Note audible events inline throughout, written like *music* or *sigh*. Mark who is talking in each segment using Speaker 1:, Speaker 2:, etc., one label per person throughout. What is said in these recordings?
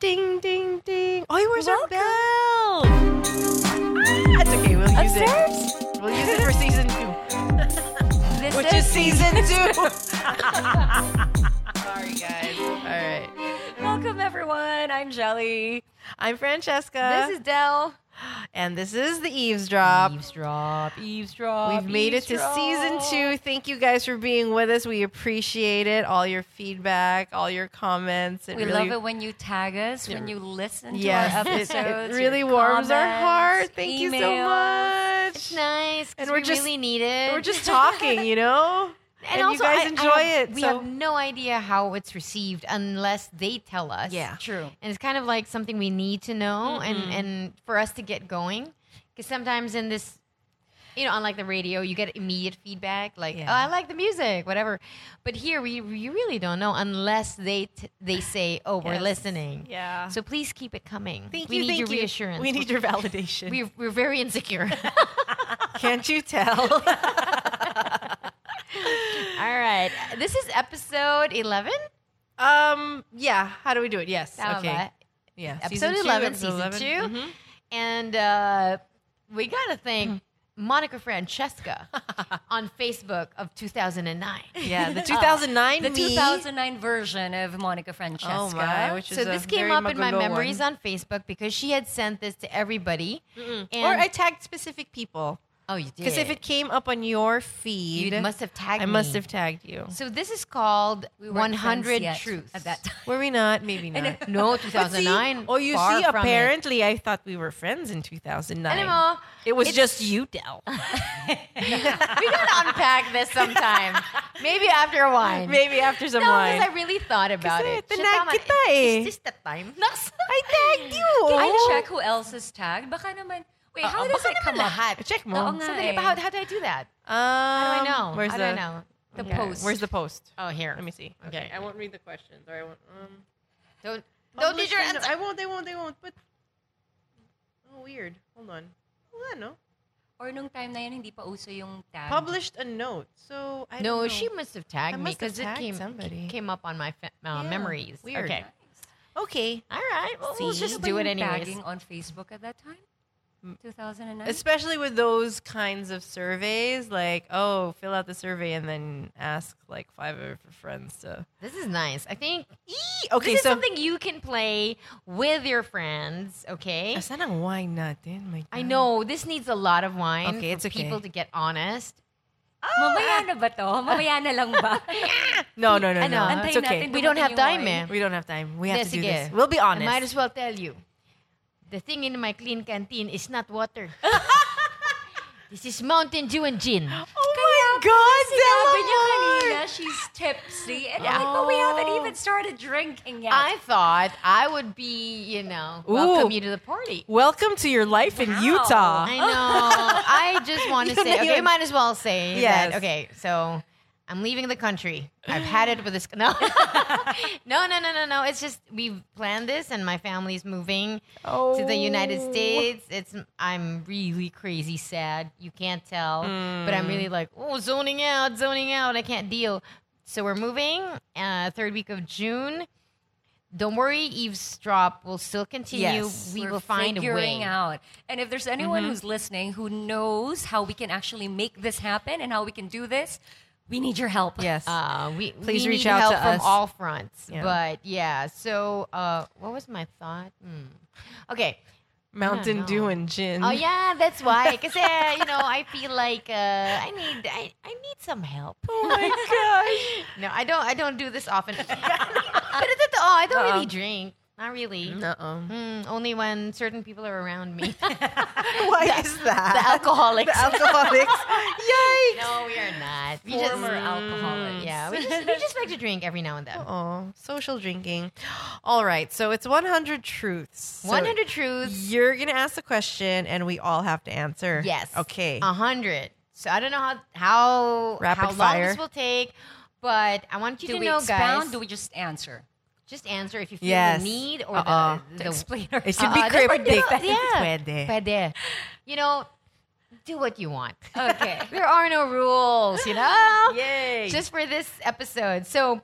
Speaker 1: Ding, ding, ding. Oh, where's
Speaker 2: Welcome.
Speaker 1: our bell? Ah, That's okay. We'll use
Speaker 2: Upstairs?
Speaker 1: it. We'll use it for season two, *laughs*
Speaker 2: This
Speaker 1: which is season *laughs* two. Sorry, guys. All right.
Speaker 2: Welcome, everyone. I'm Jelly.
Speaker 1: I'm Francesca.
Speaker 2: This is Dell.
Speaker 1: and this is the eavesdrop.
Speaker 2: Eavesdrop, eavesdrop.
Speaker 1: We've made it to season
Speaker 2: eavesdrop.
Speaker 1: two. Thank you guys for being with us. We appreciate it. All your feedback, all your comments. It
Speaker 2: We
Speaker 1: really,
Speaker 2: love it when you tag us, when you listen to
Speaker 1: Yes, *laughs* it-
Speaker 2: our
Speaker 1: it
Speaker 2: episodes. your
Speaker 1: really warms our
Speaker 2: comments,
Speaker 1: heart. Thank you so
Speaker 2: emails.
Speaker 1: much.
Speaker 2: It's nice.
Speaker 1: And
Speaker 2: And
Speaker 1: we're
Speaker 2: we're
Speaker 1: just-
Speaker 2: really needed.
Speaker 3: *laughs*
Speaker 1: We're
Speaker 2: *laughs*
Speaker 1: just talking, you know?
Speaker 3: and,
Speaker 1: you
Speaker 3: also,
Speaker 1: guys
Speaker 3: I- I
Speaker 1: enjoy
Speaker 3: have-
Speaker 1: it.
Speaker 3: We
Speaker 1: so
Speaker 3: have no idea how it's received unless they tell us.
Speaker 1: Yeah.
Speaker 2: True.
Speaker 3: and it's kind of like something we need to know, and and for us to get going, because sometimes in this, you know, unlike the radio, you get immediate feedback, like
Speaker 1: Yeah.
Speaker 3: oh, I like the music, whatever. But here, we you really don't know unless they t- they say, oh, we're
Speaker 1: Yes.
Speaker 3: listening.
Speaker 1: Yeah.
Speaker 3: So please keep it coming.
Speaker 1: thank
Speaker 3: we
Speaker 1: you.
Speaker 3: need
Speaker 1: thank
Speaker 3: your
Speaker 1: you. *laughs*
Speaker 3: reassurance.
Speaker 1: We need your validation.
Speaker 3: *laughs* We're, we're very
Speaker 1: *laughs*
Speaker 3: insecure.
Speaker 1: Can't you
Speaker 3: *laughs*
Speaker 1: tell?
Speaker 3: All right. This is episode 11.
Speaker 1: um, yeah. How do we do it? Yes.
Speaker 3: Sound
Speaker 1: okay.
Speaker 3: right?
Speaker 1: Yeah.
Speaker 3: episode 11 season 2
Speaker 1: Mm-hmm.
Speaker 3: and uh, we gotta thank monica francesca
Speaker 1: *laughs*
Speaker 3: on facebook of 2009
Speaker 1: Yeah.
Speaker 3: *laughs*
Speaker 1: The 2009
Speaker 2: The
Speaker 1: me.
Speaker 2: 2009 version of Monica Francesca.
Speaker 1: Oh my, which is
Speaker 3: so
Speaker 1: a
Speaker 3: this came
Speaker 1: very
Speaker 3: up in my
Speaker 1: Magolo one.
Speaker 3: memories on facebook because she had sent this to everybody and
Speaker 1: Or I tagged specific people.
Speaker 3: oh you did
Speaker 1: Because if it came up on your feed,
Speaker 3: you must have tagged
Speaker 1: I must
Speaker 3: me.
Speaker 1: have tagged you.
Speaker 3: so this is called
Speaker 2: We weren't friends
Speaker 3: 100
Speaker 2: yet
Speaker 3: truths
Speaker 2: at that time.
Speaker 1: Were we not?
Speaker 3: *laughs*
Speaker 1: Maybe *laughs* not.
Speaker 3: no
Speaker 1: But see-
Speaker 3: 2009
Speaker 1: Oh, you
Speaker 3: far
Speaker 1: see,
Speaker 3: from it.
Speaker 1: apparently I thought we were friends in 2009.
Speaker 3: Animal,
Speaker 1: It was
Speaker 3: it's-
Speaker 1: just you, Dell.
Speaker 3: we gotta unpack this
Speaker 1: *laughs*
Speaker 3: sometime maybe after a wine
Speaker 1: Maybe after some
Speaker 3: No,
Speaker 1: wine.
Speaker 3: because I really thought about
Speaker 1: Kasi
Speaker 3: it.
Speaker 1: tinag
Speaker 3: Siya tama,
Speaker 1: kita eh.
Speaker 3: Is this the time?
Speaker 1: I tagged you.
Speaker 2: Can I
Speaker 1: oh.
Speaker 2: check who else is tagged? Baka naman. Wait, how
Speaker 3: Uh-oh, Oh,
Speaker 2: does
Speaker 3: Ah, baka
Speaker 2: it
Speaker 3: naman
Speaker 2: come up?
Speaker 3: lahat.
Speaker 1: Check mo.
Speaker 2: Oo nga
Speaker 3: Sandali,
Speaker 2: eh.
Speaker 3: but how, how do I do that? How do I know?
Speaker 1: Um, Where's
Speaker 3: how
Speaker 1: the,
Speaker 3: do I know?
Speaker 2: The
Speaker 1: Okay.
Speaker 2: post.
Speaker 1: Where's the post?
Speaker 3: Oh, here.
Speaker 1: Let me see. Okay, I won't read the questions. Or I won't. Um,
Speaker 3: Don't, don't
Speaker 1: publish
Speaker 3: need your
Speaker 1: them.
Speaker 3: answer.
Speaker 1: I won't. They won't. They won't. But oh, weird. Hold on. Hold on. No.
Speaker 2: Or nung time na yun, hindi pa uso yung tag.
Speaker 1: Published a note. So I
Speaker 3: No,
Speaker 1: don't know.
Speaker 3: she must have
Speaker 1: I
Speaker 3: tagged me
Speaker 1: must have
Speaker 3: because it
Speaker 1: tagged
Speaker 3: came,
Speaker 1: somebody.
Speaker 3: came up on my fa-
Speaker 1: Yeah,
Speaker 3: uh, memories.
Speaker 1: weird.
Speaker 3: Okay.
Speaker 1: Okay.
Speaker 3: All right. Well, we'll
Speaker 1: See?
Speaker 3: Oh, just
Speaker 2: Were
Speaker 3: do it
Speaker 2: you
Speaker 3: anyways.
Speaker 2: Tagging on Facebook at that time? 2009?
Speaker 1: Especially with those kinds of surveys, like oh, fill out the survey and then ask like five of your friends to.
Speaker 3: This is nice. I think
Speaker 1: Okay,
Speaker 3: this is
Speaker 1: so
Speaker 3: something you can play with your friends, okay?
Speaker 1: Asan ang wine natin? My
Speaker 3: I
Speaker 1: God.
Speaker 3: know this needs a lot of wine
Speaker 1: Okay,
Speaker 3: for
Speaker 1: it's okay.
Speaker 3: people to get honest.
Speaker 2: Ah! Mamaya na ba to?
Speaker 3: Ah!
Speaker 2: Mamaya na lang
Speaker 3: *laughs*
Speaker 2: ba?
Speaker 1: No, no, no, no.
Speaker 3: I know.
Speaker 1: It's
Speaker 2: Antayin
Speaker 1: okay.
Speaker 2: natin
Speaker 3: We don't have
Speaker 2: dumating yung
Speaker 3: time,
Speaker 2: wine.
Speaker 3: eh.
Speaker 1: We don't have time. We have
Speaker 3: Yes,
Speaker 1: to do
Speaker 3: sige.
Speaker 1: this. We'll be honest.
Speaker 3: I might as well tell you. The thing in my clean canteen is not water. *laughs* this is Mountain Dew and gin.
Speaker 1: oh my God,
Speaker 3: eh.
Speaker 2: Sabi
Speaker 1: Della
Speaker 2: niya
Speaker 1: Moore!
Speaker 2: kanina, she's tipsy. And I'm like, but we haven't even started drinking yet.
Speaker 3: I thought I would be, you know,
Speaker 1: Ooh.
Speaker 3: welcome you to the party.
Speaker 1: Welcome to your life in
Speaker 2: Wow.
Speaker 1: Utah.
Speaker 3: I know. I just want to
Speaker 1: You
Speaker 3: say,
Speaker 1: know,
Speaker 3: okay,
Speaker 1: you-
Speaker 3: I might as well say
Speaker 1: Yes.
Speaker 3: that. Okay, so I'm leaving the country. I've had it with this. *laughs* No, no, no, no, no, no. It's just we've planned this, and my family's moving to the United
Speaker 1: Oh.
Speaker 3: States. It's I'm really crazy sad. You can't tell, but I'm
Speaker 1: Hmm.
Speaker 3: really like, oh, zoning out, zoning out. I can't deal. So we're moving uh, third week of June. Don't worry, eavesdrop will still continue.
Speaker 1: Yes.
Speaker 3: we
Speaker 2: We're
Speaker 3: will find a
Speaker 2: figuring
Speaker 3: way. Mm-hmm.
Speaker 2: out. And if there's anyone who's listening who knows how we can actually make this happen and how we can do this, we need your help.
Speaker 1: Yes.
Speaker 3: Uh, we
Speaker 1: Please
Speaker 3: we
Speaker 1: reach
Speaker 3: need
Speaker 1: out
Speaker 3: help
Speaker 1: to
Speaker 3: from
Speaker 1: us.
Speaker 3: all fronts.
Speaker 1: Yeah.
Speaker 3: But yeah, so uh, what was my thought? Hmm. Okay.
Speaker 1: *laughs* Mountain Dew and gin.
Speaker 3: Oh yeah, that's why. Because you know, I feel like uh, I need I, I need some help.
Speaker 1: *laughs* Oh *laughs* my gosh.
Speaker 3: *laughs* No, I oh, don't. I don't do this often. Pero totoo, I don't really drink. Not really.
Speaker 1: Uh-oh.
Speaker 3: Mm, only when certain people are around *laughs* me.
Speaker 4: Why is that?
Speaker 3: the
Speaker 1: *laughs*
Speaker 3: alcoholics.
Speaker 4: The alcoholics. Yay!
Speaker 3: no, we are not. We just, Mm.
Speaker 2: Former alcoholics.
Speaker 3: yeah, we just, we just like to drink every now and then.
Speaker 1: Oh, social drinking. *gasps* All right, so it's 100 truths. So
Speaker 3: 100 truths.
Speaker 1: You're gonna ask the question, and we all have to answer.
Speaker 3: Yes. Uh-huh.
Speaker 1: Okay.
Speaker 3: A hundred. So I don't know how how
Speaker 1: Rapid
Speaker 3: how long
Speaker 1: fire.
Speaker 3: this will take, but I want you
Speaker 2: Do
Speaker 3: to
Speaker 2: we
Speaker 3: know,
Speaker 2: expound?
Speaker 3: guys.
Speaker 2: Do we just answer?
Speaker 3: just answer if you feel
Speaker 1: Yes.
Speaker 3: the need or
Speaker 1: Uh-uh.
Speaker 3: the, the
Speaker 2: Explain our
Speaker 1: it should
Speaker 3: Uh,
Speaker 1: be
Speaker 3: that's what
Speaker 1: cryptic.
Speaker 3: you- yeah.
Speaker 1: Puede.
Speaker 3: Pwede. You know, do what you want.
Speaker 2: Okay.
Speaker 3: *laughs* there are no rules, you know.
Speaker 1: Yay.
Speaker 3: Just for this episode, so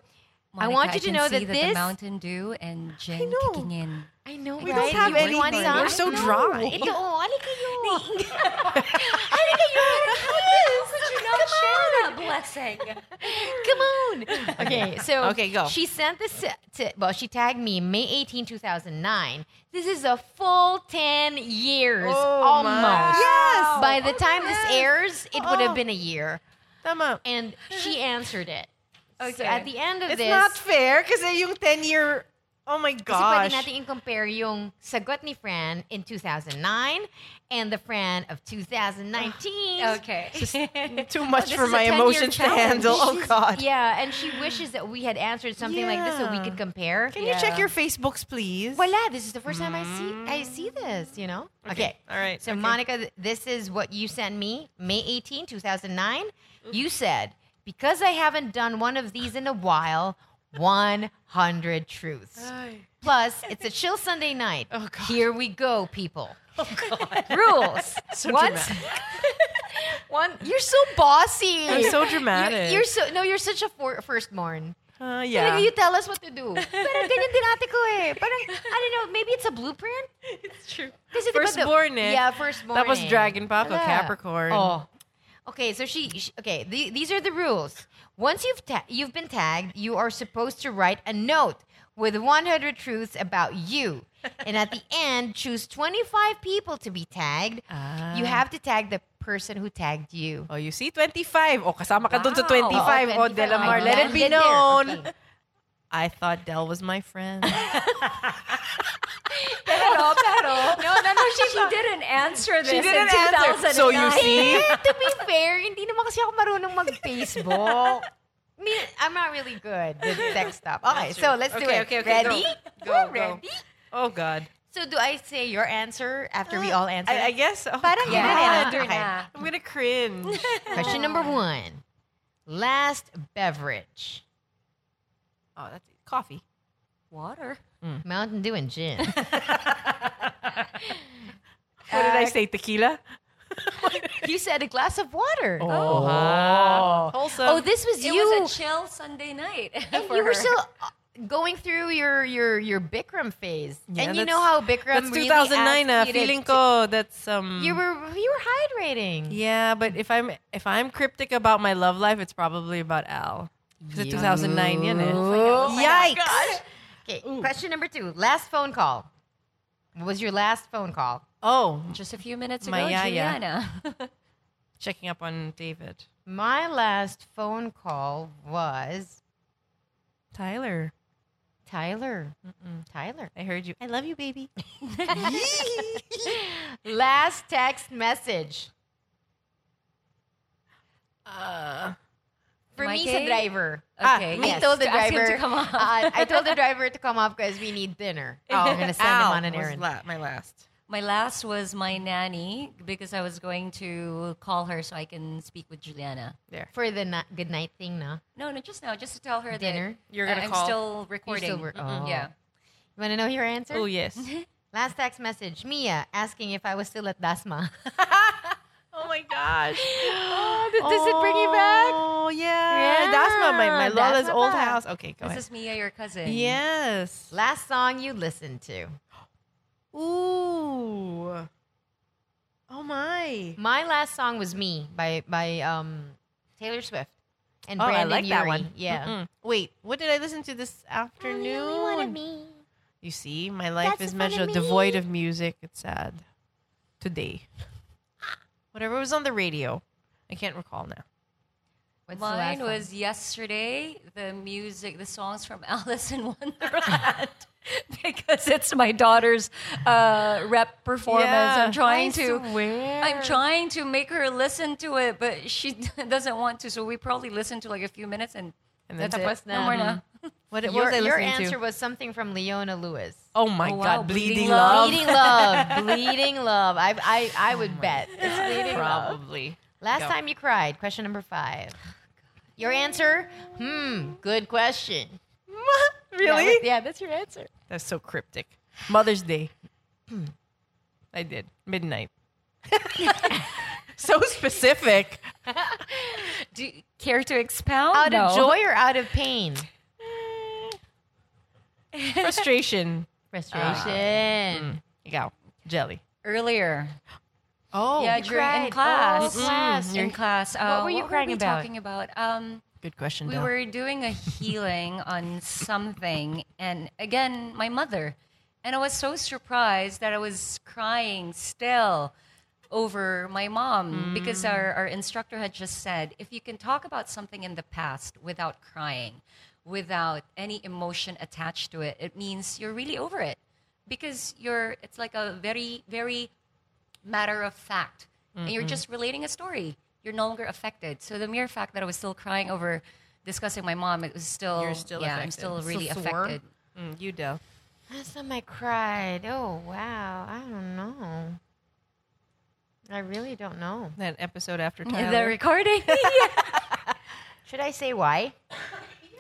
Speaker 3: I
Speaker 2: Monica,
Speaker 3: want you to
Speaker 2: can
Speaker 3: know
Speaker 2: see
Speaker 3: that this.
Speaker 2: the Mountain Dew and Jen
Speaker 1: know.
Speaker 2: kicking in.
Speaker 3: I know
Speaker 1: We
Speaker 3: right?
Speaker 1: don't have
Speaker 3: You really want
Speaker 1: anything.
Speaker 3: some?
Speaker 1: We're so
Speaker 3: I know.
Speaker 1: dry.
Speaker 3: Ito, oh, alika
Speaker 1: *laughs*
Speaker 3: *laughs* you. alika you.
Speaker 1: *laughs*
Speaker 2: Could you not share that blessing?
Speaker 3: *laughs* Come on. Okay, so
Speaker 1: *laughs* Okay, go.
Speaker 3: She sent this to, to well, she tagged me May 18, 2009. This is a full 10 years
Speaker 1: Oh,
Speaker 3: almost.
Speaker 1: my. Yes.
Speaker 3: By the time this airs, it would
Speaker 1: Oh.
Speaker 3: have been a year.
Speaker 1: Tama.
Speaker 3: And she answered it. Okay. So
Speaker 2: Okay.
Speaker 3: at the end of
Speaker 1: It's
Speaker 3: this,
Speaker 1: not fair kasi yung 10 year. Oh my
Speaker 3: kasi pwede
Speaker 1: gosh.
Speaker 3: natin i-compare yung sagot ni Fran in 2009 and the Fran of *sighs* 2019.
Speaker 2: *laughs* Okay.
Speaker 3: *laughs*
Speaker 1: Too much
Speaker 3: This
Speaker 1: for
Speaker 3: is a
Speaker 1: my
Speaker 3: 10-year
Speaker 1: emotions to
Speaker 3: challenge.
Speaker 1: handle. Oh
Speaker 3: *laughs* She's-
Speaker 1: God.
Speaker 3: Yeah, and she wishes that we had answered something like this so
Speaker 1: Yeah.
Speaker 3: we could compare.
Speaker 1: Can you check your Facebooks, please?
Speaker 3: Voila, this is the first time I see I see this, you know? Mm. Okay.
Speaker 1: All right.
Speaker 3: So
Speaker 1: Okay.
Speaker 3: Monica, th- this is what you sent me, May 18, 2009. You said, "Because I haven't done one of these in a while, 100 *gasps* truths." Plus, it's a chill Sunday night.
Speaker 1: Oh,
Speaker 3: Here we go,
Speaker 1: *laughs*
Speaker 3: people. Rules.
Speaker 1: So
Speaker 3: Once- *laughs* One, you're so
Speaker 1: *laughs*
Speaker 3: bossy.
Speaker 1: I'm so
Speaker 3: You're-
Speaker 1: dramatic.
Speaker 3: You're, so no, you're such a for, first born.
Speaker 1: Uh,
Speaker 3: Talaga,
Speaker 1: yeah.
Speaker 3: you tell us what to do. Parang ganyan din ate ko eh. Parang, I don't know, maybe it's a blueprint?
Speaker 1: *laughs* It's true.
Speaker 3: Kasi diba the-
Speaker 1: Firstborn eh.
Speaker 3: Yeah, firstborn.
Speaker 1: That was
Speaker 3: eh.
Speaker 1: Dragon Papa,
Speaker 3: Wala.
Speaker 1: Capricorn.
Speaker 3: Oh. Okay, so she, she- okay, the, these are the rules. Once you've ta- you've been tagged, you are supposed to write a note with 100 truths about you.
Speaker 1: *laughs*
Speaker 3: And at the end, choose 25 people to be tagged.
Speaker 1: Ah.
Speaker 3: You have to tag the person who tagged you.
Speaker 1: Oh, you see, 25. Oh, kasama ka dun sa
Speaker 2: Wow.
Speaker 1: 25. Oh,
Speaker 3: 25.
Speaker 1: Delamar,
Speaker 3: I
Speaker 1: let it be
Speaker 3: landed there.
Speaker 1: known.
Speaker 3: Okay.
Speaker 1: I thought Del was my friend.
Speaker 2: Pero, pero.
Speaker 3: *laughs*
Speaker 2: No, no, no. *laughs* She, she didn't answer this.
Speaker 1: she didn't
Speaker 2: in
Speaker 1: answer. So you
Speaker 2: 2009.
Speaker 1: see?
Speaker 3: Eh, to be fair, hindi naman kasi ako marunong mag-Facebook. Me, I'm not really good with tech stuff. Okay, so let's do
Speaker 1: Okay,
Speaker 3: it.
Speaker 1: okay, okay, go.
Speaker 3: ready?
Speaker 1: Go,
Speaker 3: We're
Speaker 1: go.
Speaker 3: ready.
Speaker 1: *laughs* Oh, God.
Speaker 3: So do I say your answer after we all answer?
Speaker 1: Uh, I, I guess. Oh,
Speaker 3: Parang
Speaker 1: God.
Speaker 3: ganun eh, no?
Speaker 2: After
Speaker 3: Okay.
Speaker 2: na.
Speaker 1: I'm going to
Speaker 3: *laughs*
Speaker 1: cringe.
Speaker 3: Question number one. Last beverage.
Speaker 1: Oh, that's coffee.
Speaker 2: Water.
Speaker 3: Mountain Dew and gin.
Speaker 1: *laughs*
Speaker 3: Uh,
Speaker 1: What did I say? Tequila?
Speaker 3: you said a glass of water. Oh,
Speaker 1: ha. Wholesome.
Speaker 3: this was
Speaker 2: It
Speaker 3: you.
Speaker 2: was a chill Sunday night. *laughs*
Speaker 3: and
Speaker 2: for
Speaker 3: you were
Speaker 2: her.
Speaker 3: still uh, going through your your your Bikram phase.
Speaker 1: Yeah,
Speaker 3: and you
Speaker 1: that's-
Speaker 3: know how Bikram
Speaker 1: That's
Speaker 3: really
Speaker 1: 2009 ah.
Speaker 3: asks you to-
Speaker 1: Feeling ko that's um
Speaker 3: You were you were hydrating.
Speaker 1: Yeah, but if I'm if I'm cryptic about my love life, it's probably about Al. Cuz 2009 yan eh.
Speaker 3: Oh
Speaker 1: Yikes.
Speaker 3: Okay, question number two. Last phone call. What was your last phone call?
Speaker 1: Oh,
Speaker 2: Just a few minutes ago,
Speaker 1: My yaya.
Speaker 2: Juliana.
Speaker 1: checking up on David.
Speaker 3: My last phone call was
Speaker 1: Tyler,
Speaker 3: Tyler. Tyler.
Speaker 1: I heard you. I love you, *laughs* baby.
Speaker 3: Last text message.
Speaker 1: Uh,
Speaker 3: For me,
Speaker 2: Mikey?
Speaker 3: it's a driver.
Speaker 2: Okay,
Speaker 3: I
Speaker 2: yes,
Speaker 3: told the
Speaker 2: to ask him
Speaker 3: driver.
Speaker 2: to come up.
Speaker 3: uh, I told the driver to come up because we need dinner. Oh, I'm gonna send him on an errand.
Speaker 1: my last.
Speaker 2: My last was my nanny because I was going to call her so I can speak with Juliana.
Speaker 1: There.
Speaker 3: For the na- good night thing, no.
Speaker 2: No, no, just now, just to tell her
Speaker 3: Dinner?
Speaker 2: that
Speaker 1: You're gonna
Speaker 2: I- I'm
Speaker 1: call?
Speaker 2: still recording.
Speaker 3: re- oh.
Speaker 2: Mm-mm, Yeah.
Speaker 3: You wanna know your answer?
Speaker 1: Oh, yes.
Speaker 3: Last text message, Mia asking if I was still at Dasma.
Speaker 1: oh my *gasps* gosh.
Speaker 3: Does it bring you back?
Speaker 1: Oh, yeah.
Speaker 3: Yeah,
Speaker 1: That's my my, my
Speaker 3: that's
Speaker 1: Lola's
Speaker 3: my
Speaker 1: old
Speaker 3: back.
Speaker 1: house. Okay, go ahead.
Speaker 2: This is Mia, your cousin.
Speaker 1: Yes.
Speaker 3: Last song you listened to.
Speaker 1: Ooh. Oh my.
Speaker 3: My last song was "Me" by by um, Taylor Swift and
Speaker 1: Oh, I
Speaker 3: Brandon
Speaker 1: like that
Speaker 3: Urie.
Speaker 1: one.
Speaker 3: Yeah,
Speaker 1: Mm. Wait, what did I listen to this afternoon? You see, my life
Speaker 3: That's
Speaker 1: is
Speaker 3: the fun of
Speaker 1: measured
Speaker 3: me.
Speaker 1: devoid of music. It's sad. Today. Whatever was on the radio. I can't recall now.
Speaker 3: What's the last
Speaker 2: Mine
Speaker 3: one?
Speaker 2: *laughs* was yesterday, the music, the songs from Alice in Wonderland. *laughs* because it's my daughter's uh, rep performance.
Speaker 5: Yeah.
Speaker 2: I'm trying
Speaker 5: I
Speaker 2: to.
Speaker 5: swear.
Speaker 2: I'm trying to make her listen to it, but she *laughs* doesn't want to. So we probably listen to like a few minutes and,
Speaker 5: And that's
Speaker 2: it.
Speaker 5: it.
Speaker 2: No more now.
Speaker 5: What, what
Speaker 3: Your,
Speaker 5: was I
Speaker 3: your
Speaker 5: listening
Speaker 3: answer
Speaker 5: to?
Speaker 3: was something from Leona Lewis.
Speaker 5: oh my
Speaker 2: Oh,
Speaker 5: God,
Speaker 2: wow,
Speaker 5: bleeding,
Speaker 2: Bleeding
Speaker 5: love.
Speaker 2: Love.
Speaker 3: Bleeding love,
Speaker 2: *laughs*
Speaker 3: bleeding love. I I, I would
Speaker 5: Oh
Speaker 3: bet it's bleeding love.
Speaker 5: Probably.
Speaker 3: Last
Speaker 5: Go.
Speaker 3: time you cried. Question number five. Your answer? Hmm. Good question. Yeah,
Speaker 5: really?
Speaker 3: that- yeah, that's your answer.
Speaker 5: That's so cryptic. Mother's Day. *clears throat* I did. Midnight. *laughs* so specific.
Speaker 2: Do you care to expound?
Speaker 3: Out
Speaker 2: no.
Speaker 3: of joy or out of pain?
Speaker 5: Frustration.
Speaker 3: Frustration.
Speaker 5: You go. Jelly.
Speaker 2: Earlier.
Speaker 5: Oh,
Speaker 2: yeah,
Speaker 3: you
Speaker 2: during
Speaker 3: cried.
Speaker 2: in class.
Speaker 3: Oh, class.
Speaker 2: In
Speaker 3: And
Speaker 2: class. Uh,
Speaker 3: what were you crying
Speaker 2: we
Speaker 3: about?
Speaker 2: Talking about. Um,
Speaker 5: good question.
Speaker 2: we
Speaker 5: Del.
Speaker 2: were doing a healing on something, and again, my mother. And I was so surprised that I was crying still over my mom because our, our instructor had just said if you can talk about something in the past without crying, without any emotion attached to it, it means you're really over it because you're, it's like a very, very matter of fact. And
Speaker 5: Mm-hmm.
Speaker 2: you're just relating a story. You're no longer affected. So the mere fact that I was still crying over discussing my mom, it was still,
Speaker 5: You're still
Speaker 2: yeah, I'm
Speaker 5: affected.
Speaker 2: still
Speaker 5: Still
Speaker 2: really
Speaker 3: sore?
Speaker 2: affected.
Speaker 5: Mm, you, Del.
Speaker 3: Ah. Last time I cried. Oh wow. I don't know. I really don't know.
Speaker 5: That episode after
Speaker 2: In
Speaker 5: Tyler.
Speaker 2: The recording?
Speaker 3: Should I say why?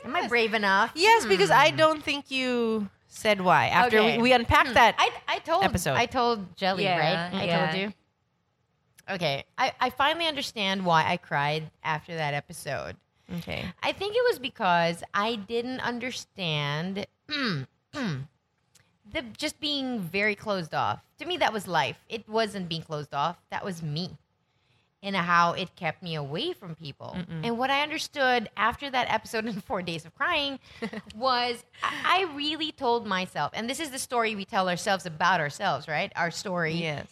Speaker 3: Am I brave enough?
Speaker 5: yes, because I don't think you said why. After
Speaker 3: Okay. Hmm.
Speaker 5: we, we unpacked that.
Speaker 3: I, I told
Speaker 5: Episode.
Speaker 3: I told Jelly,
Speaker 2: Yeah,
Speaker 3: right? I
Speaker 2: yeah.
Speaker 3: told you. Okay. I, I finally understand why I cried after that episode.
Speaker 5: okay.
Speaker 3: I think it was because I didn't understand hmm, the just being very closed off. To me, that was life. It wasn't being closed off. That was me, and how it kept me away from people. And what I understood after that episode *laughs* in Four Days of Crying was I, I really told myself, and this is the story we tell ourselves about ourselves, right? Our story.
Speaker 5: Yes.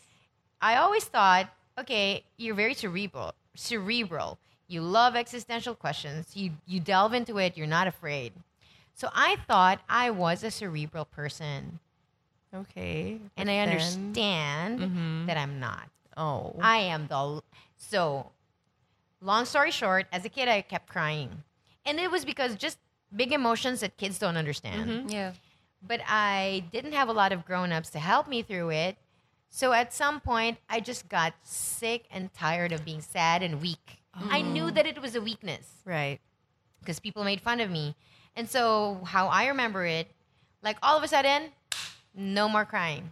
Speaker 3: I always thought, okay, you're very cerebral. Cerebral. You love existential questions. You you delve into it. You're not afraid. So I thought I was a cerebral person,
Speaker 5: Okay.
Speaker 3: and I understand that I'm not.
Speaker 5: Oh.
Speaker 3: I am the l- so. Long story short, as a kid, I kept crying, and it was because just big emotions that kids don't understand
Speaker 2: yeah.
Speaker 3: but I didn't have a lot of grown-ups to help me through it. So at some point, I just got sick and tired of being sad and weak. I knew that it was a weakness
Speaker 5: right.
Speaker 3: because people made fun of me. And so how I remember it, like all of a sudden, no more crying.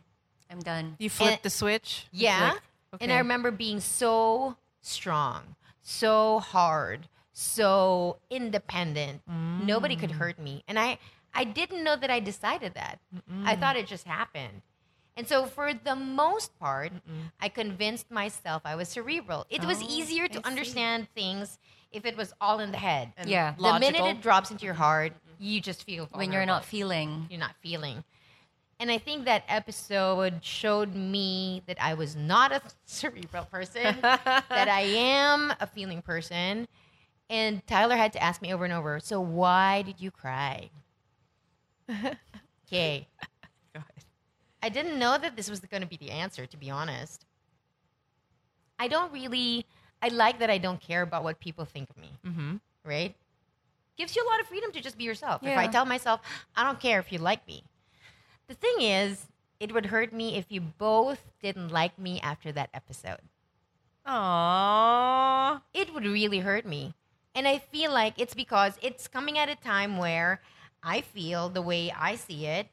Speaker 2: I'm done.
Speaker 5: You flipped
Speaker 3: And-
Speaker 5: the switch? It's
Speaker 3: Yeah.
Speaker 5: like,
Speaker 3: And I
Speaker 5: okay.
Speaker 3: remember being so strong, so hard, so independent. Nobody could hurt me. And I I didn't know that I decided that. I thought it just happened. And so for the most part, I convinced myself I was cerebral. It was easier to understand things if it was all in the head.
Speaker 2: yeah.
Speaker 3: the minute it drops into your heart, you just feel
Speaker 2: when you're not
Speaker 3: vulnerable
Speaker 2: feeling.
Speaker 3: you're not feeling. And I think that episode showed me that I was not a *laughs* cerebral person, that I am a feeling person. And Tyler had to ask me over and over, so why did you cry? Okay. I didn't know that this was going to be the answer, to be honest. I don't really, I like that I don't care about what people think of me,
Speaker 5: Mhm.
Speaker 3: right? Gives you a lot of freedom to just be yourself. If I
Speaker 2: Yeah.
Speaker 3: tell myself, I don't care if you like me. The thing is, it would hurt me if you both didn't like me after that episode.
Speaker 5: Aww.
Speaker 3: It would really hurt me. And I feel like it's because it's coming at a time where I feel the way I see it.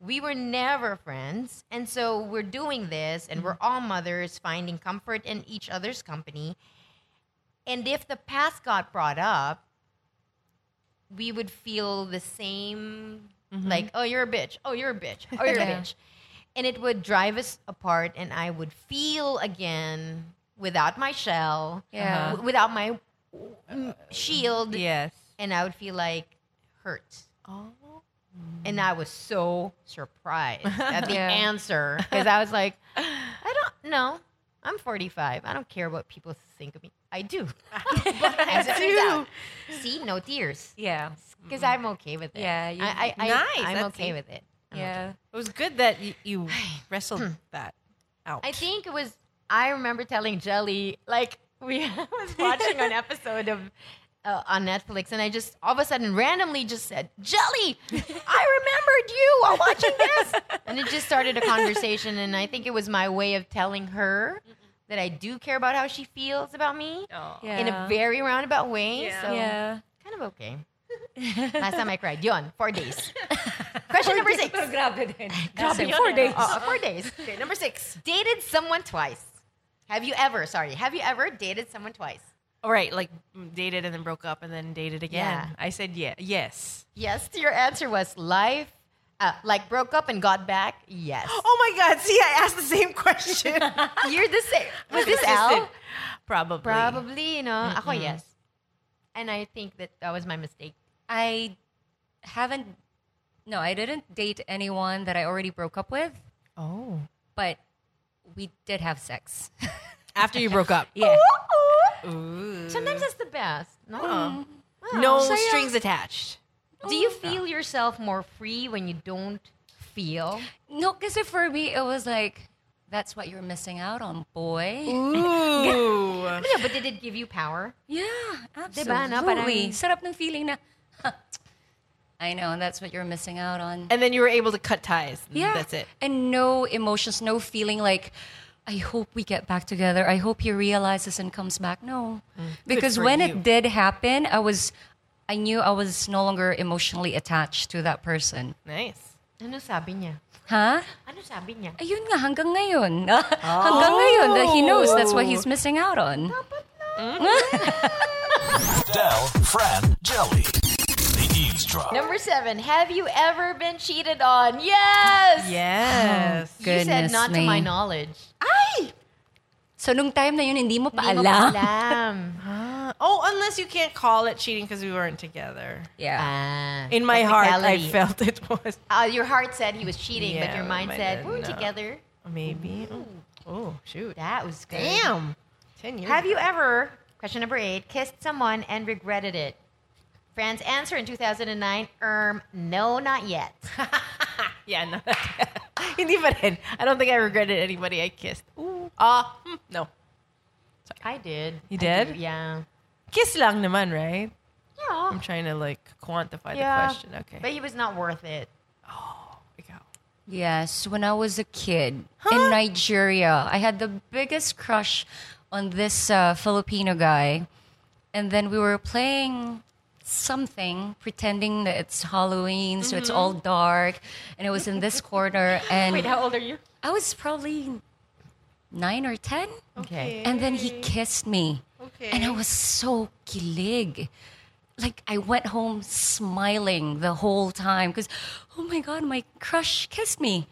Speaker 3: We were never friends. And so we're doing this, and we're all mothers finding comfort in each other's company. And if the past got brought up, we would feel the same like, oh, you're a bitch. Oh, you're a bitch. Oh, you're a
Speaker 2: Mm-hmm. Yeah.
Speaker 3: bitch. And it would drive us apart, and I would feel again without my shell,
Speaker 2: Yeah.
Speaker 3: w- without my mm, shield,
Speaker 5: Yes.
Speaker 3: and I would feel like hurt.
Speaker 5: Oh.
Speaker 3: And I was so surprised at the
Speaker 2: *laughs* Yeah.
Speaker 3: answer because I was like, I don't know. I'm 45. I don't care what people think of me. I
Speaker 2: *laughs*
Speaker 3: do. As it turns out. See, no tears
Speaker 2: Yeah.
Speaker 3: because I'm okay with it.
Speaker 2: Yeah, you-
Speaker 3: I, I, I,
Speaker 5: Nice,
Speaker 3: I'm
Speaker 5: that's
Speaker 3: okay
Speaker 5: it.
Speaker 3: with it. I'm
Speaker 2: Yeah.
Speaker 6: It was good that you, you wrestled that out.
Speaker 3: I think it was. I remember telling Jelly like we *laughs* I was watching an episode of uh, on Netflix, and I just all of a sudden randomly just said, "Jelly, I remembered you while watching
Speaker 5: *laughs*
Speaker 3: this," and it just started a conversation. And I think it was my way of telling her that I do care about how she feels about me
Speaker 5: Aw.
Speaker 2: Yeah.
Speaker 3: in a very roundabout way.
Speaker 5: Yeah.
Speaker 3: So
Speaker 2: *laughs* Yeah.
Speaker 3: kind of okay. Last time I cried, Yon,
Speaker 5: *laughs*
Speaker 3: four days. Question number six.
Speaker 2: Grabe din.
Speaker 3: Grabe
Speaker 2: Kasi
Speaker 3: yun.
Speaker 2: four days.
Speaker 3: Uh, four days. Okay, number six. Dated someone twice. Have you ever, sorry, have you ever dated someone twice?
Speaker 6: All right, like dated and then broke up and then dated again.
Speaker 3: Yeah.
Speaker 6: I said yeah, yes.
Speaker 3: Yes, your answer was life. Uh, like broke up and got back? *gasps* Yes.
Speaker 1: Oh my God. See, I asked the
Speaker 6: *laughs*
Speaker 1: same question.
Speaker 3: You're the *laughs* same. Was this
Speaker 6: Consistent.
Speaker 3: Al?
Speaker 6: Probably.
Speaker 3: Probably, you know. Ako, yes. And I think that that was my mistake.
Speaker 2: I haven't, no, I didn't date anyone that I already broke up with,
Speaker 6: Oh.
Speaker 2: but we did have sex.
Speaker 6: After you broke up.
Speaker 2: Yeah.
Speaker 3: Sometimes that's the best. No.
Speaker 6: No
Speaker 3: Sayang.
Speaker 6: strings attached.
Speaker 3: Do you feel yourself more free when you don't feel?
Speaker 2: No, kasi for me, it was like, that's what you're missing out on, boy.
Speaker 6: Ooh.
Speaker 3: Yeah, but did it give you power?
Speaker 2: Yeah, absolutely.
Speaker 3: Diba, no? Parang-
Speaker 2: Sarap ng feeling na, *laughs* "Huh, I know, and that's what you're missing out on.
Speaker 6: and then you were able to cut ties.
Speaker 2: yeah.
Speaker 6: That's it.
Speaker 2: And no emotions, no feeling like, I hope we get back together. I hope he realizes and comes back. No. because
Speaker 6: Mm. for
Speaker 2: when
Speaker 6: you.
Speaker 2: it did happen, I was, I knew I was no longer emotionally attached to that person.
Speaker 6: Nice.
Speaker 3: Ano sabi niya?
Speaker 2: Huh?
Speaker 3: Ano sabi niya?
Speaker 2: Ayun nga, hanggang ngayon. *laughs* hanggang
Speaker 6: Oh.
Speaker 2: ngayon, that he knows that's what he's missing out on.
Speaker 7: Del, Fran, Jelly. The eavesdrop.
Speaker 3: Number seven. Have you ever been cheated on? Yes.
Speaker 6: Yes.
Speaker 3: You said
Speaker 2: Goodness
Speaker 3: not to
Speaker 2: me.
Speaker 3: my knowledge.
Speaker 2: So, nung time na yun, hindi mo pa
Speaker 3: Hindi mo
Speaker 2: alam. Ah,
Speaker 3: alam.
Speaker 6: Oh, unless you can't call it cheating because we weren't together.
Speaker 2: Yeah.
Speaker 3: Ah.
Speaker 6: In my heart, I
Speaker 3: Technicality.
Speaker 6: felt it was
Speaker 3: Uh, your heart said he was cheating, but
Speaker 6: Yeah,
Speaker 3: your mind
Speaker 6: but
Speaker 3: said
Speaker 6: then,
Speaker 3: we're
Speaker 6: no.
Speaker 3: together.
Speaker 6: maybe. Oh, shoot.
Speaker 3: That was good.
Speaker 6: Damn. Ten years.
Speaker 3: Have you
Speaker 6: ago.
Speaker 3: ever, question number eight, kissed someone and regretted it? Fran's answer in 2009, erm, no, not yet.
Speaker 6: Yeah, no. Hindi pa rin. *laughs* I don't think I regretted anybody I kissed. Ooh. Ah, hmm, no.
Speaker 3: I did.
Speaker 6: You
Speaker 3: I
Speaker 6: did?
Speaker 3: do, yeah.
Speaker 6: Kiss lang naman, right?
Speaker 3: Yeah.
Speaker 6: I'm trying to like quantify
Speaker 3: Yeah.
Speaker 6: the question. Okay.
Speaker 3: But he was not worth it.
Speaker 6: Like, how-
Speaker 2: Yes, when I was a kid in Nigeria, I had the biggest crush on this uh, Filipino guy. And then we were playing something, pretending that it's Halloween, so it's all dark. And it was in this *laughs* corner. And
Speaker 3: How old are you?
Speaker 2: I was probably nine or 10.
Speaker 3: Okay.
Speaker 2: And then he kissed me. And I was so kilig. Like I went home smiling the whole time because, oh my God, my crush kissed me.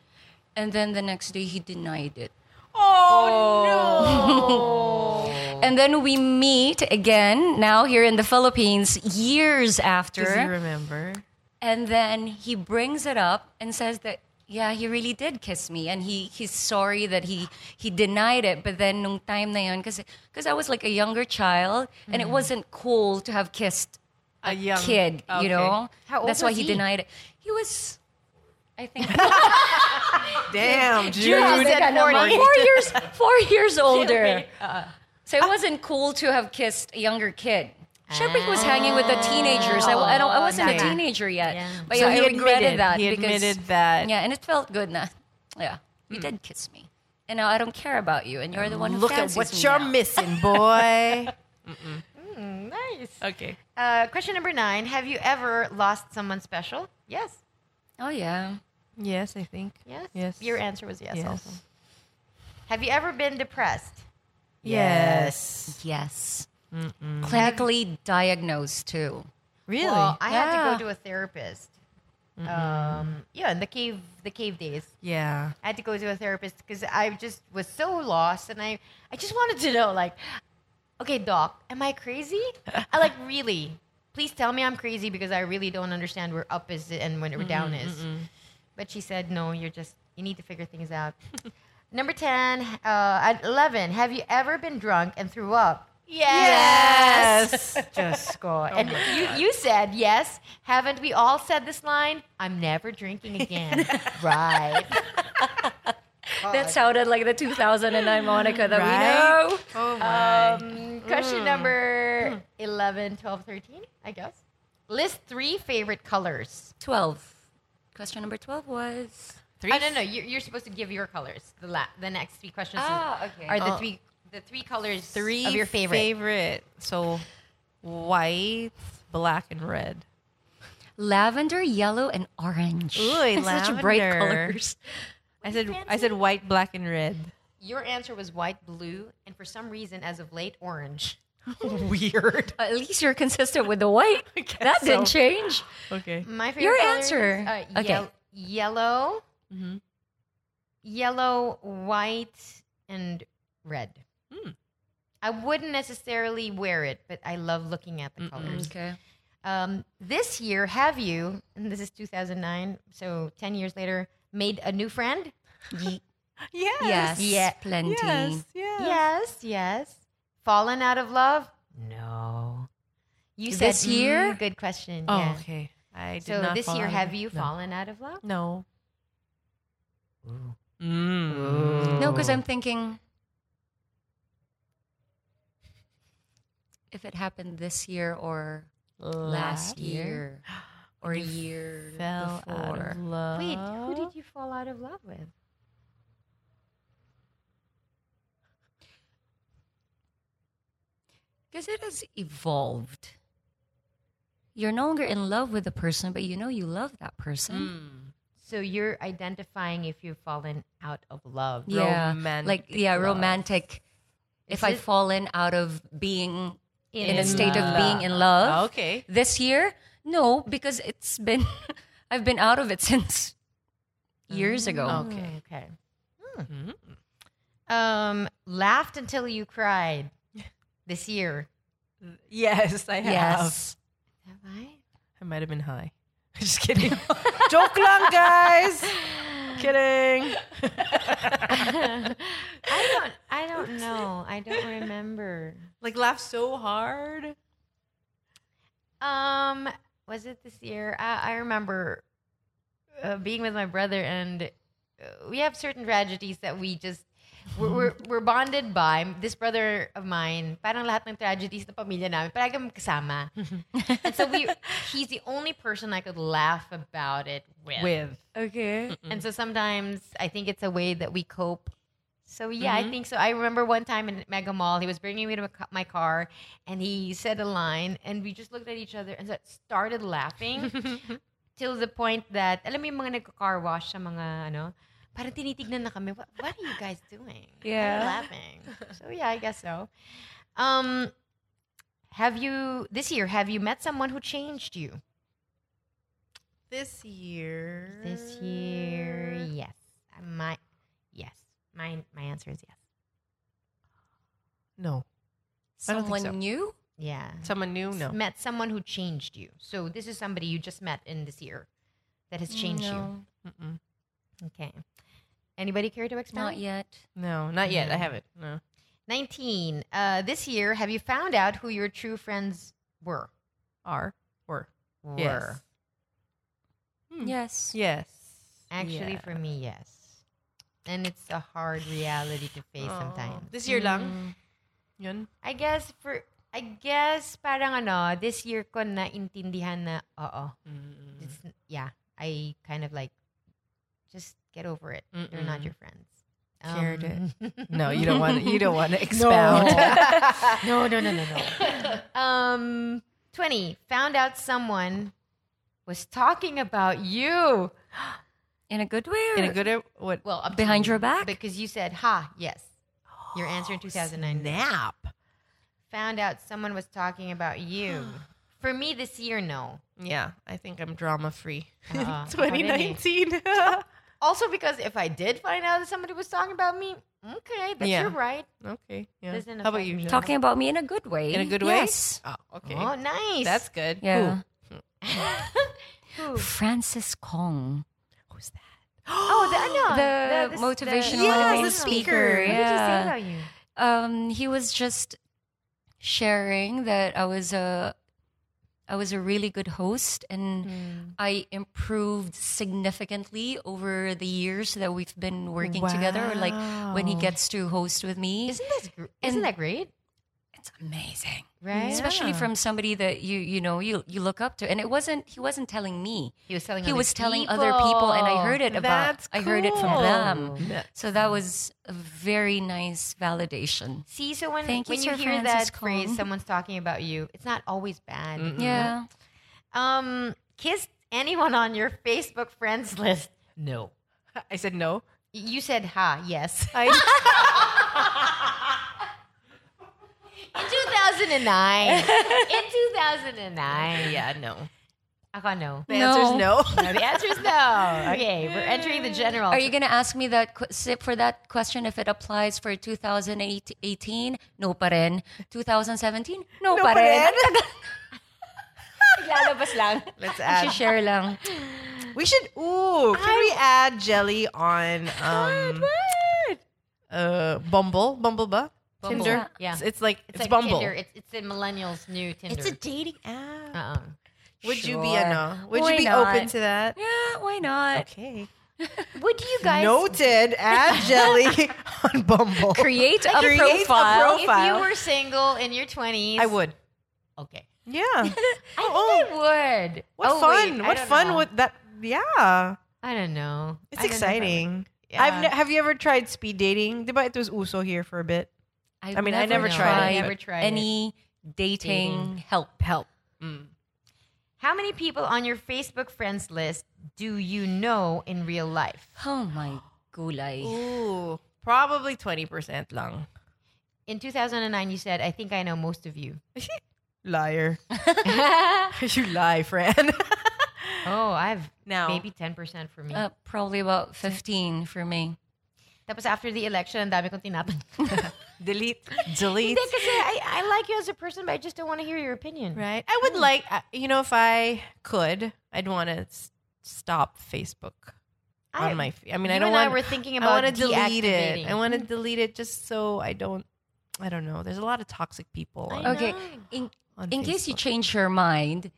Speaker 2: And then the next day he denied it. Oh, no. *laughs* and then we meet again now here in the Philippines years after.
Speaker 6: Does he remember?
Speaker 2: And then he brings it up and says that yeah, he really did kiss me and he he's sorry that he he denied it. But then nung time na yun cuz cuz I was like a younger child and it wasn't cool to have kissed
Speaker 6: A
Speaker 1: Um,
Speaker 6: young
Speaker 2: kid,
Speaker 6: Okay.
Speaker 2: you know.
Speaker 3: How old
Speaker 2: That's why
Speaker 3: was
Speaker 2: he
Speaker 3: he?
Speaker 2: denied it. He was I think
Speaker 6: Damn, dude.
Speaker 2: four years four years older. So it wasn't cool to have kissed a younger kid. Shepard was hanging with the teenagers. I, I don't. I wasn't a
Speaker 3: yeah.
Speaker 2: teenager yet,
Speaker 3: Yeah.
Speaker 2: but
Speaker 6: So
Speaker 2: yeah,
Speaker 6: he
Speaker 2: I
Speaker 6: admitted-
Speaker 2: regretted that.
Speaker 6: he
Speaker 2: because,
Speaker 6: admitted that.
Speaker 2: Yeah, and it felt good. Nah, yeah, you did kiss me, and now I don't care about you, and you're the one who
Speaker 6: Hmm. Look at
Speaker 2: fancies
Speaker 6: what
Speaker 2: me
Speaker 6: you're
Speaker 2: now.
Speaker 6: missing, boy.
Speaker 3: Nice.
Speaker 6: okay.
Speaker 3: Uh, question number nine Have you ever lost someone special? Yes.
Speaker 2: Oh yeah,
Speaker 6: Yes, I think.
Speaker 3: Yes.
Speaker 6: Yes.
Speaker 3: Your answer was yes,
Speaker 6: Yes.
Speaker 3: also. Have you ever been depressed?
Speaker 6: Yes.
Speaker 2: yes. Clinically diagnosed too.
Speaker 6: Really?
Speaker 3: Well, I had
Speaker 1: Ah.
Speaker 2: Yeah.
Speaker 3: to go to a therapist. Um, yeah, in the cave, the cave days,
Speaker 6: yeah.
Speaker 3: I had to go to a therapist because I just was so lost, and I, I just wanted to know, like, okay, doc, am I crazy? I like really. Please tell me I'm crazy because I really don't understand where up is and where down is. But she said, no, you're just you need to figure things *laughs* out. Number ten, uh, at eleven, have you ever been drunk and threw up? Yes. *laughs*
Speaker 6: *laughs*
Speaker 3: Just score. and you, you said yes. Haven't we all said this line? I'm never drinking again. right.
Speaker 2: That sounded like the
Speaker 6: *laughs*
Speaker 2: 2009 Monica that we know.
Speaker 5: Oh my.
Speaker 3: Um, question
Speaker 2: Hmm.
Speaker 3: number 11, 12, 13, I guess. List three favorite colors.
Speaker 2: 12. Question number 12 was.
Speaker 3: Three? I don't know. You're, you're supposed to give your colors. The, la- the next three questions
Speaker 2: Ah, okay.
Speaker 3: are the
Speaker 2: Oh.
Speaker 3: three the three colors
Speaker 6: Three
Speaker 3: of your favorite.
Speaker 6: favorite. So white, black, and red.
Speaker 2: Lavender, yellow, and orange. *laughs*
Speaker 6: Ooh,
Speaker 2: Such bright
Speaker 6: lavender.
Speaker 2: colors. *laughs*
Speaker 6: I said I said white, black, and *laughs* red.
Speaker 3: Your answer was white, blue, and for some reason, as of late, orange. Weird.
Speaker 2: At least you're consistent with the white.
Speaker 6: *laughs*
Speaker 2: That didn't change.
Speaker 6: Okay.
Speaker 3: My favorite
Speaker 2: Your
Speaker 3: color
Speaker 2: answer.
Speaker 3: Is, uh,
Speaker 2: Okay. Mm-hmm.
Speaker 3: yel- yellow, yellow, white, and red.
Speaker 2: Hmm.
Speaker 3: I wouldn't necessarily wear it, but I love looking at the
Speaker 6: Mm.
Speaker 3: colors.
Speaker 2: Okay.
Speaker 3: Um, this year, have you? And this is 2009, so 10 years later. Made a new friend?
Speaker 6: Yes.
Speaker 2: Yes.
Speaker 3: Yeah.
Speaker 2: Plenty.
Speaker 6: Yes. Yes.
Speaker 3: Yes, yes. Fallen out of love? No. You said
Speaker 2: This year?
Speaker 3: mm, good question.
Speaker 6: Oh,
Speaker 3: yeah.
Speaker 6: okay. I did
Speaker 3: So
Speaker 6: not
Speaker 3: this
Speaker 6: fall
Speaker 3: year,
Speaker 6: out of
Speaker 3: have
Speaker 6: it.
Speaker 3: you
Speaker 6: No.
Speaker 3: fallen out of love?
Speaker 6: No. Mm.
Speaker 2: No, because I'm thinking if it happened this year or
Speaker 6: *gasps*
Speaker 2: last year or a year
Speaker 6: Fell out
Speaker 2: before.
Speaker 6: of love.
Speaker 3: Wait, who did you fall out of love with?
Speaker 2: Because it has evolved. You're no longer in love with a person, but you know you love that
Speaker 6: Mm,
Speaker 2: person.
Speaker 3: So you're identifying if you've fallen out of love.
Speaker 2: Yeah. like,
Speaker 6: Romantic
Speaker 2: yeah,
Speaker 6: love.
Speaker 2: romantic. If
Speaker 3: Is
Speaker 2: I've
Speaker 3: it-
Speaker 2: fallen out of being in, a
Speaker 3: In
Speaker 2: state of
Speaker 3: love. Mm,
Speaker 2: being in love.
Speaker 6: Ah, Okay.
Speaker 2: This year? No, because it's been, *laughs* I've been out of it since
Speaker 6: Mm,
Speaker 2: years ago.
Speaker 3: Okay. Okay. Hmm. Um, laughed until you cried this year.
Speaker 6: Yes, I have.
Speaker 2: Yes.
Speaker 3: Have I?
Speaker 6: I might have been high. *laughs* Just
Speaker 3: *laughs*
Speaker 6: kidding. Joke lang, guys. kidding.
Speaker 3: *laughs* I don't. I don't know. I don't remember.
Speaker 6: *laughs* Like laugh so hard.
Speaker 3: Um, was it this year? I, I remember uh, being with my brother, and uh, we have certain tragedies that we just we're, *laughs* we're, we're bonded by. This brother of mine, parang lahat ng tragedies na pamilya namin, parang *laughs* kasama. and so we, he's the only person I could laugh about it with.
Speaker 6: With.
Speaker 2: Okay.
Speaker 3: And so sometimes I think it's a way that we cope. So yeah, I think so. I remember one time in Mega Mall, he was bringing me to my ca- my car, and he said a line, and we just looked at each other and sa- started laughing, till the point that alam mo yung mga nagka-car wash sa mga ano, parang tinitignan na kami. What, what are you guys doing? Yeah, laughing. So yeah, I guess so. Um, have you this year? Have you met someone who changed you
Speaker 6: This year.
Speaker 3: this year? Yes, my yes, my my answer is yes.
Speaker 6: No. I don't think
Speaker 2: Someone
Speaker 6: so.
Speaker 2: new?
Speaker 3: Yeah.
Speaker 6: Someone new? No.
Speaker 3: Met someone who changed you. So this is somebody you just met in this year that has changed
Speaker 2: No,
Speaker 6: Mm-mm.
Speaker 3: you. Okay. Anybody care to expound?
Speaker 2: not yet.
Speaker 6: No, not yet.
Speaker 3: Mm.
Speaker 6: I haven't. No.
Speaker 3: 19. Uh, this year, have you found out who your true friends were?
Speaker 6: Are or
Speaker 3: Were.
Speaker 6: Yes. Hmm.
Speaker 2: Yes.
Speaker 6: yes.
Speaker 3: Actually,
Speaker 6: Yeah.
Speaker 3: for me, yes. And it's a hard reality to face sometimes. Mm.
Speaker 6: This year lang. Yun.
Speaker 3: I guess for I guess parang ano, this year ko na intindihan na oo. It's, yeah, I kind of like just get over it. They're not your friends.
Speaker 6: Cured
Speaker 3: Um,
Speaker 6: No, you don't want to. You don't want
Speaker 3: *laughs*
Speaker 6: to expound.
Speaker 3: no, no, no, no, *laughs* no. um, 20. Found out someone was talking about you.
Speaker 2: In a good way?
Speaker 6: In
Speaker 2: Or?
Speaker 6: a good what?
Speaker 3: Well, up to
Speaker 2: Behind
Speaker 3: you,
Speaker 2: your back? Oh,
Speaker 3: Because you said, ha, yes. Your answer in 2009.
Speaker 6: nap.
Speaker 3: Found out someone was talking about
Speaker 2: *gasps*
Speaker 3: you. For me this year, no.
Speaker 6: Yeah, I think I'm drama
Speaker 3: *laughs*
Speaker 6: free. *laughs*
Speaker 3: Uh-uh.
Speaker 6: Twenty nineteen.
Speaker 3: Also, because if I did find out that somebody was talking about me, okay, that's
Speaker 6: Yeah.
Speaker 3: your right.
Speaker 6: *laughs* okay. Yeah.
Speaker 3: Doesn't
Speaker 6: How about
Speaker 3: affect
Speaker 6: you?
Speaker 3: me.
Speaker 6: Jen?
Speaker 2: Talking about me in a good way.
Speaker 6: in a good way.
Speaker 2: Yes.
Speaker 6: Oh, okay.
Speaker 3: Oh, nice.
Speaker 6: That's good.
Speaker 2: Yeah.
Speaker 3: Who?
Speaker 2: Francis Kong.
Speaker 6: Who's that?
Speaker 3: *gasps* Oh, the, ano,
Speaker 2: The
Speaker 3: this-
Speaker 2: motivational
Speaker 3: yeah,
Speaker 6: speaker.
Speaker 3: What did you say
Speaker 2: Yeah.
Speaker 3: about you?
Speaker 2: Um, he was just sharing that I was a I was a really good host and
Speaker 6: Hmm.
Speaker 2: I improved significantly over the years that we've been working together. Like when he
Speaker 3: Wow.
Speaker 2: gets to host with me,
Speaker 3: Isn't that gr- isn't
Speaker 2: And-
Speaker 3: that great?
Speaker 2: it's amazing
Speaker 3: Right?
Speaker 2: especially
Speaker 3: Yeah.
Speaker 2: from somebody that you you know you you look up to and it wasn't he wasn't telling me
Speaker 3: he was telling
Speaker 2: he
Speaker 3: other
Speaker 2: was telling other people and i heard it about
Speaker 1: That's
Speaker 2: i heard it from
Speaker 1: cool.
Speaker 2: them so that was a very nice validation
Speaker 3: See, so when
Speaker 2: Thank you,
Speaker 3: when you,
Speaker 2: Sir
Speaker 3: hear
Speaker 2: Francis
Speaker 3: that phrase,
Speaker 2: Cone.
Speaker 3: someone's talking about you, it's not always bad.
Speaker 2: yeah
Speaker 3: Um, kissed anyone on your Facebook friends list?
Speaker 6: *laughs*
Speaker 3: No.
Speaker 1: I said no.
Speaker 3: Y- You said ha,
Speaker 2: *laughs*
Speaker 3: yes.
Speaker 1: I,
Speaker 3: In 2009. in 2009.
Speaker 1: yeah, no.
Speaker 3: Ako no.
Speaker 1: The answer's no.
Speaker 3: *laughs*
Speaker 6: *laughs*
Speaker 3: No, the answer is no. Okay, we're entering the general. *laughs*
Speaker 2: are you going to ask me that que- si- for that question if it applies for 2018 no pa rin 2017 no, pa rin lalabas lang
Speaker 3: *laughs*
Speaker 1: Let's *laughs* add.
Speaker 2: share lang
Speaker 8: We should. Ooh, can we add jelly on? Um,
Speaker 1: Uh, Bumble, Bumble ba?
Speaker 3: Bumble.
Speaker 1: Tinder.
Speaker 3: Yeah.
Speaker 1: It's, it's like it's,
Speaker 3: It's like
Speaker 1: Bumble.
Speaker 3: Tinder. It's, it's the millennials' new Tinder.
Speaker 8: dating app.
Speaker 3: uh-uh.
Speaker 1: Would you be a no? Would
Speaker 2: Why
Speaker 1: you be
Speaker 2: not?
Speaker 1: open to
Speaker 3: *laughs*
Speaker 1: that?
Speaker 2: yeah why not
Speaker 8: Okay.
Speaker 3: Would you guys
Speaker 8: Noted.
Speaker 3: *laughs*
Speaker 8: Add jelly *laughs* on Bumble.
Speaker 2: create
Speaker 1: *laughs*
Speaker 2: a
Speaker 8: Create a
Speaker 2: profile
Speaker 8: profile.
Speaker 3: if you were single in your 20s?
Speaker 1: I would.
Speaker 3: Okay.
Speaker 8: Yeah. Oh,
Speaker 3: *laughs* I think I would.
Speaker 8: What
Speaker 3: Oh, wait,
Speaker 8: fun!
Speaker 3: I
Speaker 8: what
Speaker 3: don't
Speaker 8: fun
Speaker 3: know.
Speaker 8: would that? Yeah,
Speaker 3: I don't know.
Speaker 8: it's
Speaker 3: I don't know if I would.
Speaker 8: exciting.
Speaker 3: Yeah.
Speaker 8: I've ne- have you ever tried speed dating? Diba it was uso here for a bit.
Speaker 2: I've
Speaker 8: I mean, I never
Speaker 3: tried it, but- Never
Speaker 2: Never
Speaker 3: tried
Speaker 2: tried any
Speaker 3: Dating.
Speaker 2: dating, help.
Speaker 3: help. How many people on your Facebook friends list do you know in real life?
Speaker 2: Oh
Speaker 1: *gasps*
Speaker 2: my
Speaker 1: Oh.
Speaker 2: gulay.
Speaker 1: Ooh, probably twenty percent lang.
Speaker 3: In 2009, you said, I think I know most of you.
Speaker 1: *laughs* Liar. you lie, Fran.
Speaker 3: Oh, I've
Speaker 1: Now.
Speaker 3: maybe 10% for me.
Speaker 2: Uh, probably about 15 for me.
Speaker 3: that was after the election. Ang dami kong *laughs* tinapan.
Speaker 1: *laughs* Delete. Delete.
Speaker 3: Hindi, kasi I, I like you as a person, but I just don't want to hear your opinion.
Speaker 1: Right. I would like, uh, you know, if I could, I'd want to s- stop Facebook
Speaker 3: I-
Speaker 1: on my. f- I mean, I
Speaker 3: you
Speaker 1: don't
Speaker 3: and I
Speaker 1: want.
Speaker 3: were thinking
Speaker 1: I
Speaker 3: about
Speaker 1: want to delete it. I
Speaker 3: deactivating.
Speaker 1: want to delete it just so I don't. I don't know. There's a lot of toxic people. on-
Speaker 2: Okay. In,
Speaker 1: On
Speaker 2: in case you
Speaker 1: Facebook.
Speaker 2: change your mind,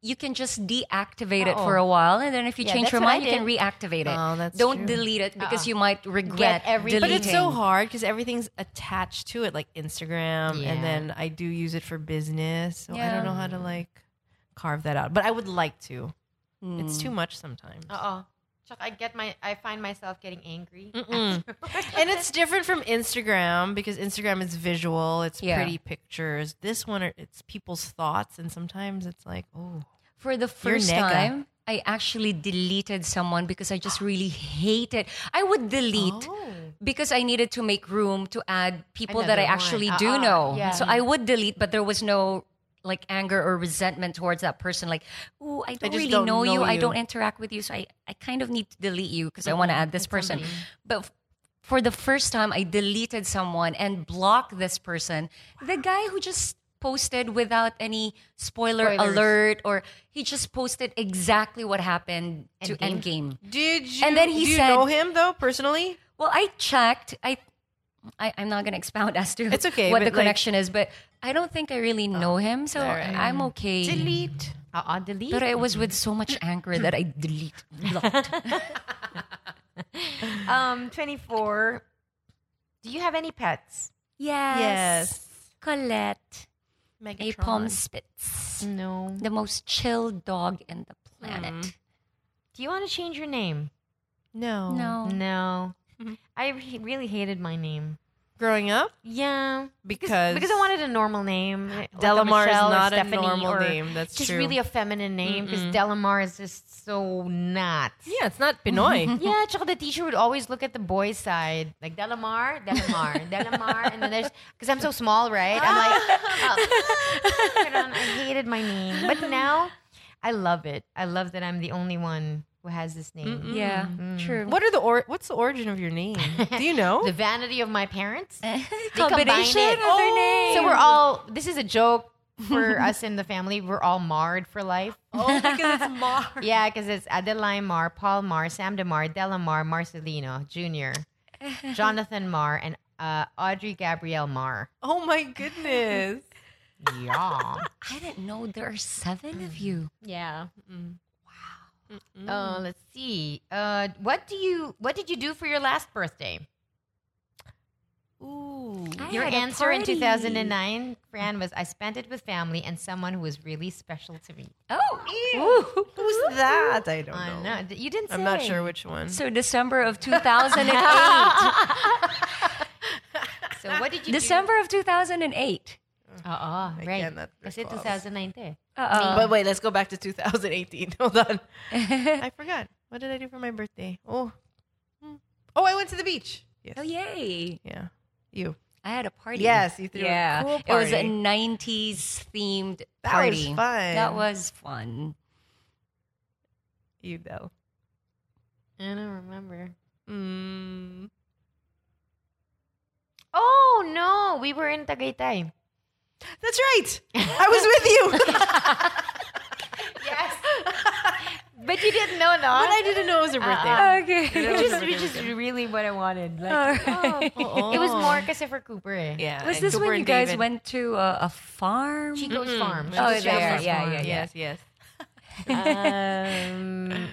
Speaker 2: you can just deactivate it
Speaker 3: Uh-oh.
Speaker 2: for a while. And then if you
Speaker 3: Yeah,
Speaker 2: change
Speaker 3: that's
Speaker 2: your
Speaker 3: what I
Speaker 2: mind, you can
Speaker 3: did.
Speaker 2: reactivate it.
Speaker 1: Oh, that's
Speaker 2: Don't
Speaker 1: true.
Speaker 2: delete it because
Speaker 3: Uh-uh.
Speaker 2: you might regret
Speaker 3: everything.
Speaker 2: everything.
Speaker 3: But
Speaker 1: But it's so hard because everything's attached to it, like Instagram,
Speaker 3: Yeah.
Speaker 1: and then I do use it for business. So I
Speaker 2: Yeah.
Speaker 1: don't know how to like carve that out. But I would like to.
Speaker 2: Mm.
Speaker 1: It's too much sometimes.
Speaker 3: Uh oh. Chuck, I get my. I find myself getting angry.
Speaker 1: and it's different from Instagram because Instagram is visual, it's
Speaker 2: Yeah.
Speaker 1: pretty pictures. This one, are- it's people's thoughts, and sometimes it's like, oh,
Speaker 2: For the
Speaker 1: Your
Speaker 2: first
Speaker 1: nega.
Speaker 2: time, I actually deleted someone because I just really hate it. I would delete
Speaker 1: Oh.
Speaker 2: because I needed to make room to add people that I
Speaker 3: Another one.
Speaker 2: actually do
Speaker 3: Uh-uh.
Speaker 2: know.
Speaker 3: Yeah.
Speaker 2: So I would delete, but there was no like anger or resentment towards that person. Like, ooh, I don't
Speaker 1: just
Speaker 2: really
Speaker 1: don't
Speaker 2: know,
Speaker 1: know
Speaker 2: you. I
Speaker 1: you."
Speaker 2: don't interact with you. So I, I kind of need to delete you because
Speaker 3: Mm-hmm.
Speaker 2: I want to add this person. But f- for the first time, I deleted someone and blocked this person. The guy who just posted without any spoiler
Speaker 3: Spoilers.
Speaker 2: alert or he just posted exactly what happened to
Speaker 3: Endgame?
Speaker 2: Endgame.
Speaker 1: did you?
Speaker 2: And then he
Speaker 1: do you
Speaker 2: said-
Speaker 1: know him though personally?
Speaker 2: Well, I checked. I, I I'm not going to expound as to
Speaker 1: It's okay,
Speaker 2: what
Speaker 1: but
Speaker 2: the
Speaker 1: like- Oh,
Speaker 2: connection is, but I don't think I really know him, so I'm okay.
Speaker 1: Delete.
Speaker 3: Uh uh *laughs* Delete.
Speaker 2: But it was with so much anger that I
Speaker 1: *laughs*
Speaker 2: delete blocked.
Speaker 3: um, 24. Do you have any pets?
Speaker 2: yes.
Speaker 1: Yes.
Speaker 2: Colette, a palm
Speaker 1: Megatron.
Speaker 2: spitz,
Speaker 3: No.
Speaker 2: the most chill dog in the planet.
Speaker 3: Do you want to change your name?
Speaker 1: Mm. Oh, No.
Speaker 2: No.
Speaker 3: *laughs* No. I re- really hated my name.
Speaker 1: Growing up,
Speaker 3: Yeah.
Speaker 1: Because-
Speaker 3: because I wanted a normal name. like a
Speaker 1: Delamar is
Speaker 3: Michelle or
Speaker 1: not a
Speaker 3: Stephanie
Speaker 1: normal
Speaker 3: or
Speaker 1: name, that's
Speaker 3: just
Speaker 1: true.
Speaker 3: really a feminine name because Delamar is just so not.
Speaker 1: yeah, it's not *laughs* Pinoy.
Speaker 3: *laughs* Yeah, tsaka the teacher would always look at the boy's side, like Delamar,
Speaker 2: *laughs*
Speaker 3: Delamar, Delamar, and then there's because I'm so small, right? I'm like, oh, I, don't- I hated my name, but now I love it. I love that I'm the only one who has this name.
Speaker 2: Yeah, *laughs* true.
Speaker 1: what are the or? What's the origin of your name? Do you know?
Speaker 2: *laughs*
Speaker 3: The vanity of my parents. They combine
Speaker 2: Combination
Speaker 3: it. Oh.
Speaker 2: of
Speaker 1: Oh.
Speaker 2: their names.
Speaker 3: So we're all. This is a joke
Speaker 2: *laughs*
Speaker 3: for us in the family. We're all marred for life.
Speaker 1: oh, because
Speaker 2: *laughs*
Speaker 1: it's Mar.
Speaker 3: Yeah, because it's Adeline Marr, Paul Marr, Sam DeMar, Delamar, Marcelino *laughs* Jr., Jonathan Marr, and uh, Audrey Gabrielle Marr.
Speaker 1: Oh my goodness.
Speaker 3: yeah.
Speaker 2: I didn't know there are seven of you.
Speaker 3: *laughs* Yeah. Wow. Uh, let's see. Uh, what do you? What did you do for your last birthday?
Speaker 2: Ooh.
Speaker 3: Your answer in 2009, Fran, was I spent it with family and someone who was really special to me.
Speaker 2: Oh.
Speaker 1: Mm. Who's that? I don't
Speaker 3: I
Speaker 1: know.
Speaker 3: know. D- You didn't say.
Speaker 5: I'm not sure which one.
Speaker 2: So December
Speaker 1: *laughs*
Speaker 2: of 2008.
Speaker 3: So what did you
Speaker 2: December of 2008.
Speaker 3: do? December. Oh,
Speaker 1: Again,
Speaker 3: right.
Speaker 1: that
Speaker 3: I said
Speaker 1: recalls.
Speaker 3: 2009 there.
Speaker 2: Uh-oh.
Speaker 1: Uh, But wait, let's go back to 2018. *laughs* Hold
Speaker 2: *laughs*
Speaker 1: on.
Speaker 5: I forgot. What did I do for my birthday? Oh, Hmm. oh, I went to the beach. Yes.
Speaker 2: Oh, yay.
Speaker 5: Yeah. You.
Speaker 2: I had a party.
Speaker 1: Yes, you threw a
Speaker 2: yeah.
Speaker 1: cool
Speaker 2: It was a
Speaker 1: party.
Speaker 2: 90s themed
Speaker 1: That was
Speaker 2: party.
Speaker 1: fun.
Speaker 2: That was fun.
Speaker 1: You know.
Speaker 3: I don't remember.
Speaker 1: Mm.
Speaker 3: Oh no, we were in Tagaytay.
Speaker 1: That's right.
Speaker 2: *laughs*
Speaker 1: I was with you.
Speaker 3: Yes. *laughs* but you didn't know Uh-uh.
Speaker 1: but
Speaker 3: that.
Speaker 1: I didn't know it was your birthday.
Speaker 2: Okay.
Speaker 3: Which is, which
Speaker 1: *laughs*
Speaker 3: is really what I wanted. Like, oh. It was more kasi for Cooper eh.
Speaker 1: *laughs*
Speaker 5: Yeah.
Speaker 2: Was
Speaker 5: and
Speaker 2: this
Speaker 5: Cooper
Speaker 2: when you
Speaker 5: and
Speaker 2: guys
Speaker 5: David.
Speaker 2: went to a, a farm?
Speaker 3: Chico's farm.
Speaker 2: Oh,
Speaker 3: Chico's
Speaker 2: there.
Speaker 3: Farm.
Speaker 2: Yeah, yeah,
Speaker 5: Yes, yes.
Speaker 3: Um,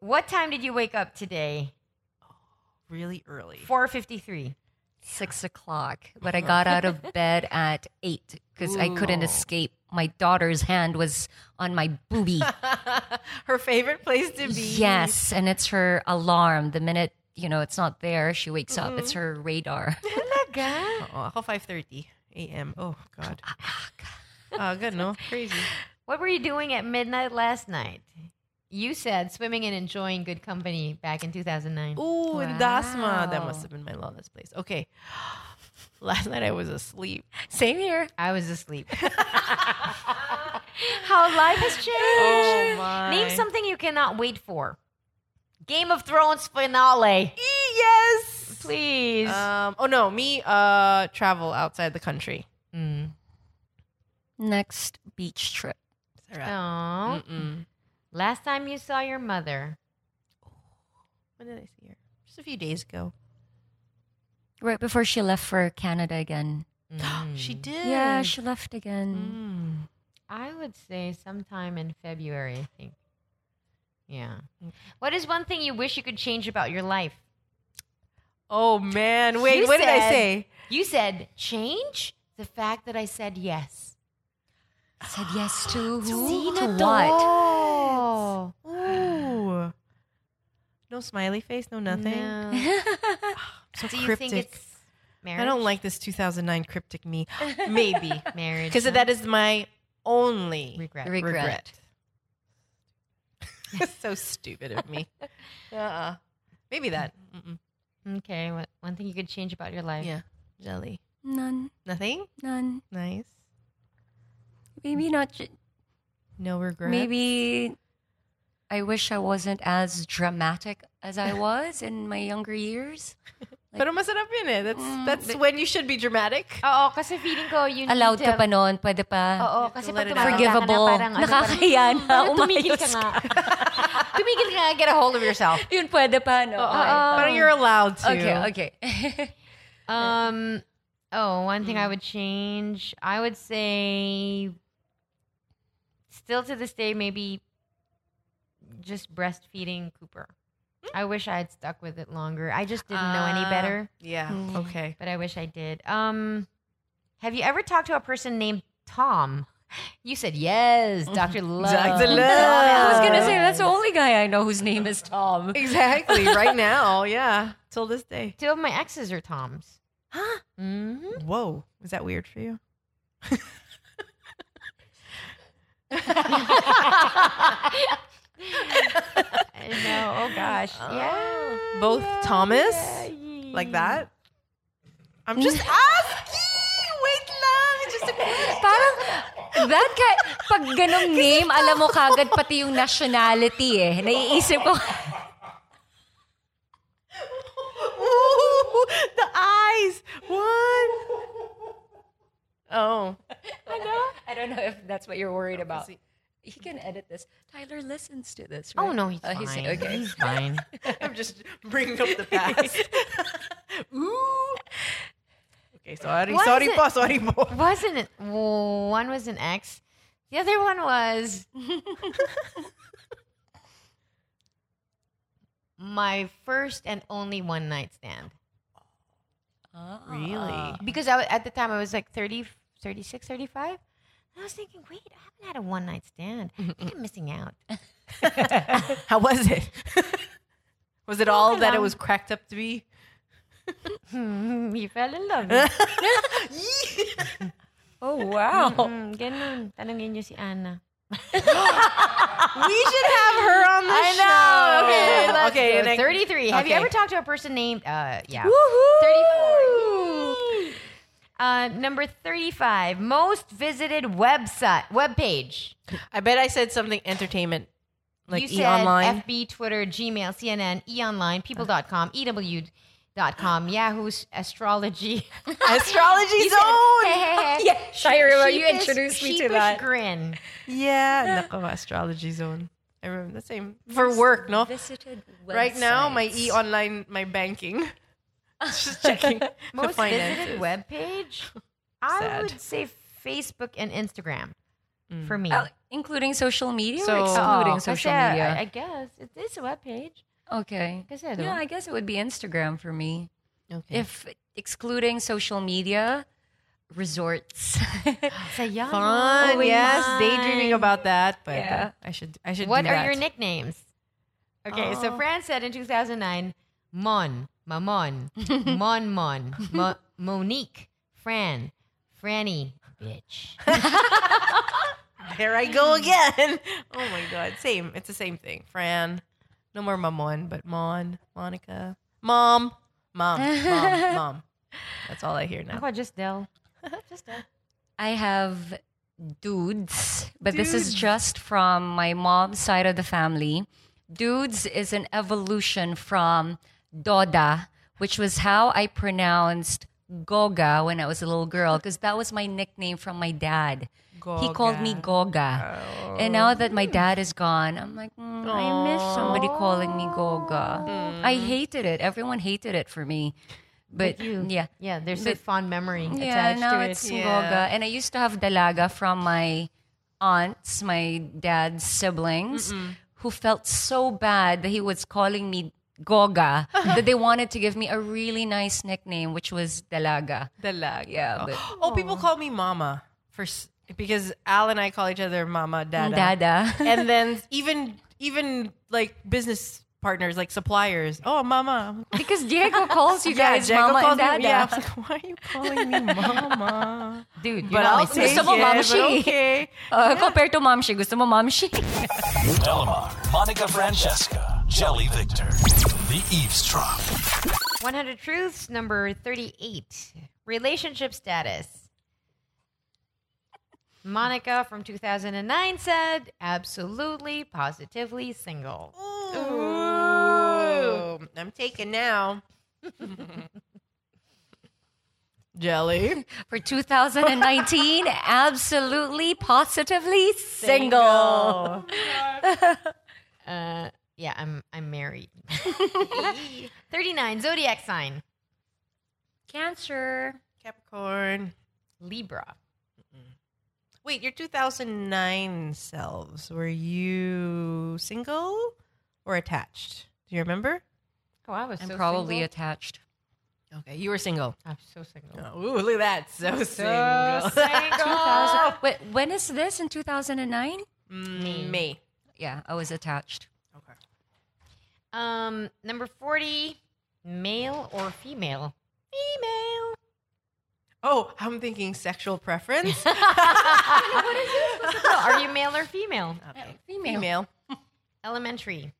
Speaker 3: what time did you wake up today?
Speaker 1: *laughs* Really early.
Speaker 3: 4.53.
Speaker 2: Six o'clock. But I got out *laughs* of bed at eight because I couldn't escape. My daughter's hand was on my
Speaker 1: *laughs*
Speaker 2: boobie.
Speaker 1: Her favorite place to be.
Speaker 2: *laughs* Yes, and it's her alarm. The minute you know it's not there, she wakes up. It's her radar. *laughs*
Speaker 1: Oh, how 5:30 a.m. Oh God. oh good. No, crazy.
Speaker 3: What were you doing at midnight last night? You said swimming and enjoying good company back in 2009.
Speaker 1: Ooh, in Dasma. That
Speaker 2: Wow.
Speaker 1: must have been my longest place. Okay. *gasps* Last night I was asleep.
Speaker 2: Same here.
Speaker 3: I was
Speaker 1: *laughs*
Speaker 3: asleep. How life has changed.
Speaker 1: Oh, my.
Speaker 3: Name something you cannot wait for. Game of Thrones finale.
Speaker 1: E- Yes.
Speaker 3: Please.
Speaker 1: Um. Oh no, me. Uh, travel outside the country.
Speaker 3: mm.
Speaker 2: Next beach trip.
Speaker 3: Aw.
Speaker 1: Mm-mm.
Speaker 3: Last time you saw your mother.
Speaker 1: When did I see her? Just a few days ago.
Speaker 2: Right before she left for Canada again.
Speaker 1: *gasps*
Speaker 3: Mm.
Speaker 1: She did.
Speaker 2: Yeah, she left
Speaker 1: Mm.
Speaker 2: again.
Speaker 3: I would say sometime in February, I think. Yeah. What is one thing you wish you could change about your life?
Speaker 1: Oh man. Wait.
Speaker 3: You
Speaker 1: what did I
Speaker 3: said-
Speaker 1: say?
Speaker 3: You said change the fact that I said yes. Mm.
Speaker 2: Said
Speaker 3: *gasps*
Speaker 2: yes to who?
Speaker 3: Zena
Speaker 2: to what?
Speaker 3: Doll.
Speaker 1: Ooh. No smiley face. No nothing.
Speaker 3: No.
Speaker 1: So
Speaker 3: Do you
Speaker 1: cryptic.
Speaker 3: think it's marriage?
Speaker 1: I don't like this 2009 cryptic me. Maybe.
Speaker 3: marriage.
Speaker 1: Because
Speaker 3: huh?
Speaker 1: that is my only
Speaker 3: regret.
Speaker 2: Re- Regret.
Speaker 1: *laughs* regret. so stupid of me. Uh-uh. Maybe that. Mm-mm.
Speaker 3: okay. What, one thing you could change about your life?
Speaker 1: Yeah. Jelly.
Speaker 2: None.
Speaker 1: Nothing?
Speaker 2: None.
Speaker 1: Nice.
Speaker 2: Maybe not. Ju-
Speaker 1: No regret.
Speaker 2: maybe I wish I wasn't as dramatic as I was in my younger years.
Speaker 1: Pero masarap yun eh. That's, that's when you should be dramatic.
Speaker 3: Oo, kasi feeling ko you need
Speaker 2: Allowed
Speaker 3: to...
Speaker 2: ka pa noon, pwede pa.
Speaker 3: Oo, kasi pag
Speaker 1: let it
Speaker 3: tumanda ka na,
Speaker 2: Forgivable.
Speaker 3: parang ano, parang,
Speaker 2: Nakakahiya na,
Speaker 3: "Hmm, parang Tumigil ka
Speaker 2: umayos
Speaker 1: *laughs*
Speaker 3: nga. tumigil ka nga, get a hold of yourself.
Speaker 2: Yun pwede pa, no?
Speaker 1: Uh-uh. But you're allowed to.
Speaker 2: Okay, *laughs* okay.
Speaker 3: Um. Oh, one thing I would change. I would say, still to this day, maybe just breastfeeding Cooper. I wish I had stuck with it longer. I just didn't know any
Speaker 1: Hmm? Ah.
Speaker 3: better,
Speaker 1: Yeah. Okay.
Speaker 3: but I wish I did. Um, have you ever talked to a person named Tom? *laughs* You said *laughs* yes, Doctor Love.
Speaker 1: Dr.
Speaker 3: *laughs*
Speaker 1: Love.
Speaker 2: I was gonna
Speaker 1: Uh,
Speaker 2: say that's the only guy I know whose name is Tom.
Speaker 1: *laughs*
Speaker 2: *laughs*
Speaker 1: Exactly. right now. Yeah. Till this day.
Speaker 3: Two of my exes are Toms.
Speaker 1: Huh?
Speaker 3: hmm *laughs*
Speaker 1: Whoa. Is that weird for *laughs* you?
Speaker 3: I know. Oh gosh. Yeah.
Speaker 1: Both Thomas? Like that? I'm just
Speaker 2: Mm.
Speaker 1: asking. Wait lang. It's Just a
Speaker 2: Parang that guy, pag ganong name, alam mo kagad pati yung nationality eh. Naiisip *laughs* ko,
Speaker 1: *laughs* Ooh, the eyes. One. Oh.
Speaker 2: I don't know if that's what you're worried about. He can edit this. Tyler listens to this, right?
Speaker 3: Oh no, he's
Speaker 2: Uh,
Speaker 3: fine. He's,
Speaker 2: okay. *laughs*
Speaker 3: fine.
Speaker 1: I'm just bringing up the past. Ooh. Okay, sorry,
Speaker 3: Why
Speaker 1: sorry
Speaker 3: is it-
Speaker 1: po, sorry po.
Speaker 3: Wasn't it? One was an ex. The other one
Speaker 2: *laughs*
Speaker 3: was my first and only one night stand.
Speaker 2: Uh-uh.
Speaker 3: Uh,
Speaker 1: Really?
Speaker 3: Because I, wa- at the time I was like 30, 36, 35. I was thinking, wait, I haven't had a one night stand. I think I'm missing
Speaker 2: *laughs*
Speaker 3: out.
Speaker 6: How was
Speaker 1: *laughs*
Speaker 6: it? was it all that it
Speaker 3: along.
Speaker 6: was cracked up to be?
Speaker 2: Mm-hmm.
Speaker 3: Hmm, you fell in love. *laughs*
Speaker 2: *laughs* Oh wow.
Speaker 3: Hmm, ganun. Tanungin niyo si Anna.
Speaker 1: We should have her on the show. *laughs*
Speaker 3: Okay, let's
Speaker 1: okay,
Speaker 3: go.
Speaker 1: and I-
Speaker 3: 33. Have
Speaker 1: okay.
Speaker 3: you ever talked to a person named, uh, yeah.
Speaker 1: Woohoo!
Speaker 3: 34. Yay. Uh, number 35, most visited website, webpage.
Speaker 6: I bet I said something entertainment, like
Speaker 3: you
Speaker 6: e
Speaker 3: said
Speaker 6: online.
Speaker 3: FB, Twitter, Gmail, CNN, eOnline, people.com, EW.com, Yahoo's astrology.
Speaker 1: Astrology
Speaker 3: You said,
Speaker 1: zone.
Speaker 3: hey, hey, hey.
Speaker 2: Yeah, Shira, you
Speaker 3: Sheepish-
Speaker 2: introduced me to
Speaker 3: sheepish
Speaker 2: that.
Speaker 3: grin.
Speaker 1: Yeah, nako, astrology zone. I remember the same for work, no?
Speaker 2: Visited
Speaker 1: Right now, my
Speaker 2: websites.
Speaker 1: e online, my
Speaker 3: *laughs*
Speaker 1: banking. Just checking. the
Speaker 3: Most
Speaker 1: finances.
Speaker 3: visited webpage? I
Speaker 1: Sad.
Speaker 3: would say Facebook and Instagram for me.
Speaker 2: Oh, including social media
Speaker 6: So-
Speaker 2: or excluding
Speaker 3: Oh,
Speaker 2: social
Speaker 3: kasi
Speaker 2: media?
Speaker 3: I, I guess it is a webpage.
Speaker 2: okay.
Speaker 3: Kasi ano?
Speaker 2: Yeah, I guess it would be Instagram for me.
Speaker 6: Okay.
Speaker 2: If excluding social media,
Speaker 3: *laughs*
Speaker 2: resorts.
Speaker 3: Sayang.
Speaker 6: Fun,
Speaker 3: Always
Speaker 6: yes,
Speaker 3: fun.
Speaker 6: Oh, daydreaming about that, but uh,
Speaker 2: Yeah.
Speaker 6: I should I should.
Speaker 3: What
Speaker 6: do
Speaker 3: are
Speaker 6: that.
Speaker 3: your nicknames? Okay, so Fran said in 2009, Mon,
Speaker 2: *laughs*
Speaker 3: Mamon, Mon Mon, Mo- Monique, Fran, Franny, bitch.
Speaker 1: There I
Speaker 2: *laughs*
Speaker 1: go again. Oh my god, same. It's the same thing. Fran, no more mamon, but mon, Monica, mom, mom,
Speaker 2: *laughs*
Speaker 1: mom, mom. That's all I hear
Speaker 3: How
Speaker 1: now.
Speaker 3: about just Dell? Just Dell.
Speaker 2: I have dudes, but this is just from my mom's side of the family. Dudes is an evolution from Doda, which was how I pronounced Goga when I was a little girl, because that was my nickname from my dad. He called me Goga. And now that my dad is gone, I'm like, "Mm, I miss somebody calling me Goga. I hated it. Everyone hated it for me. Mm. But yeah.
Speaker 3: Yeah, there's a fond memory
Speaker 2: Yeah,
Speaker 3: attached
Speaker 2: now
Speaker 3: to it.
Speaker 2: it's Ngoga. And I used to have dalaga from my aunts, my dad's siblings, who felt so bad that he was calling me
Speaker 1: *laughs*
Speaker 2: Goga that they wanted to give me a really nice nickname, which was dalaga.
Speaker 1: Dalag.
Speaker 2: Yeah, but-
Speaker 1: Oh, people call me mama for s- because Al and I call each other mama, dada,
Speaker 2: Dada. *laughs*
Speaker 1: *laughs* and then even even like business partners, like suppliers. Oh, mama.
Speaker 2: because Diego calls you guys
Speaker 1: Jago
Speaker 2: mama and
Speaker 1: calls
Speaker 2: dada.
Speaker 1: me. Yeah, I'm like, why are you calling
Speaker 2: *laughs*
Speaker 1: me mama?
Speaker 3: Dude, you're
Speaker 1: but
Speaker 3: not my
Speaker 1: I'll
Speaker 3: sister.
Speaker 1: take
Speaker 2: Gusto mo
Speaker 1: it,
Speaker 2: mama
Speaker 1: but
Speaker 2: she.
Speaker 1: okay.
Speaker 2: *laughs* Uh, Compared to mom, she gusto mo eh. mom she.
Speaker 7: Delamar, Monica Francesca, Jelly Victor, The Eavesdrop.
Speaker 3: 100 Truths, number 38. Relationship status. Monica from 2009 said, absolutely, positively single.
Speaker 1: Ooh. I'm taken now. *laughs* Jelly.
Speaker 2: For
Speaker 1: *laughs*
Speaker 2: 2019, absolutely, positively single.
Speaker 1: Single.
Speaker 3: Uh, yeah, I'm I'm
Speaker 2: *laughs*
Speaker 3: married. 39 zodiac sign,
Speaker 2: Cancer.
Speaker 1: *laughs* Capricorn.
Speaker 3: Libra.
Speaker 1: Wait, your 2009 selves, were you single or attached? Do you remember?
Speaker 3: Oh, I was
Speaker 2: I'm
Speaker 3: so
Speaker 2: probably
Speaker 3: single.
Speaker 2: attached.
Speaker 1: Okay, you were single.
Speaker 3: I'm so single.
Speaker 2: *laughs*
Speaker 1: Oh. ooh, look at that. So,
Speaker 3: So single.
Speaker 2: 2000 Wait, when is this? In 2009?
Speaker 1: Mm, *laughs* me.
Speaker 2: Yeah, I was attached.
Speaker 1: Okay.
Speaker 3: *laughs* um, number 40, male or
Speaker 2: *laughs*
Speaker 3: female? Female.
Speaker 1: Oh, I'm thinking sexual preference.
Speaker 3: So are you male or female?
Speaker 2: Female.
Speaker 1: *laughs* Female.
Speaker 3: Elementary.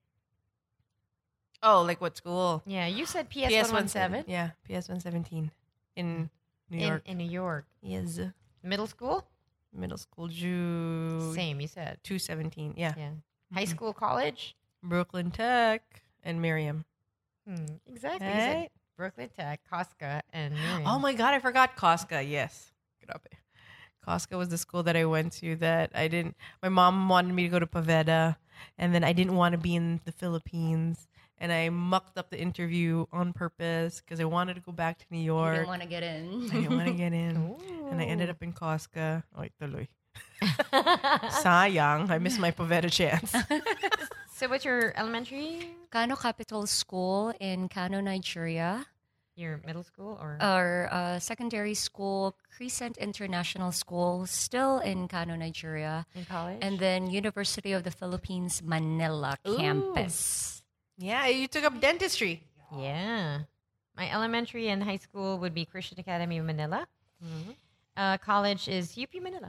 Speaker 1: Oh, like what school?
Speaker 3: Yeah, you said PS117
Speaker 1: Yeah, PS117 in New
Speaker 3: in,
Speaker 1: York.
Speaker 3: in New York.
Speaker 1: Yes.
Speaker 3: Middle school?
Speaker 1: Middle school, June
Speaker 3: Same, you said.
Speaker 1: 217. Yeah. Mm-hmm.
Speaker 3: Yeah. High school, college?
Speaker 1: Brooklyn Tech and Miriam.
Speaker 3: Hmm, exactly. You
Speaker 1: Right?
Speaker 3: said Brooklyn Tech, Costco, and Miriam.
Speaker 1: Oh my God, I forgot Costco. Yes. Grabe. Costco was the school that I went to that I didn't, my mom wanted me to go to Pavetta, and then I didn't want to be in the Philippines. and I mucked up the interview on purpose because I wanted to go back to New
Speaker 2: I
Speaker 1: York.
Speaker 2: didn't want to get
Speaker 1: I
Speaker 2: in.
Speaker 3: *laughs*
Speaker 1: didn't want to get in. And I ended up in Costco. Oy, *laughs* tuloy. Sayang. I missed my Pavetta chance.
Speaker 3: So what's your elementary?
Speaker 2: Kano Capital School in Kano, Nigeria,
Speaker 3: Your middle school or
Speaker 2: or uh, secondary school, Crescent International School, still in Kano, Nigeria,
Speaker 3: in college?
Speaker 2: and then University of the Philippines, Manila campus.
Speaker 1: *laughs* yeah, you took up dentistry.
Speaker 3: Yeah. My elementary and high school would be Christian Academy of Manila.
Speaker 1: Mm-hmm.
Speaker 3: Uh, college is UP Manila.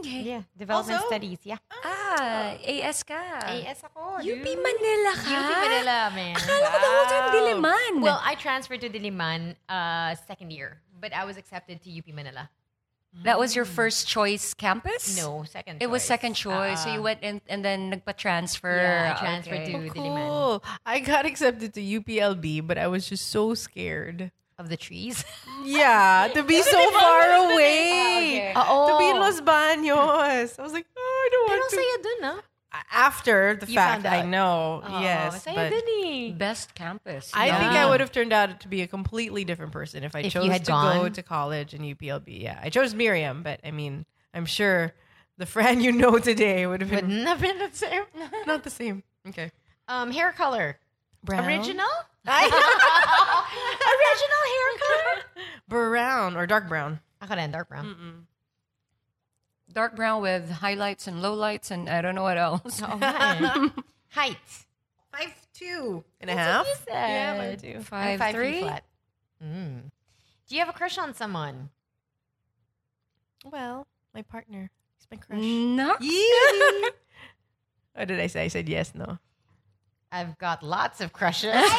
Speaker 2: Okay.
Speaker 3: Yeah. Development
Speaker 1: Also-
Speaker 3: studies. Yeah.
Speaker 2: Ah, AS ka.
Speaker 3: AS ako.
Speaker 2: UP
Speaker 3: dude.
Speaker 2: Manila ka?
Speaker 3: UP Manila, man.
Speaker 2: Akala ko the whole time Diliman.
Speaker 3: Well, I transferred to Diliman uh, second year, but I was accepted to UP Manila.
Speaker 2: that was your first choice campus?
Speaker 3: mm. No, second.
Speaker 2: It was
Speaker 3: choice.
Speaker 2: second choice. Ah. so
Speaker 3: Uh-uh.
Speaker 2: you went in and then nagpa-transfer.
Speaker 3: Yeah, I transferred
Speaker 2: Okay.
Speaker 3: to Diliman
Speaker 1: Oh, Cool. I got accepted to UPLB, but I was just so scared.
Speaker 3: of the trees.
Speaker 1: Yeah, to be so far away.
Speaker 3: Oh,
Speaker 1: To be in Los Baños. I was like, oh, I don't
Speaker 3: *laughs* Pero
Speaker 1: want to.
Speaker 3: saya dun, ah. *laughs* no?
Speaker 1: After the
Speaker 3: You
Speaker 1: fact,
Speaker 3: found
Speaker 1: I
Speaker 3: out. Oh,
Speaker 1: know.
Speaker 3: Oo,
Speaker 1: yes.
Speaker 3: saya
Speaker 1: but
Speaker 3: dun eh.
Speaker 2: Best campus.
Speaker 1: I
Speaker 2: Yeah.
Speaker 1: think I would have turned out to be a completely different person if I
Speaker 3: If
Speaker 1: chose
Speaker 3: you had
Speaker 1: to go
Speaker 3: gone?
Speaker 1: to college and UPLB. Yeah, I chose Miriam, but I mean, I'm sure the friend you know today would have
Speaker 3: Would
Speaker 1: been
Speaker 3: not been the same.
Speaker 1: *laughs* not the same. Okay.
Speaker 3: Um, hair color.
Speaker 1: Brown.
Speaker 3: Original?
Speaker 1: *laughs*
Speaker 3: *laughs*
Speaker 1: Original hair color? brown or dark brown.
Speaker 3: Ako rin, dark brown.
Speaker 2: Dark brown with highlights and lowlights and I don't know what else. *laughs*
Speaker 3: Oo nga eh. Height.
Speaker 1: Five two and a half. Yeah, five two.
Speaker 3: I'm
Speaker 2: Five,
Speaker 3: five feet
Speaker 2: three.
Speaker 3: flat. Mm. Do you have a crush on someone?
Speaker 1: Well, my partner. He's my crush. *laughs*
Speaker 2: No.
Speaker 1: Yeah. Mm. what did I say? I said yes, no.
Speaker 3: I've got lots of crushes. *laughs*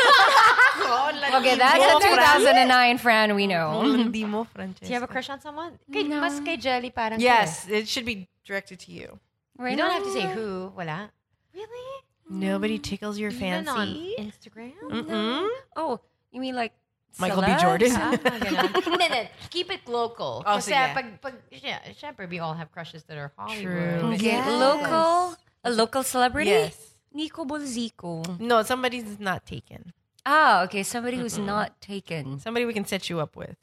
Speaker 2: Okay, that's a 2009 Fran we know.
Speaker 1: Hindi mo,
Speaker 3: Do you have
Speaker 1: Francesca.
Speaker 3: a crush on someone? Kay, Mas kay Jelly parang
Speaker 1: Yes, it should be directed to you.
Speaker 2: Mm-hmm.
Speaker 3: sa'yo. You don't have to say who. Wala. Really?
Speaker 1: Nobody tickles your
Speaker 3: Even on E? Instagram?
Speaker 1: Mm-mm.
Speaker 2: Oh, you mean like
Speaker 1: Michael B.
Speaker 2: celebs?
Speaker 1: Jordan.
Speaker 3: Ah, mga
Speaker 2: *laughs*
Speaker 3: *laughs* ganun. Hindi, hindi. Keep it local.
Speaker 1: Oh,
Speaker 3: Kasi
Speaker 1: sige.
Speaker 3: pag, pag, yeah, syempre, we all have crushes that are
Speaker 1: True.
Speaker 3: Hollywood.
Speaker 2: Okay,
Speaker 3: *laughs*
Speaker 2: local a local celebrity?
Speaker 1: Yes.
Speaker 2: Nico Bolzico.
Speaker 1: No, somebody's not taken.
Speaker 2: Ah, okay, somebody who's not taken.
Speaker 1: Somebody we can set you up with.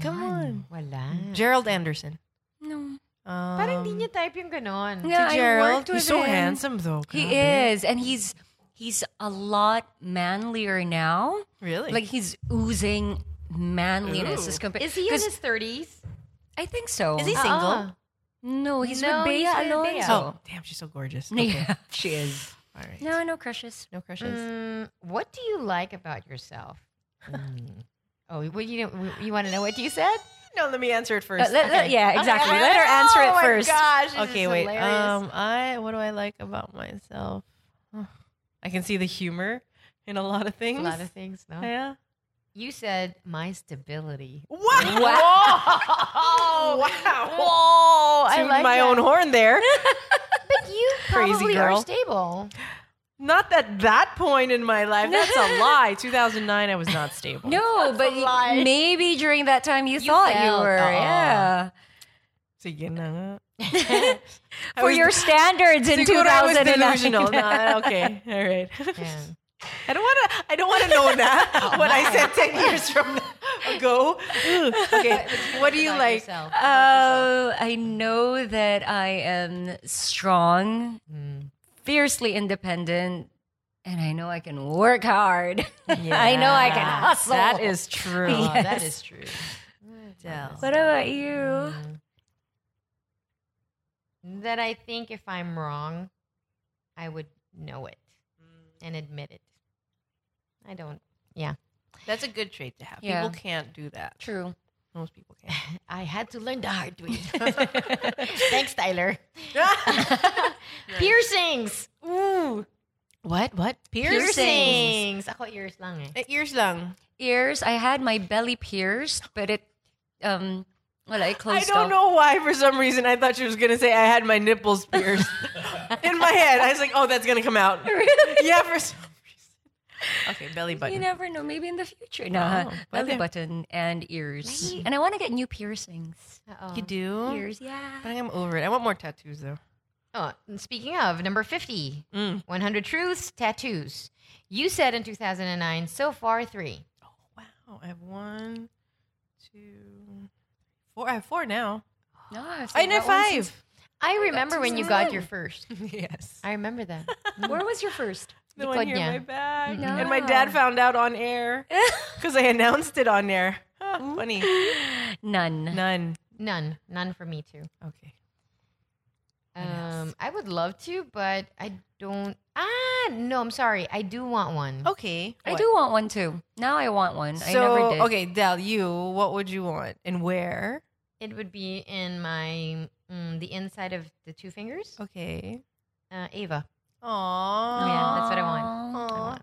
Speaker 1: Come on.
Speaker 3: Wala.
Speaker 1: Gerald Anderson.
Speaker 2: No.
Speaker 1: Um,
Speaker 3: Parang hindi niya type yung ganon.
Speaker 2: Yeah, I
Speaker 1: Gerald,
Speaker 2: worked with
Speaker 1: he's so
Speaker 2: him.
Speaker 1: handsome though.
Speaker 2: He
Speaker 1: grabe.
Speaker 2: is, and he's he's a lot manlier now.
Speaker 1: Really?
Speaker 2: Like he's oozing manliness
Speaker 1: Ooh.
Speaker 2: as compared.
Speaker 3: Is he in his 30s?
Speaker 2: I think so.
Speaker 1: Is he single?
Speaker 2: No, he's
Speaker 3: No,
Speaker 2: with Bea
Speaker 3: yeah, Bea.
Speaker 2: Alonso.
Speaker 1: Oh, damn, she's so gorgeous.
Speaker 2: *laughs* Yeah.
Speaker 1: Okay. she is. All right.
Speaker 2: No, no crushes.
Speaker 1: No crushes.
Speaker 3: Mm, what do you like about yourself? Mm. Oh, what you don't- you want to know what you said?
Speaker 1: No, let me answer it
Speaker 2: Uh,
Speaker 1: first.
Speaker 2: let- let- yeah, exactly. Let her answer
Speaker 3: oh
Speaker 2: it
Speaker 3: my
Speaker 2: first.
Speaker 3: gosh, this
Speaker 1: okay,
Speaker 3: is
Speaker 1: wait.
Speaker 3: hilarious.
Speaker 1: Um, I what do I like about myself? *sighs* I can see the humor in a lot of things.
Speaker 3: a lot of things. No,
Speaker 1: Yeah.
Speaker 3: you said my stability.
Speaker 1: Wow! Wow! Whoa! I
Speaker 3: I like
Speaker 1: my
Speaker 3: that.
Speaker 1: own horn there.
Speaker 3: But *laughs* you
Speaker 1: Crazy
Speaker 3: probably
Speaker 1: girl.
Speaker 3: are *laughs* stable.
Speaker 1: Not at that point in my life. That's *laughs* a lie. 2009, I was not stable.
Speaker 2: No, but y- maybe during that time you,
Speaker 3: You
Speaker 2: thought
Speaker 3: felt,
Speaker 2: you were.
Speaker 3: uh-uh.
Speaker 2: Yeah.
Speaker 1: Sige *laughs* na nga. *laughs* I
Speaker 2: For
Speaker 1: was-
Speaker 2: your standards in
Speaker 1: Siguro I was *laughs*
Speaker 2: 2009.
Speaker 1: delusional. Nah, okay, all right. *laughs*
Speaker 3: Yeah.
Speaker 1: I don't want to. I don't want to know *laughs* that. what I said ten years from *laughs* now- ago. Ugh. Okay, what do you
Speaker 3: About
Speaker 1: like?
Speaker 3: yourself, about yourself.
Speaker 2: Oh, I know that I am strong,
Speaker 1: Mm.
Speaker 2: fiercely independent, and I know I can work hard. *laughs* I know I can hustle.
Speaker 1: That is true.
Speaker 3: Oh,
Speaker 2: *laughs* Yes.
Speaker 3: that is true. Mm.
Speaker 2: What about you?
Speaker 1: Mm.
Speaker 3: That I think if I'm wrong, I would know it and admit it. I don't. *laughs* Yeah.
Speaker 1: That's a good trait to have.
Speaker 2: Yeah.
Speaker 1: People can't do that.
Speaker 2: True.
Speaker 1: Most people can't.
Speaker 3: I had to learn the hard *laughs* way. Thanks, *laughs* Tyler.
Speaker 1: *laughs*
Speaker 3: *laughs* Piercings. Ooh.
Speaker 1: What? What?
Speaker 3: Piercings.
Speaker 1: Pierce?
Speaker 3: Ako ears lang eh.
Speaker 1: Ears lang.
Speaker 2: Ears. I had my belly pierced, but it um well I
Speaker 1: I
Speaker 2: closed
Speaker 1: don't
Speaker 2: off.
Speaker 1: know why. For some reason, I thought she was gonna say I had my nipples *laughs* pierced in my head. I was like, oh, that's gonna come out.
Speaker 2: Really?
Speaker 1: Yeah, for some reason. Okay, belly button.
Speaker 2: You never know. Maybe in the future. No,
Speaker 1: Oh,
Speaker 2: belly
Speaker 1: okay.
Speaker 2: button and ears. And I want to get new piercings.
Speaker 3: Uh-oh.
Speaker 1: do.
Speaker 2: Ears, yeah.
Speaker 1: I think I'm over it. I want more tattoos though.
Speaker 3: Oh, and speaking of, number 50,
Speaker 2: Mm.
Speaker 3: 100 Truths, Tattoos. You said in 2009, so far three.
Speaker 1: Wow, I have one, two, four. I have four now.
Speaker 2: No, I've
Speaker 1: I know
Speaker 2: got one
Speaker 1: five.
Speaker 2: since-
Speaker 3: I remember when you got your first.
Speaker 1: *laughs* yes.
Speaker 3: I remember
Speaker 2: *laughs*
Speaker 3: that.
Speaker 2: Where was your first?
Speaker 1: The one here in my
Speaker 3: Bikodnya.
Speaker 1: back. And my dad found out on *laughs* air because I announced it on air. Huh, funny.
Speaker 2: None.
Speaker 1: None.
Speaker 3: None. None for me, too.
Speaker 1: Okay.
Speaker 3: Um, I would love to, but I don't. Ah, no, I'm sorry. I do want one.
Speaker 2: Oh.
Speaker 1: Okay.
Speaker 2: I
Speaker 1: what?
Speaker 2: do want one too. Now I want one. I
Speaker 1: So,
Speaker 2: never did.
Speaker 1: okay, Dell, you, what would you want and where?
Speaker 3: It would be in my mm, the inside of the two fingers.
Speaker 1: Okay.
Speaker 2: Oh.
Speaker 3: Uh, Ava.
Speaker 1: Aww.
Speaker 3: Yeah, that's what I want.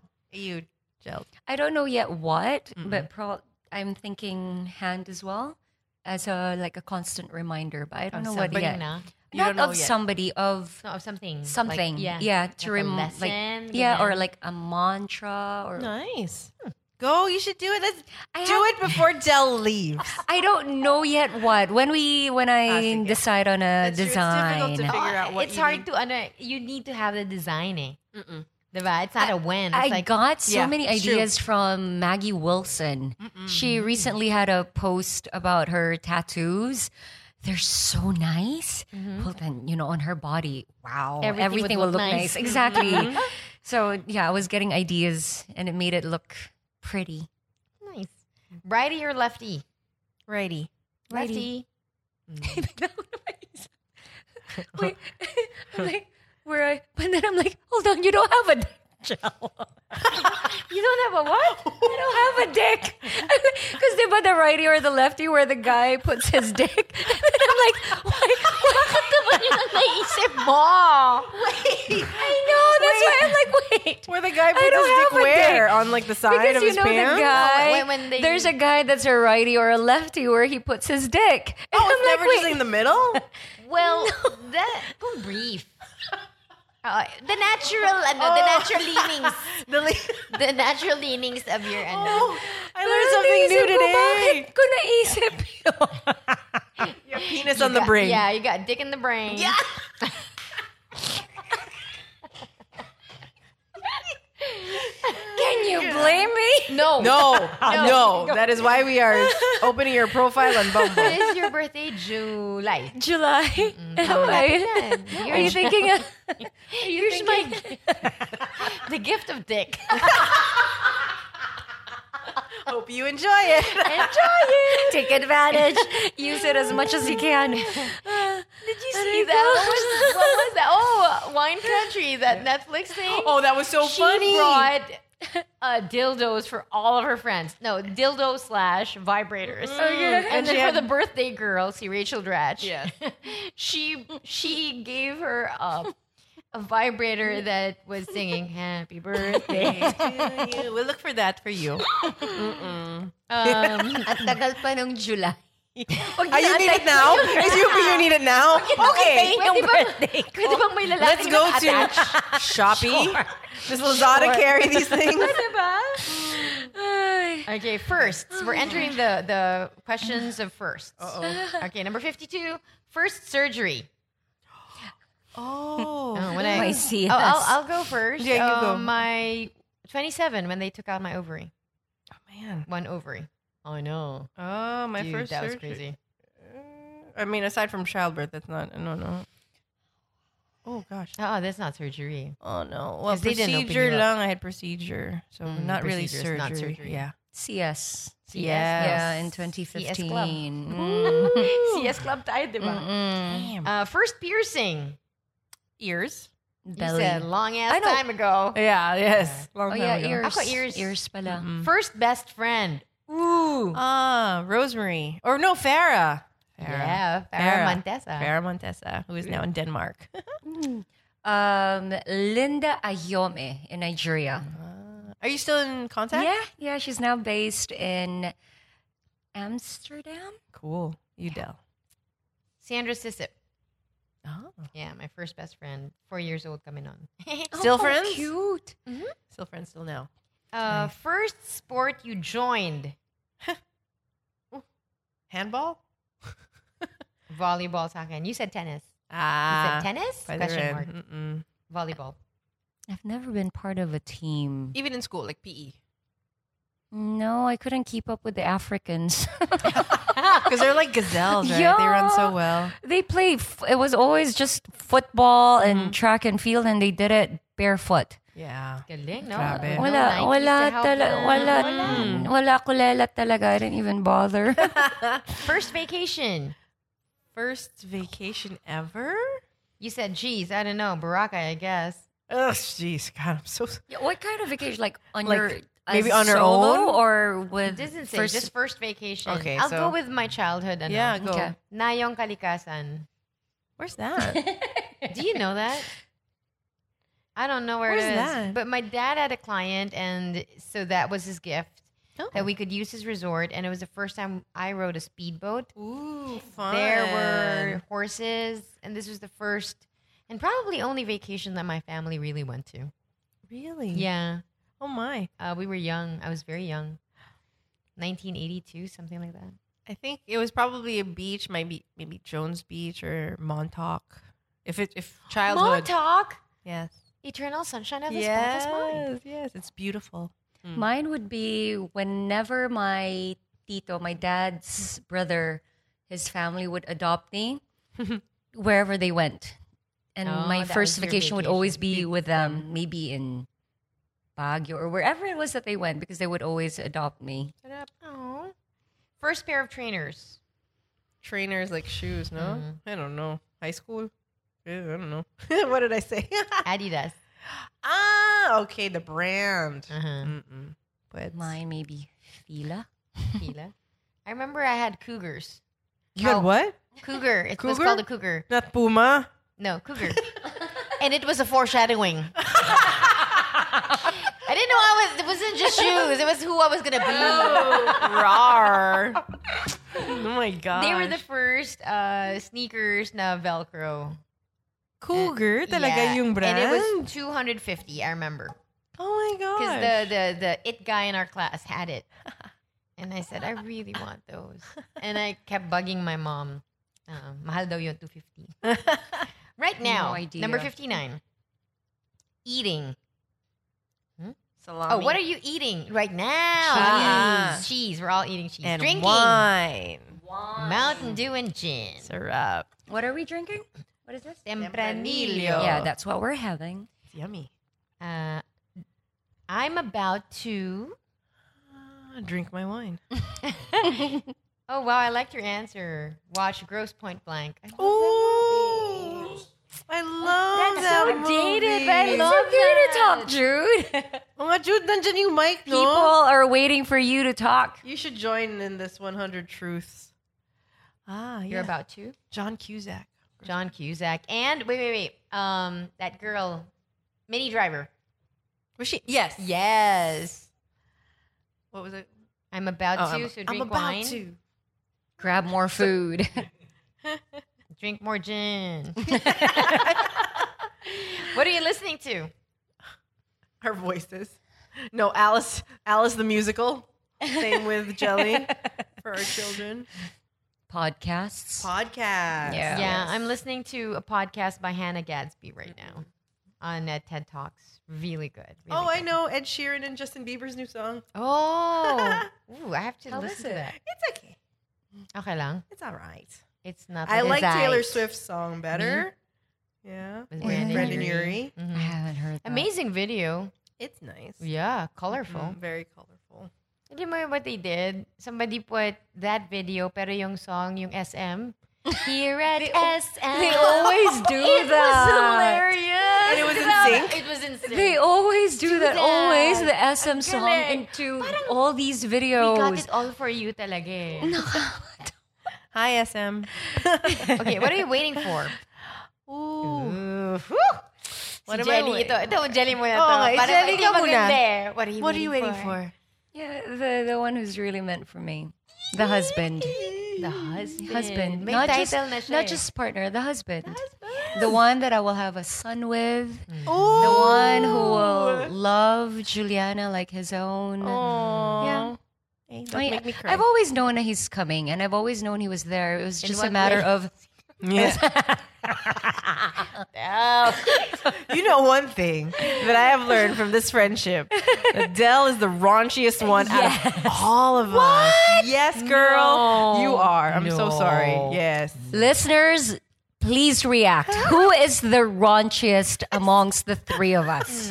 Speaker 1: Aww. You, Jill.
Speaker 2: I don't know yet what, but pro- I'm thinking hand as well as a like a constant reminder. But I don't
Speaker 3: Of
Speaker 2: know what
Speaker 3: something,
Speaker 2: yet.
Speaker 3: nah.
Speaker 1: You
Speaker 2: Not
Speaker 1: don't know
Speaker 2: of
Speaker 1: yet.
Speaker 2: somebody of
Speaker 3: No, of something. like-
Speaker 2: something. yeah, yeah, to
Speaker 3: like a
Speaker 2: remember.
Speaker 3: lesson,
Speaker 2: Like,
Speaker 3: you
Speaker 2: yeah,
Speaker 3: know.
Speaker 2: or like a mantra or
Speaker 1: Nice. Hmm. Go, you should do it. Let's
Speaker 2: I
Speaker 1: do
Speaker 2: have-
Speaker 1: it before Dell leaves.
Speaker 2: I don't know yet what. When we when I
Speaker 1: sige.
Speaker 2: decide on a
Speaker 1: That's true. It's difficult
Speaker 2: design,
Speaker 1: to figure out what
Speaker 3: it's
Speaker 1: you
Speaker 3: hard
Speaker 1: need.
Speaker 3: to ano, you need to have the design eh. Diba? It's not a when. It's
Speaker 2: I
Speaker 3: like
Speaker 2: got so
Speaker 1: Yeah,
Speaker 2: many
Speaker 1: it's true.
Speaker 2: ideas from Maggie Wilson. She recently had a post about her tattoos. They're so nice. Well, then, you know, on her body, wow.
Speaker 3: Mm-hmm. Everything would
Speaker 2: Everything, will
Speaker 3: look
Speaker 2: look,
Speaker 3: nice. Mm-hmm.
Speaker 2: nice. Exactly. So, yeah, I was getting ideas and it made it look pretty.
Speaker 3: nice. Righty or lefty?
Speaker 1: Righty.
Speaker 3: *laughs* Lefty.
Speaker 2: *laughs* Wait, I'm like, where I, but then I'm like, hold on, you don't have a gel.
Speaker 3: You don't have a what?
Speaker 2: I don't have a dick. *laughs* Because they put the righty or the lefty where the guy puts his dick. *laughs* And I'm like, why? Bakit naman yun ang naisip mo?
Speaker 1: *laughs*
Speaker 2: Wait. I know. Oh, That's why I'm like,
Speaker 1: *laughs*
Speaker 2: wait.
Speaker 1: Where the guy
Speaker 2: I
Speaker 1: puts
Speaker 2: don't
Speaker 1: his dick
Speaker 2: have a
Speaker 1: where?
Speaker 2: dick.
Speaker 1: On like the side
Speaker 2: Because
Speaker 1: of
Speaker 2: you
Speaker 1: his
Speaker 2: know
Speaker 1: pants?
Speaker 2: the guy,
Speaker 3: Oh, when- when they-
Speaker 2: there's a guy that's a righty or a lefty where he puts his dick. And
Speaker 1: Oh, it's
Speaker 2: I'm like,
Speaker 1: never just
Speaker 2: wait.
Speaker 1: in the
Speaker 2: *laughs*
Speaker 1: middle? Oh,
Speaker 3: Well, that kung brief. Uh, the natural ano, the natural leanings.
Speaker 1: Oh. *laughs* The le-
Speaker 3: the natural leanings of your ano.
Speaker 1: oh, I learned something new today.
Speaker 2: Ko naisip yun.
Speaker 1: Penis on the brain.
Speaker 3: Yeah, you got dick in the brain. Yeah.
Speaker 1: *laughs*
Speaker 2: Can you blame me?
Speaker 3: No.
Speaker 2: *laughs*
Speaker 1: No, no, That is why we are opening your profile on
Speaker 2: *laughs*
Speaker 1: Bumble.
Speaker 3: It is your birthday July.
Speaker 2: July. *laughs* Am I? Are you thinking? *laughs* Of,
Speaker 3: Here's my the gift of *laughs* dick.
Speaker 1: Hope you enjoy
Speaker 2: *laughs*
Speaker 1: it.
Speaker 2: Enjoy it. Take advantage. Use it as much as you *laughs* can. Did you see
Speaker 3: that what was, *laughs* what was that? Oh, uh, Wine Country, that Netflix thing.
Speaker 1: Oh, that was so
Speaker 3: she
Speaker 1: funny.
Speaker 3: brought uh, dildos for all of her friends. No, dildo slash vibrators. And, then
Speaker 1: she
Speaker 3: for
Speaker 1: had-
Speaker 3: the birthday girl, see Rachel Dratch.
Speaker 1: Yes.
Speaker 3: *laughs* she she gave her a, a vibrator that was singing "Happy Birthday."
Speaker 1: we'll look for that for
Speaker 3: Oh,
Speaker 1: you.
Speaker 3: Um,
Speaker 2: At tagal pa ng July.
Speaker 1: Are Oh, you need it now? Is you you need it
Speaker 3: *laughs*
Speaker 1: now? Okay.
Speaker 3: pwede bang, pwede bang may lalaki
Speaker 1: Let's go to
Speaker 3: naka-attach?
Speaker 1: Shopee. Does Lazada carry these
Speaker 3: *laughs*
Speaker 1: things?
Speaker 3: Okay, firsts. We're entering the the questions of firsts.
Speaker 1: *laughs*
Speaker 3: Uh-oh. Okay, number 52, first surgery.
Speaker 1: Oh.
Speaker 3: Oh, when I,
Speaker 2: I see
Speaker 3: Oh,
Speaker 2: us.
Speaker 3: I'll, I'll go first.
Speaker 1: Yeah, you go.
Speaker 3: Um, My 27 when they took out my ovary,
Speaker 1: Man.
Speaker 3: one ovary. Oh, I know.
Speaker 1: Oh, my
Speaker 3: Dude,
Speaker 1: first
Speaker 3: that was
Speaker 1: surgery.
Speaker 3: crazy.
Speaker 1: I mean, aside from childbirth, that's not. No, no. Oh gosh.
Speaker 3: Oh, that's not *laughs* surgery.
Speaker 1: Oh no. Well,
Speaker 3: 'Cause they didn't open
Speaker 1: procedure
Speaker 3: you up.
Speaker 1: lung. I had procedure, so
Speaker 3: Mm,
Speaker 1: not really
Speaker 3: procedures,
Speaker 1: surgery.
Speaker 3: not surgery.
Speaker 1: Yeah.
Speaker 2: CS.
Speaker 3: CS.
Speaker 2: Yeah, in
Speaker 3: CS
Speaker 2: 2015.
Speaker 3: Club.
Speaker 2: Mm.
Speaker 3: CS Club died, *laughs* diba?
Speaker 2: Mm.
Speaker 1: Damn.
Speaker 3: Uh, first piercing.
Speaker 1: ears.
Speaker 3: You
Speaker 2: Belly.
Speaker 3: said long
Speaker 2: I
Speaker 3: ass
Speaker 2: know.
Speaker 3: time ago.
Speaker 1: Yeah. Yes. Long
Speaker 2: Oh
Speaker 1: time
Speaker 2: yeah,
Speaker 1: ago.
Speaker 2: ears.
Speaker 3: Ako ears.
Speaker 2: Ears pala.
Speaker 3: First best friend. Ooh.
Speaker 1: Ah, Rosemary. Or no, Farah. Farah.
Speaker 3: Yeah, Farah
Speaker 1: Farah.
Speaker 3: Montesa.
Speaker 1: Farah Montesa, who is now in *laughs* Denmark.
Speaker 2: Um, Linda Ayome in Nigeria.
Speaker 1: Ah. Are you still in contact?
Speaker 2: Yeah, yeah. She's now based in Amsterdam.
Speaker 1: Cool. You Dell.
Speaker 3: Sandra Sissip.
Speaker 1: Oh.
Speaker 3: Yeah, my first best friend. Four years old coming on. *laughs*
Speaker 1: Still friends? Mm-hmm.
Speaker 2: Cute.
Speaker 1: Still friends, still now.
Speaker 3: Uh, first sport you joined?
Speaker 1: Handball?
Speaker 3: Volleyball, talking. You said tennis.
Speaker 1: Ah.
Speaker 3: Is it tennis?
Speaker 1: By the
Speaker 3: Question
Speaker 1: red.
Speaker 3: mark.
Speaker 1: Mm-mm.
Speaker 3: Volleyball.
Speaker 2: I've never been part of a team.
Speaker 6: Even in school, like
Speaker 1: E. *laughs*
Speaker 6: PE.
Speaker 2: No, I couldn't keep up with the *laughs* Africans.
Speaker 1: Because they're like gazelles, right? They run so well.
Speaker 2: They play. F- it was always just football and track and field, and they did it barefoot.
Speaker 1: Yeah.
Speaker 3: Galing, no?
Speaker 1: Grabe.
Speaker 3: No
Speaker 2: Wala,
Speaker 3: Nikes
Speaker 2: wala,
Speaker 3: to help
Speaker 2: tala,
Speaker 3: them.
Speaker 2: wala, mm, wala kulela talaga. I didn't even *laughs* bother.
Speaker 1: Mm.
Speaker 3: First vacation.
Speaker 1: First vacation ever?
Speaker 3: You said, geez, I don't know, Baraka, I guess.
Speaker 1: Oh, jeez. God, I'm so.
Speaker 2: what kind of vacation? Like on
Speaker 1: Like,
Speaker 2: your
Speaker 1: maybe
Speaker 2: as
Speaker 1: on her
Speaker 2: solo
Speaker 1: own?
Speaker 2: or with?
Speaker 3: It doesn't say,
Speaker 2: first-
Speaker 3: just first vacation.
Speaker 1: Okay,
Speaker 3: I'll
Speaker 1: so-
Speaker 3: go with my childhood. Ano.
Speaker 1: Yeah, go.
Speaker 2: Okay.
Speaker 3: Nayong Kalikasan.
Speaker 1: Where's *laughs* that?
Speaker 3: Do you know that? I don't know where
Speaker 1: Where's
Speaker 3: it is.
Speaker 1: that?
Speaker 3: But my dad had a client, and so that was his gift
Speaker 1: Oh.
Speaker 3: that we could use his resort. And it was the first time I rode a speedboat.
Speaker 1: Ooh, fun.
Speaker 3: There were horses, and this was the first and probably only vacation that my family really went
Speaker 1: Mm.
Speaker 3: to.
Speaker 1: Really?
Speaker 3: Yeah.
Speaker 1: Oh, my.
Speaker 3: Uh, we were young. I was very young. 1982, something like that.
Speaker 1: I think it was probably a beach, maybe maybe Jones Beach or Montauk. If it if childhood,
Speaker 3: Montauk,
Speaker 1: yes,
Speaker 3: Eternal Sunshine of the Spotless Mind.
Speaker 1: Yes, yes, it's beautiful.
Speaker 2: Mine would be whenever my tito, my dad's brother, his family would adopt *laughs* me wherever they went. And
Speaker 3: Oh,
Speaker 2: my
Speaker 3: that was
Speaker 2: first
Speaker 3: your
Speaker 2: vacation would always be
Speaker 3: vacation.
Speaker 2: with them, maybe in Baguio or wherever it was that they went because they would always adopt me.
Speaker 3: Aw. First pair of trainers.
Speaker 1: Trainers like shoes, no? I don't know. High school? Yeah, I don't know. *laughs* what did I *laughs* say?
Speaker 3: Adidas. Uh-huh.
Speaker 1: ah, okay, the brand. Uh-huh. Mm-mm. But
Speaker 2: Mine maybe Fila.
Speaker 3: Tequila. I remember I had cougars.
Speaker 1: you had what?
Speaker 3: Cougar. It was
Speaker 1: Cougar?
Speaker 3: called a cougar.
Speaker 1: Not *laughs* Puma.
Speaker 3: No, cougar. and it was a foreshadowing. I didn't know I was. It wasn't just shoes. It was who I was gonna be.
Speaker 1: Oh, Rar. oh my god.
Speaker 3: They were the first uh, sneakers na Velcro.
Speaker 1: cougar. Talaga
Speaker 3: Yeah.
Speaker 1: yung brand.
Speaker 3: And it was 250. I remember.
Speaker 1: oh my
Speaker 3: because
Speaker 1: god.
Speaker 3: the, the the it guy in our class had it, and I said I really want those, and I kept bugging my mom. Uh, mahal daw yun, 250. right now,
Speaker 2: idea.
Speaker 3: number 59. Eating.
Speaker 1: salami.
Speaker 3: Oh, what are you eating right now? Cheese. Cheese. We're all eating cheese.
Speaker 1: and
Speaker 3: Drinking.
Speaker 1: wine.
Speaker 3: Mountain Dew and gin.
Speaker 1: Syrup.
Speaker 2: What are we drinking? What is this?
Speaker 3: Tempranillo.
Speaker 2: Yeah, that's what we're having.
Speaker 1: It's yummy.
Speaker 3: Uh, I'm about to.
Speaker 1: Uh, Drink my wine.
Speaker 3: Oh, wow. I liked your answer. Watch Gross Point Blank. I
Speaker 1: Oh, Ooh, I love
Speaker 2: That's
Speaker 1: that
Speaker 2: so dated, but I
Speaker 1: movie.
Speaker 2: love *laughs* it's okay to talk, Jude.
Speaker 1: Mga Jude, nandyan yung mic, no?
Speaker 2: People are waiting for you to talk.
Speaker 1: You should join in this 100 Truths. Ah,
Speaker 3: You're
Speaker 1: yeah.
Speaker 3: about to?
Speaker 1: John Cusack.
Speaker 3: John Cusack. And wait, wait, wait. Um, that girl, Mini Driver.
Speaker 1: Was she? Yes.
Speaker 3: Yes.
Speaker 1: What was it?
Speaker 3: I'm about
Speaker 1: Oh,
Speaker 3: to,
Speaker 1: I'm-
Speaker 3: so
Speaker 1: I'm
Speaker 3: drink
Speaker 1: about
Speaker 3: wine.
Speaker 1: to.
Speaker 2: Grab more food. *laughs*
Speaker 3: Drink
Speaker 1: *laughs*
Speaker 3: more gin. what are you listening to?
Speaker 1: Her voices. No, Alice. Alice the musical. Same with Jelly for our children.
Speaker 2: Podcasts.
Speaker 1: Podcast.
Speaker 2: Yeah.
Speaker 3: Yeah, I'm listening to a podcast by Hannah Gadsby right now on uh, TED Talks. Really good. really
Speaker 1: Oh, I
Speaker 3: good.
Speaker 1: know Ed Sheeran and Justin Bieber's new song.
Speaker 3: Oh, ooh, I have to
Speaker 1: How
Speaker 3: listen
Speaker 1: is
Speaker 3: to
Speaker 1: it?
Speaker 3: that.
Speaker 1: It's okay.
Speaker 3: Okay, lang.
Speaker 1: It's all right.
Speaker 3: It's not.
Speaker 1: I
Speaker 3: that
Speaker 1: like Mm-hmm.
Speaker 3: it's
Speaker 1: Taylor
Speaker 3: aight.
Speaker 1: Swift's song better. Yeah.
Speaker 3: With
Speaker 1: Brandon,
Speaker 3: Brandon
Speaker 1: Urie.
Speaker 2: I haven't heard that.
Speaker 3: Mm-hmm. Mm. Amazing video.
Speaker 1: It's nice.
Speaker 3: Yeah, colorful.
Speaker 1: Mm, very colorful.
Speaker 3: Alam mo what they did? Somebody put that video, pero yung song, yung SM.
Speaker 1: *laughs*
Speaker 3: Here at SM.
Speaker 2: *laughs* They always do
Speaker 3: it
Speaker 2: that.
Speaker 3: was hilarious.
Speaker 1: And it was in sync?
Speaker 3: It was insane.
Speaker 2: They always do that. Always
Speaker 3: that.
Speaker 2: the SM song
Speaker 3: galing.
Speaker 2: into all these
Speaker 3: we got
Speaker 2: videos.
Speaker 3: it all for you talaga. eh.
Speaker 1: Hi, SM.
Speaker 3: Okay, what are you waiting for?
Speaker 1: *laughs* Ooh.
Speaker 3: What
Speaker 1: am I
Speaker 3: si Jelly,
Speaker 1: waiting
Speaker 3: ito, ito, Jelly muna
Speaker 1: Oo
Speaker 3: to.
Speaker 1: nga, eh,
Speaker 3: Para
Speaker 1: Jelly
Speaker 3: ikaw
Speaker 1: ka muna.
Speaker 3: maganda eh. What are you,
Speaker 1: What are you waiting for?
Speaker 2: Yeah, the the one who's really meant for me, the husband,
Speaker 3: The husband.
Speaker 2: husband,
Speaker 3: May
Speaker 2: not just
Speaker 3: title na siya
Speaker 2: not
Speaker 3: eh.
Speaker 2: just partner, the husband, the one that I will have a son with,
Speaker 1: Ooh.
Speaker 2: the one who will love Juliana like his own. Yeah.
Speaker 1: Hey, that
Speaker 2: I mean,
Speaker 1: make me cry.
Speaker 2: I've always known that he's coming, and I've always known he was there. It was just a
Speaker 3: what
Speaker 2: matter
Speaker 3: way?
Speaker 2: of
Speaker 1: Yeah. You know one thing that I have learned from this friendship. that Dell is the raunchiest one out of all of us. Yes, girl. You are. I'm so sorry. *laughs* Yes.
Speaker 2: Listeners, please react. Who is the raunchiest amongst the three of
Speaker 1: *laughs*
Speaker 2: us? *laughs*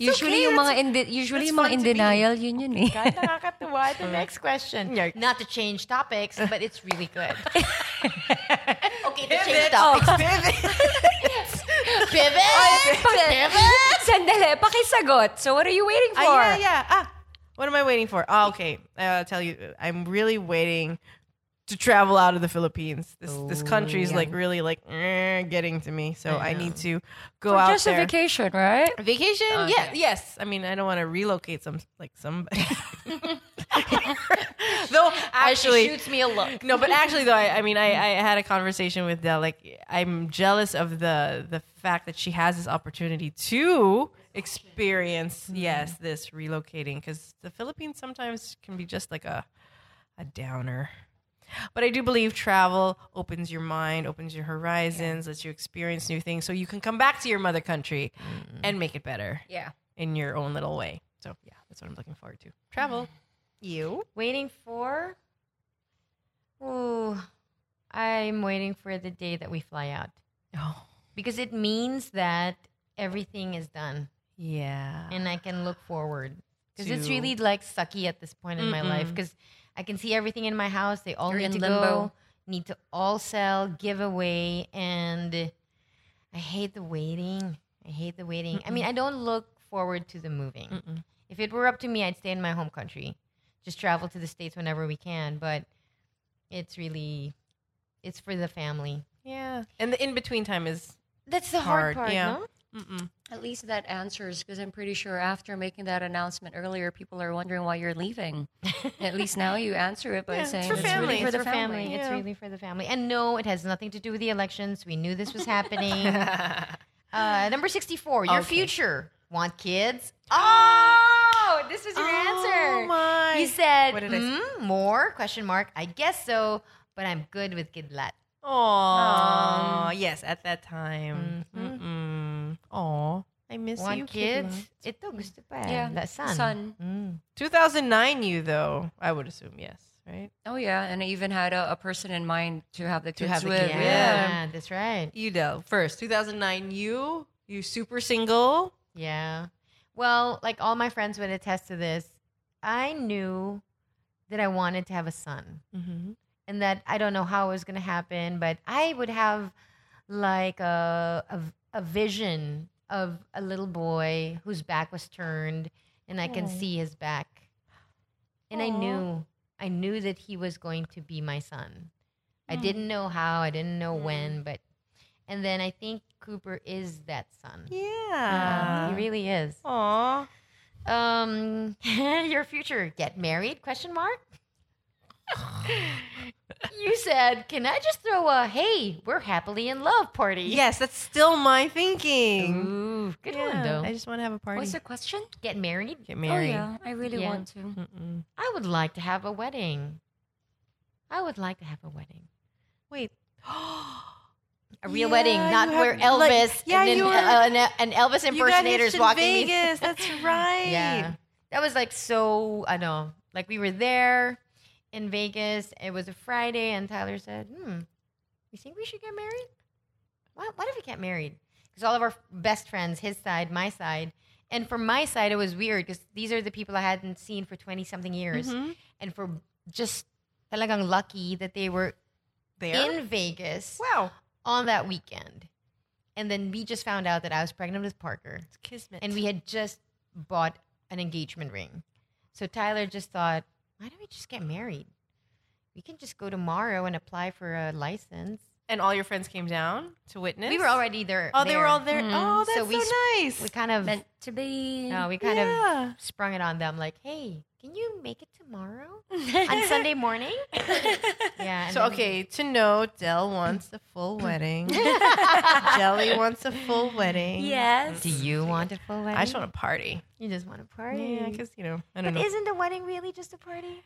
Speaker 2: usually yung mga in de- usually yung mga in denial yun yun eh.
Speaker 3: Kahit nakakatuwa. The next question. Not to change
Speaker 1: *laughs*
Speaker 3: topics, but it's really good. okay, to change topics.
Speaker 1: *laughs* Oh.
Speaker 3: Pivot.
Speaker 2: *laughs* Sandali, pakisagot. So what are you waiting for?
Speaker 1: Ah, yeah, yeah. Ah, what am I waiting for? Oh, okay. I'll tell you. I'm really waiting to travel out of the Philippines. This this country is like really like eh, getting to me. So I, need to go out
Speaker 2: Just a
Speaker 1: there.
Speaker 2: vacation, right?
Speaker 1: Vacation?
Speaker 3: Uh,
Speaker 1: Yeah, yes. I mean, I don't want to relocate some like somebody. *laughs* though actually,
Speaker 3: shoots me a *laughs* look.
Speaker 1: no, but actually though, I, I mean, I, I had a conversation with Dell. Like, I'm jealous of the the fact that she has this opportunity to experience yes this relocating because the Philippines sometimes can be just like a a downer. But I do believe travel opens your mind, opens your horizons, lets you experience new things, so you can come back to your mother country and make it better
Speaker 2: Yeah.
Speaker 1: in your own little way. So yeah, that's what I'm looking forward to. Travel. You.
Speaker 3: Waiting for. Ooh, I'm waiting for the day that we fly out.
Speaker 1: Oh.
Speaker 3: Because it means that everything is done
Speaker 1: Yeah.
Speaker 3: and I can look forward. Because it's
Speaker 1: To-
Speaker 3: really like sucky at this point in my life. Because I can see everything in my house. They all
Speaker 2: You're
Speaker 3: need
Speaker 2: in
Speaker 3: to go,
Speaker 2: limbo.
Speaker 3: need to all sell, give away, and I hate the waiting. I hate the waiting. I mean, I don't look forward to the moving. If it were up to me, I'd stay in my home country, just travel to the states whenever we can. But it's really, it's for the family.
Speaker 1: Yeah. And the in between time is *laughs*
Speaker 3: That's the
Speaker 1: Hard,
Speaker 3: hard, part.
Speaker 1: yeah.
Speaker 3: No?
Speaker 2: At least that answers because I'm pretty sure after making that announcement earlier, people are wondering why you're *laughs* leaving. At least now you answer it by saying
Speaker 1: for
Speaker 2: it's
Speaker 1: family.
Speaker 2: really for
Speaker 3: It's
Speaker 2: the
Speaker 3: for
Speaker 2: family.
Speaker 3: family. It's really for the family. And no, it has nothing to do with the elections. We
Speaker 1: *laughs*
Speaker 3: knew this was happening.
Speaker 1: Oh!
Speaker 3: uh, number 64, your future. Want kids? Oh, this was your answer.
Speaker 1: my.
Speaker 3: You said,
Speaker 1: What did I say?
Speaker 3: "Mm, more? Question mark. I guess so, but I'm good with kidlat.
Speaker 1: Aw. Yes, at that time. Mm-mm. Mm-hmm. Aw. I miss you.
Speaker 3: Want
Speaker 1: kid
Speaker 3: kids?
Speaker 1: love.
Speaker 3: Ito gusto pa.
Speaker 2: Yeah,
Speaker 3: The son.
Speaker 2: son.
Speaker 3: Mm.
Speaker 1: 2009 you though, I would assume, yes, right?
Speaker 2: Oh yeah, and I even had a, a person in mind to have the kids
Speaker 1: have the
Speaker 2: with.
Speaker 1: kids.
Speaker 3: Yeah,
Speaker 1: Yeah.
Speaker 3: that's right.
Speaker 1: You know, first 2009 you, you super single.
Speaker 3: Yeah. Well, like all my friends would attest to this, I knew that I wanted to have a son.
Speaker 1: Mhm.
Speaker 3: And that I don't know how it was going to happen, but I would have like a, a, a vision of a little boy whose back was turned and I can see his back. And I knew, I knew that he was going to be my son. I didn't know how, I didn't know when, but, and then I think Cooper is that son.
Speaker 1: Yeah.
Speaker 3: he really is.
Speaker 1: Aw.
Speaker 3: Um, *laughs* your future get married? Question mark. *laughs* you said, "Can I just throw a hey, we're happily in love party?"
Speaker 1: Yes, that's still my thinking.
Speaker 3: Ooh, good one
Speaker 1: Yeah,
Speaker 3: though.
Speaker 1: I just want to have a party.
Speaker 2: What's the question?
Speaker 3: get married.
Speaker 1: Get married.
Speaker 2: Oh yeah, I really
Speaker 3: Yeah.
Speaker 2: want to.
Speaker 1: Mm-mm.
Speaker 3: I would like to have a wedding. I would like to have a wedding.
Speaker 1: Wait.
Speaker 3: *gasps* A real
Speaker 1: Yeah,
Speaker 3: wedding, not
Speaker 1: you
Speaker 3: where
Speaker 1: have-
Speaker 3: Elvis
Speaker 1: like- yeah,
Speaker 3: and then
Speaker 1: you were-
Speaker 3: uh, an, an Elvis
Speaker 1: You got hitched
Speaker 3: impersonator's
Speaker 1: in
Speaker 3: walking me.
Speaker 1: Vegas. That's right.
Speaker 3: *laughs* Yeah. That was like so, I know, like we were there in Vegas. It was a Friday, and Tyler said, hmm, you think we should get married? What, what if we get married? Because all of our best friends, his side, my side, and for my side, it was weird because these are the people I hadn't seen for 20 something years.
Speaker 1: Mm-hmm.
Speaker 3: And for just talagang lucky that they were
Speaker 1: There.
Speaker 3: in Vegas
Speaker 1: wow.
Speaker 3: on that weekend. And then we just found out that I was pregnant with Parker.
Speaker 1: Kismet.
Speaker 3: And we had just bought an engagement ring. So Tyler just thought, why don't we just get married? We can just go tomorrow and apply for a license.
Speaker 1: and all your friends came down to witness.
Speaker 3: We were already there.
Speaker 1: Oh, they were
Speaker 3: there. Mm-hmm.
Speaker 1: all there. Oh, that's so,
Speaker 3: So we sp-
Speaker 1: nice.
Speaker 3: We kind of,
Speaker 2: Meant to be.
Speaker 3: no, we kind
Speaker 1: Yeah.
Speaker 3: of sprung it on them like, hey, can you make it
Speaker 1: *laughs*
Speaker 3: tomorrow on Sunday morning? yeah. and
Speaker 1: so
Speaker 3: then-
Speaker 1: okay, to know Dell wants a
Speaker 3: *laughs*
Speaker 1: full wedding. Jelly wants a full *laughs* wedding.
Speaker 2: Yes.
Speaker 3: Do you want a full wedding?
Speaker 1: I just want a party.
Speaker 3: You just want a party.
Speaker 1: Yeah, because you know, I don't
Speaker 3: but
Speaker 1: know.
Speaker 3: isn't a wedding really just a party?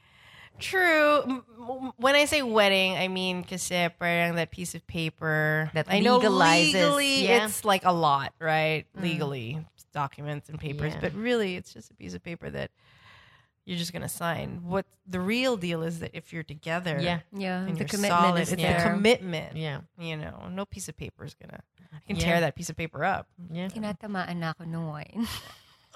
Speaker 1: True. M- m- When I say wedding, I mean kasi parang that piece of paper.
Speaker 6: That
Speaker 1: I know
Speaker 6: legalizes,
Speaker 1: legally
Speaker 6: yeah.
Speaker 1: it's like a lot, right? Legally, it's documents and papers,
Speaker 3: Yeah.
Speaker 1: but really it's just a piece of paper that you're just gonna sign. What the real deal is that if you're together,
Speaker 3: Yeah.
Speaker 2: Yeah,
Speaker 1: and
Speaker 2: the
Speaker 1: you're
Speaker 2: commitment
Speaker 1: solid,
Speaker 2: is
Speaker 1: it's
Speaker 2: there.
Speaker 1: a commitment.
Speaker 3: Yeah.
Speaker 1: You know, no piece of paper is gonna. I can
Speaker 3: Yeah.
Speaker 1: tear that piece of paper up.
Speaker 3: Yeah.
Speaker 2: Tinatamaan na ako ng
Speaker 1: *laughs*
Speaker 2: wine.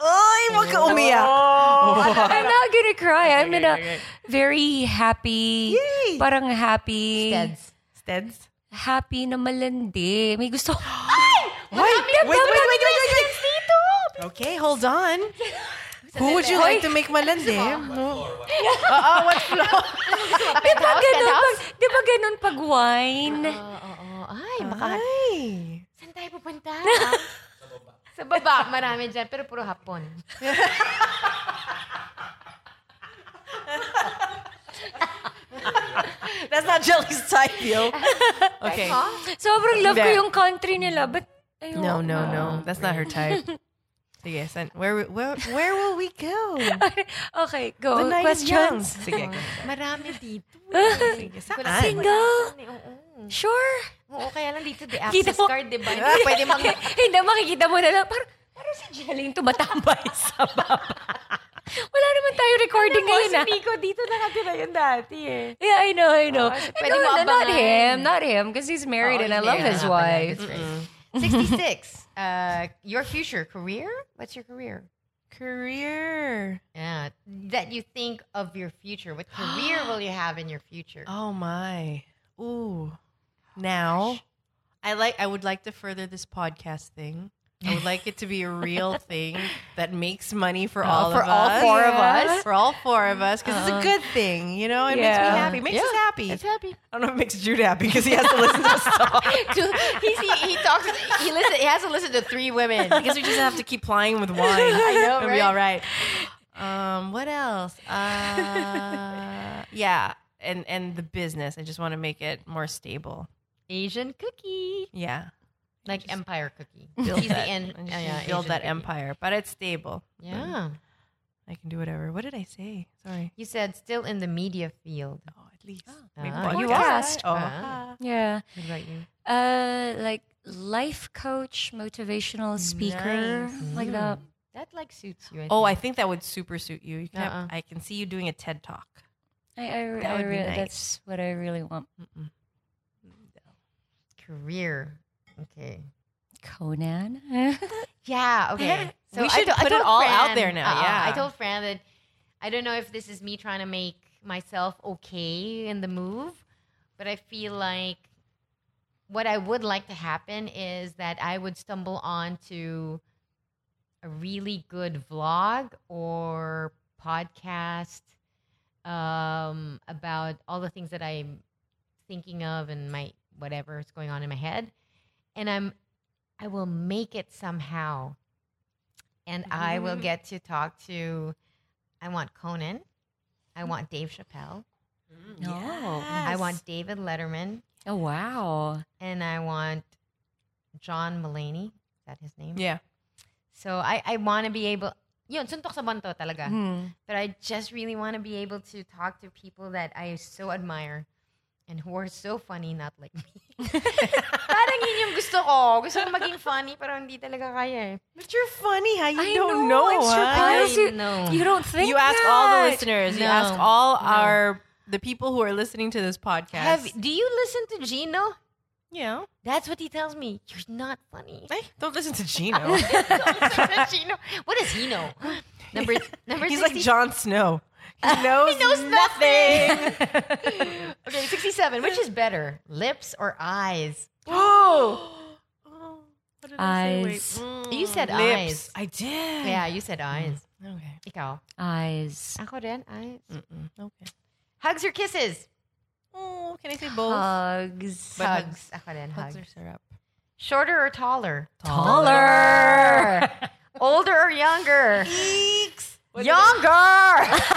Speaker 1: Ay, wag ka umiyak.
Speaker 2: *laughs* I'm not gonna cry. I'm in a very happy, parang happy,
Speaker 3: Steads.
Speaker 1: Steads.
Speaker 2: happy na malandi. May gusto. *gasps*
Speaker 1: Wait, wait, wait, wait, wait, wait. Okay, hold on. Who would you like to make malandi? Oo, Uh-uh, what floor?
Speaker 2: Di ba ganun pag, di ba ganun pag wine?
Speaker 1: Uh-huh. Oh,
Speaker 3: Ay, baka
Speaker 1: Ay.
Speaker 3: saan tayo *laughs* pupunta? Sa baba. Marami dyan, pero puro hapon.
Speaker 1: That's not Jelly's type, yo. Okay.
Speaker 2: Sobrang love ko
Speaker 1: Hindi.
Speaker 2: yung country nila, but ayoko
Speaker 1: No, no,
Speaker 2: na.
Speaker 1: no. That's not her type. Sige, send, where, where, where will we go?
Speaker 2: okay, go.
Speaker 1: The night is young.
Speaker 2: Questions?
Speaker 1: Sige, go.
Speaker 3: Marami dito.
Speaker 1: sige.
Speaker 3: *laughs* Wala
Speaker 1: Saan?
Speaker 2: Single?
Speaker 3: saan eh, Oo.
Speaker 2: Sure.
Speaker 3: Oo, kaya lang dito the
Speaker 2: Kita
Speaker 3: access
Speaker 2: mo-
Speaker 3: card, di ba? Hindi *laughs* pwede mag...
Speaker 2: Hindi, makikita mo na lang. Parang, parang si Jelling tumatambay *laughs* sa baba. Wala naman tayo recording ngayon, ah.
Speaker 3: Miko, dito nakatira yun dati eh. Ah,
Speaker 2: Yeah, I know, I know.
Speaker 3: so
Speaker 2: Eh,
Speaker 3: pwede
Speaker 2: no,
Speaker 3: mo
Speaker 2: no, not
Speaker 3: abangan. Oh,
Speaker 2: him, not him, because he's married and I love his wife.
Speaker 3: *laughs* Sixty-six. uh, your future career? What's your career?
Speaker 1: Career.
Speaker 3: Yeah, that you think of your future. What career will you have in your *gasps* future?
Speaker 1: Oh my. Ooh. Now, I like I would like to further this podcast thing. I would like it to be a real
Speaker 3: *laughs*
Speaker 1: thing that makes money for all
Speaker 3: Uh, for
Speaker 1: of
Speaker 3: all
Speaker 1: us.
Speaker 3: four of us. Uh-huh.
Speaker 1: For all four of us because it's a good thing, you know? It makes
Speaker 2: Yeah.
Speaker 1: me happy. It makes us happy.
Speaker 3: It's *laughs*
Speaker 1: I
Speaker 3: happy.
Speaker 1: don't know if it makes Jude happy because he has to listen
Speaker 3: *laughs*
Speaker 1: to us talk.
Speaker 3: He's, he, he talks. He listen. He has to listen to three women.
Speaker 1: I guess we just have to keep plying with wine. I *laughs* It'll
Speaker 3: know,
Speaker 1: be
Speaker 3: right?
Speaker 1: all right. Um, what else? Uh, *laughs* yeah. And and the business. I just want to make it more stable.
Speaker 3: Asian cookie,
Speaker 1: Yeah.
Speaker 3: like empire cookie.
Speaker 1: *laughs* build
Speaker 3: He's
Speaker 1: that,
Speaker 3: the en-
Speaker 1: and
Speaker 3: uh, yeah,
Speaker 1: build
Speaker 3: Asian
Speaker 1: that
Speaker 3: cookie.
Speaker 1: empire, but it's stable.
Speaker 3: Yeah.
Speaker 1: I can do whatever. What did I say? Sorry.
Speaker 3: You said still in the media field.
Speaker 1: Oh, at least
Speaker 3: Ah,
Speaker 1: Maybe
Speaker 2: you
Speaker 1: podcast.
Speaker 2: asked.
Speaker 1: Oh,
Speaker 3: Ah.
Speaker 2: Yeah.
Speaker 3: What about you?
Speaker 2: Uh, like life coach, motivational speaker, like that.
Speaker 3: That like suits you. I
Speaker 1: oh,
Speaker 3: think.
Speaker 1: I think that would super suit you. you can have-
Speaker 3: Uh-uh.
Speaker 1: I can see you doing a TED talk.
Speaker 2: I, I,
Speaker 1: That
Speaker 2: I
Speaker 1: would be
Speaker 2: re-
Speaker 1: nice.
Speaker 2: that's what I really want.
Speaker 3: career. Okay.
Speaker 2: Conan. *laughs*
Speaker 1: *laughs*
Speaker 3: Yeah. Okay. So
Speaker 1: We
Speaker 3: I
Speaker 1: should
Speaker 3: to- I
Speaker 1: put it
Speaker 3: told
Speaker 1: all out
Speaker 3: Fran-
Speaker 1: there now,
Speaker 3: uh-uh, I
Speaker 1: yeah.
Speaker 3: told Fran that I don't know if this is me trying to make myself okay in the move, but I feel like what I would like to happen is that I would stumble onto a really good vlog or podcast um, about all the things that I'm thinking of and my whatever is going on in my head, and I'm I will make it somehow. And I will get to talk to I want Conan. I want Dave Chappelle.
Speaker 2: no.
Speaker 3: I want David Letterman.
Speaker 2: Oh wow.
Speaker 3: And I want John Mullaney. Is that his name?
Speaker 1: Yeah.
Speaker 3: So I, I want to be able, yun, suntok sa banto talaga.
Speaker 1: Mm-hmm.
Speaker 2: Hmm.
Speaker 3: But I just really want to be able to talk to people that I so admire and who are so funny, not like
Speaker 1: *laughs*
Speaker 3: me. Parang yun yung gusto ko. Gusto ko maging funny, pero hindi talaga kaya eh.
Speaker 1: But you're funny. How you
Speaker 2: I
Speaker 1: don't
Speaker 2: know,
Speaker 1: know?
Speaker 2: I'm
Speaker 1: huh?
Speaker 2: surprised you,
Speaker 3: know.
Speaker 2: you don't think
Speaker 1: You ask all the
Speaker 2: that.
Speaker 1: listeners. You
Speaker 3: No,
Speaker 1: ask all
Speaker 3: no.
Speaker 1: our the people who are listening to this podcast.
Speaker 3: Have, do you listen to Gino?
Speaker 1: yeah.
Speaker 3: That's what he tells me. You're not *laughs* funny.
Speaker 1: Hey, don't listen to Gino.
Speaker 3: *laughs* Gino. What does he know?
Speaker 1: *laughs*
Speaker 3: Number number
Speaker 1: He's
Speaker 3: 60,
Speaker 1: like Jon Snow. He knows,
Speaker 3: knows
Speaker 1: nothing. *laughs*
Speaker 3: Okay, 67. Which is better, lips or eyes?
Speaker 1: *gasps* oh. What did
Speaker 2: Eyes.
Speaker 3: You said
Speaker 1: Mm. Lips.
Speaker 3: eyes.
Speaker 1: I did.
Speaker 3: *sighs* Yeah, you said eyes.
Speaker 1: Okay.
Speaker 3: Ikaw.
Speaker 2: Eyes.
Speaker 3: Ako rin, eyes.
Speaker 1: Okay.
Speaker 3: Hugs or kisses?
Speaker 1: Oh, can I say both?
Speaker 2: Hugs.
Speaker 1: But
Speaker 3: hugs. Ako rin, hugs.
Speaker 1: Hugs are syrup.
Speaker 3: Shorter or taller?
Speaker 2: Taller.
Speaker 3: Older or younger?
Speaker 1: Younger. *laughs*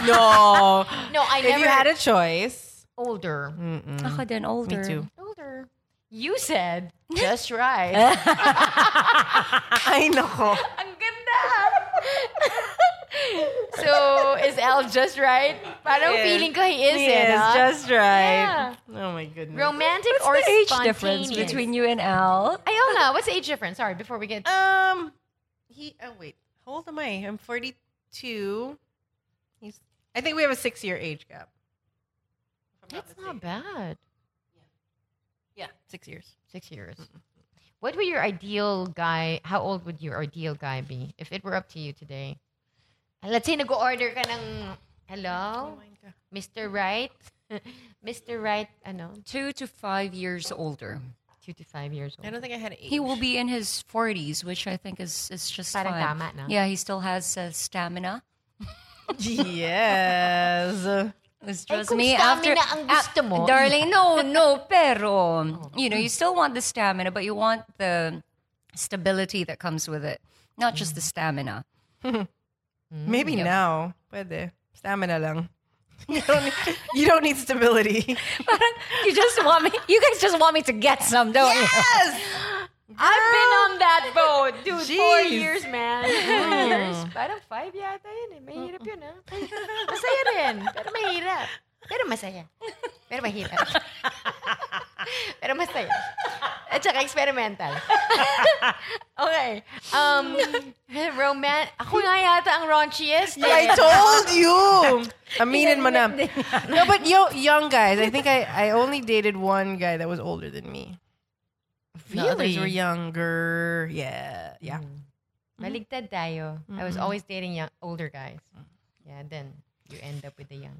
Speaker 1: no.
Speaker 3: No, I
Speaker 1: If
Speaker 3: never
Speaker 1: you had a choice.
Speaker 3: older.
Speaker 2: Ako din older.
Speaker 1: Me too.
Speaker 3: Older. You *laughs* said just right.
Speaker 1: *laughs*
Speaker 3: *laughs*
Speaker 1: I *laughs* know.
Speaker 3: *laughs* Ang ganda. so is L just right? Parang feeling ko he is
Speaker 1: He
Speaker 3: it,
Speaker 1: is
Speaker 3: huh?
Speaker 1: just right.
Speaker 3: Yeah.
Speaker 1: Oh my goodness.
Speaker 3: Romantic
Speaker 2: What's
Speaker 3: or
Speaker 2: the age
Speaker 3: spontaneous?
Speaker 2: difference between you and Al?
Speaker 3: Iona, what's the age difference? Sorry, before we get
Speaker 1: Um, he. Oh wait, how old am I? I'm 42. He's. I think we have a six-year age gap. If I'm
Speaker 3: That's
Speaker 1: mistaken.
Speaker 3: not bad.
Speaker 1: Yeah, six years.
Speaker 3: Six years. What would your ideal guy? How old would your ideal guy be if it were up to you today? Ah, Let's say nag-order ka ng hello, Mr. Right, *laughs* Mr. Right. Ano?
Speaker 2: Two to five years older.
Speaker 3: Two to five years
Speaker 1: I
Speaker 3: old.
Speaker 1: don't think I had an age.
Speaker 2: He will be in his 40s, which I think is, is just
Speaker 3: Parang
Speaker 2: fine.
Speaker 3: tama na.
Speaker 2: Yeah, he still has uh, stamina. Mm,
Speaker 1: yes.
Speaker 2: It's just
Speaker 3: kung
Speaker 2: me after Ah,
Speaker 3: stamina ang gusto mo.
Speaker 2: darling. No, no, pero you know, you still want the stamina, but you want the stability that comes with it, not just the stamina.
Speaker 1: Maybe now. Pwede. Stamina lang. *laughs* You don't need, you don't need
Speaker 2: *laughs*
Speaker 1: stability.
Speaker 2: you just want me. You guys just want me to get some, don't you?
Speaker 3: I've been on that boat, dude. Four
Speaker 1: Jeez.
Speaker 3: years, man. Four years. Parang five yata yun eh. Mahirap yun *laughs* ah. Masaya rin. Pero mahirap. Pero masaya. Pero mahirap. Pero masaya. At saka experimental. *laughs* okay. Um, *laughs* roman... Ako nga yata ang raunchiest.
Speaker 1: I told
Speaker 2: *laughs*
Speaker 1: you. Aminin mo na. No, but yo, young guys. I think I, I only dated one guy that was older than me. The others were younger. Yeah. Yeah.
Speaker 2: Mm.
Speaker 3: Maligtad tayo. I was always dating young, older guys. Yeah, then you end up with the young.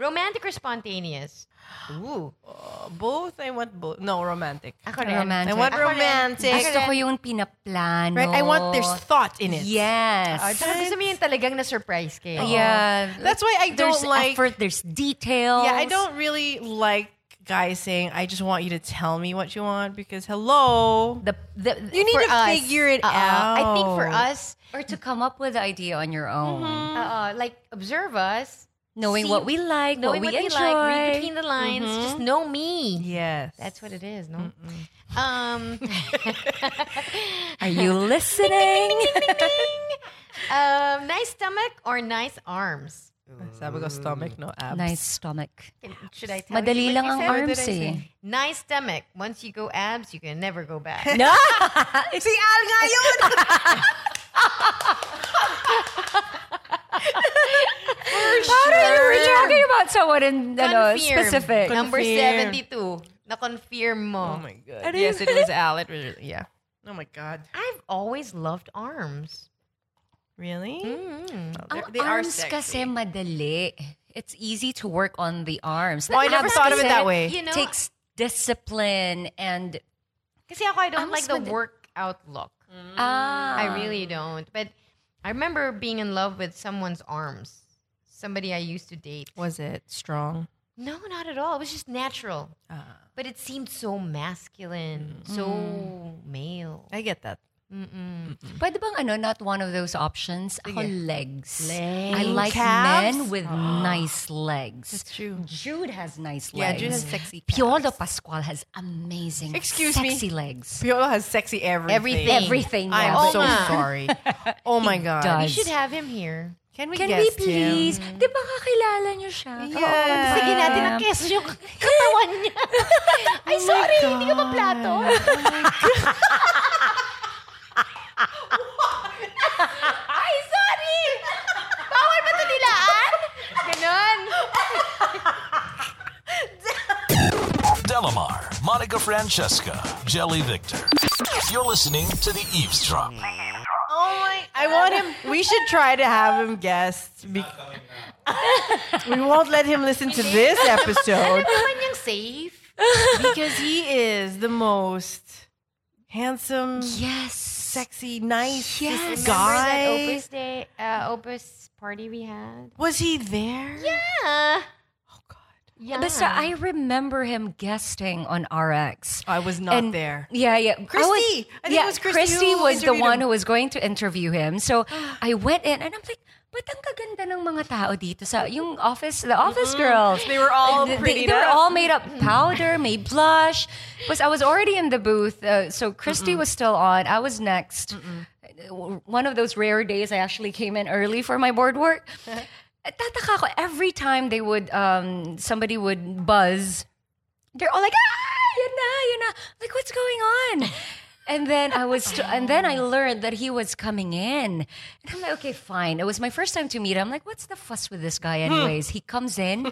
Speaker 3: Romantic or spontaneous? Ooh.
Speaker 1: Oh, Both. I want both. No, romantic.
Speaker 3: Ako rin.
Speaker 2: Romantic.
Speaker 1: I want
Speaker 3: Ako rin.
Speaker 1: romantic. *laughs*
Speaker 2: Gusto ko yung pinaplano.
Speaker 1: Right? I want there's thought in it.
Speaker 3: Ah,
Speaker 2: Yes.
Speaker 3: tsaka gusto mo yun talagang na-surprise kayo.
Speaker 2: Yeah.
Speaker 1: That's why I don't
Speaker 2: there's
Speaker 1: like-
Speaker 2: effort. There's details.
Speaker 1: Yeah, I don't really like guys saying, I just want you to tell me what you want because hello.
Speaker 3: The, the,
Speaker 1: You need
Speaker 3: for
Speaker 1: to
Speaker 3: us,
Speaker 1: figure it
Speaker 3: uh-uh, I think for
Speaker 1: out.
Speaker 3: us,
Speaker 2: Or to come up with the idea on your own,
Speaker 1: Mm-hmm.
Speaker 3: uh, like, observe us.
Speaker 2: knowing
Speaker 3: See-
Speaker 2: what we like, what
Speaker 3: knowing
Speaker 2: we
Speaker 3: what
Speaker 2: enjoy.
Speaker 3: we like, read between the lines, just know me.
Speaker 1: Mm-hmm. Yes.
Speaker 3: That's what it is, no?
Speaker 1: *laughs*
Speaker 3: Um,
Speaker 2: Are you listening?
Speaker 3: um, nice stomach or nice arms?
Speaker 1: Sabi ko stomach, no abs.
Speaker 2: nice stomach.
Speaker 3: Can- Should I tell
Speaker 2: Madali
Speaker 3: you what
Speaker 2: lang
Speaker 3: you
Speaker 2: ang
Speaker 3: said, or did
Speaker 2: arms
Speaker 3: I say-
Speaker 2: eh.
Speaker 3: Nice stomach. Once you go abs, you can never go
Speaker 1: *laughs*
Speaker 3: back.
Speaker 2: No!
Speaker 1: Si Al nga yun!
Speaker 2: We're talking about someone in ano,
Speaker 3: Confirm.
Speaker 2: specific.
Speaker 3: Number
Speaker 1: Confirm.
Speaker 3: 72. Na-confirm mo.
Speaker 1: Oh my god. Yes, it was Al. It was, yeah. *laughs* Oh my god.
Speaker 3: I've always loved arms.
Speaker 1: Really? Oh,
Speaker 2: Ang
Speaker 1: they're- they are
Speaker 2: arms kasi
Speaker 1: sexy.
Speaker 2: madali. It's easy to work on the arms.
Speaker 1: Oh, I
Speaker 2: The
Speaker 1: never
Speaker 2: arms
Speaker 1: thought of it
Speaker 2: kasi
Speaker 1: that way.
Speaker 3: You know,
Speaker 2: takes discipline and
Speaker 3: kasi ako, I don't
Speaker 2: Arms
Speaker 3: like the
Speaker 2: mad-
Speaker 3: workout look.
Speaker 1: Mm.
Speaker 2: ah,
Speaker 3: I really don't. But I remember being in love with someone's arms. Somebody I used to date.
Speaker 1: Was it strong?
Speaker 3: No, not at all. It was just natural.
Speaker 1: Ah.
Speaker 3: But it seemed so masculine,
Speaker 1: Mm.
Speaker 3: so male.
Speaker 1: I get that.
Speaker 2: Pwede bang ano, not one of those options? Ako, legs. I like
Speaker 1: Calves? Ah.
Speaker 2: men with nice legs. That's
Speaker 1: true.
Speaker 2: Jude has nice
Speaker 1: Yeah,
Speaker 2: legs.
Speaker 1: June has sexy.
Speaker 2: Piolo Pascual has amazing,
Speaker 1: Excuse me?
Speaker 2: sexy legs.
Speaker 1: Piolo has sexy everything.
Speaker 3: Everything.
Speaker 2: Everything.
Speaker 1: I am
Speaker 2: yeah.
Speaker 1: so sorry. Oh my god.
Speaker 3: We
Speaker 2: does.
Speaker 3: should have him here.
Speaker 1: Can we
Speaker 2: Can we
Speaker 1: guest him?
Speaker 2: please? Mm-hmm. Di ba kakilala niyo siya?
Speaker 1: Yeah.
Speaker 3: Sige natin ang keso yung katawan niya. *laughs* Ay, sorry, hindi ka maplato. *laughs* Ay, sorry! Bawal ba ito nilaan? Ganon.
Speaker 7: Delamar, Monica Francesca, Jelly Victor. You're listening to the eavesdrop.
Speaker 1: Oh I want him. We should try to have him guest. Be- we won't let him listen to this episode
Speaker 3: Naman niyang safe.
Speaker 1: because he is the most handsome,
Speaker 2: Yes.
Speaker 1: sexy, nice
Speaker 2: Yes.
Speaker 3: Remember that
Speaker 1: guy.
Speaker 3: Opus Day, uh, Opus party we had? Oh
Speaker 1: Was he there?
Speaker 3: Yeah. Yeah.
Speaker 2: Basta, I remember him guesting on RX.
Speaker 1: I was not
Speaker 2: And-
Speaker 1: there.
Speaker 2: Yeah, yeah.
Speaker 1: Christy.
Speaker 2: was-
Speaker 1: I think it was Christy who
Speaker 2: was the
Speaker 1: interviewed
Speaker 2: one
Speaker 1: him.
Speaker 2: who was going to interview him.
Speaker 1: *gasps*
Speaker 2: So I went in and I'm like, but ang kaganda ng mga tao dito sa yung office, the office girls.
Speaker 1: Mm-hmm. They were all
Speaker 2: They-
Speaker 1: pretty Mm-hmm.
Speaker 2: They, they were
Speaker 1: up.
Speaker 2: all made up powder, made blush. Because I was already in the booth, uh, so Christy was still on. I
Speaker 1: *laughs*
Speaker 2: was next. One of those rare days I actually came in early for my board work. tataka ako every time they would um somebody would buzz they're all like ah yun na yun na like what's going on and then i was and then i learned that he was coming in and i'm like okay fine it was my first time to meet him i'm like what's the fuss with this guy anyways he comes in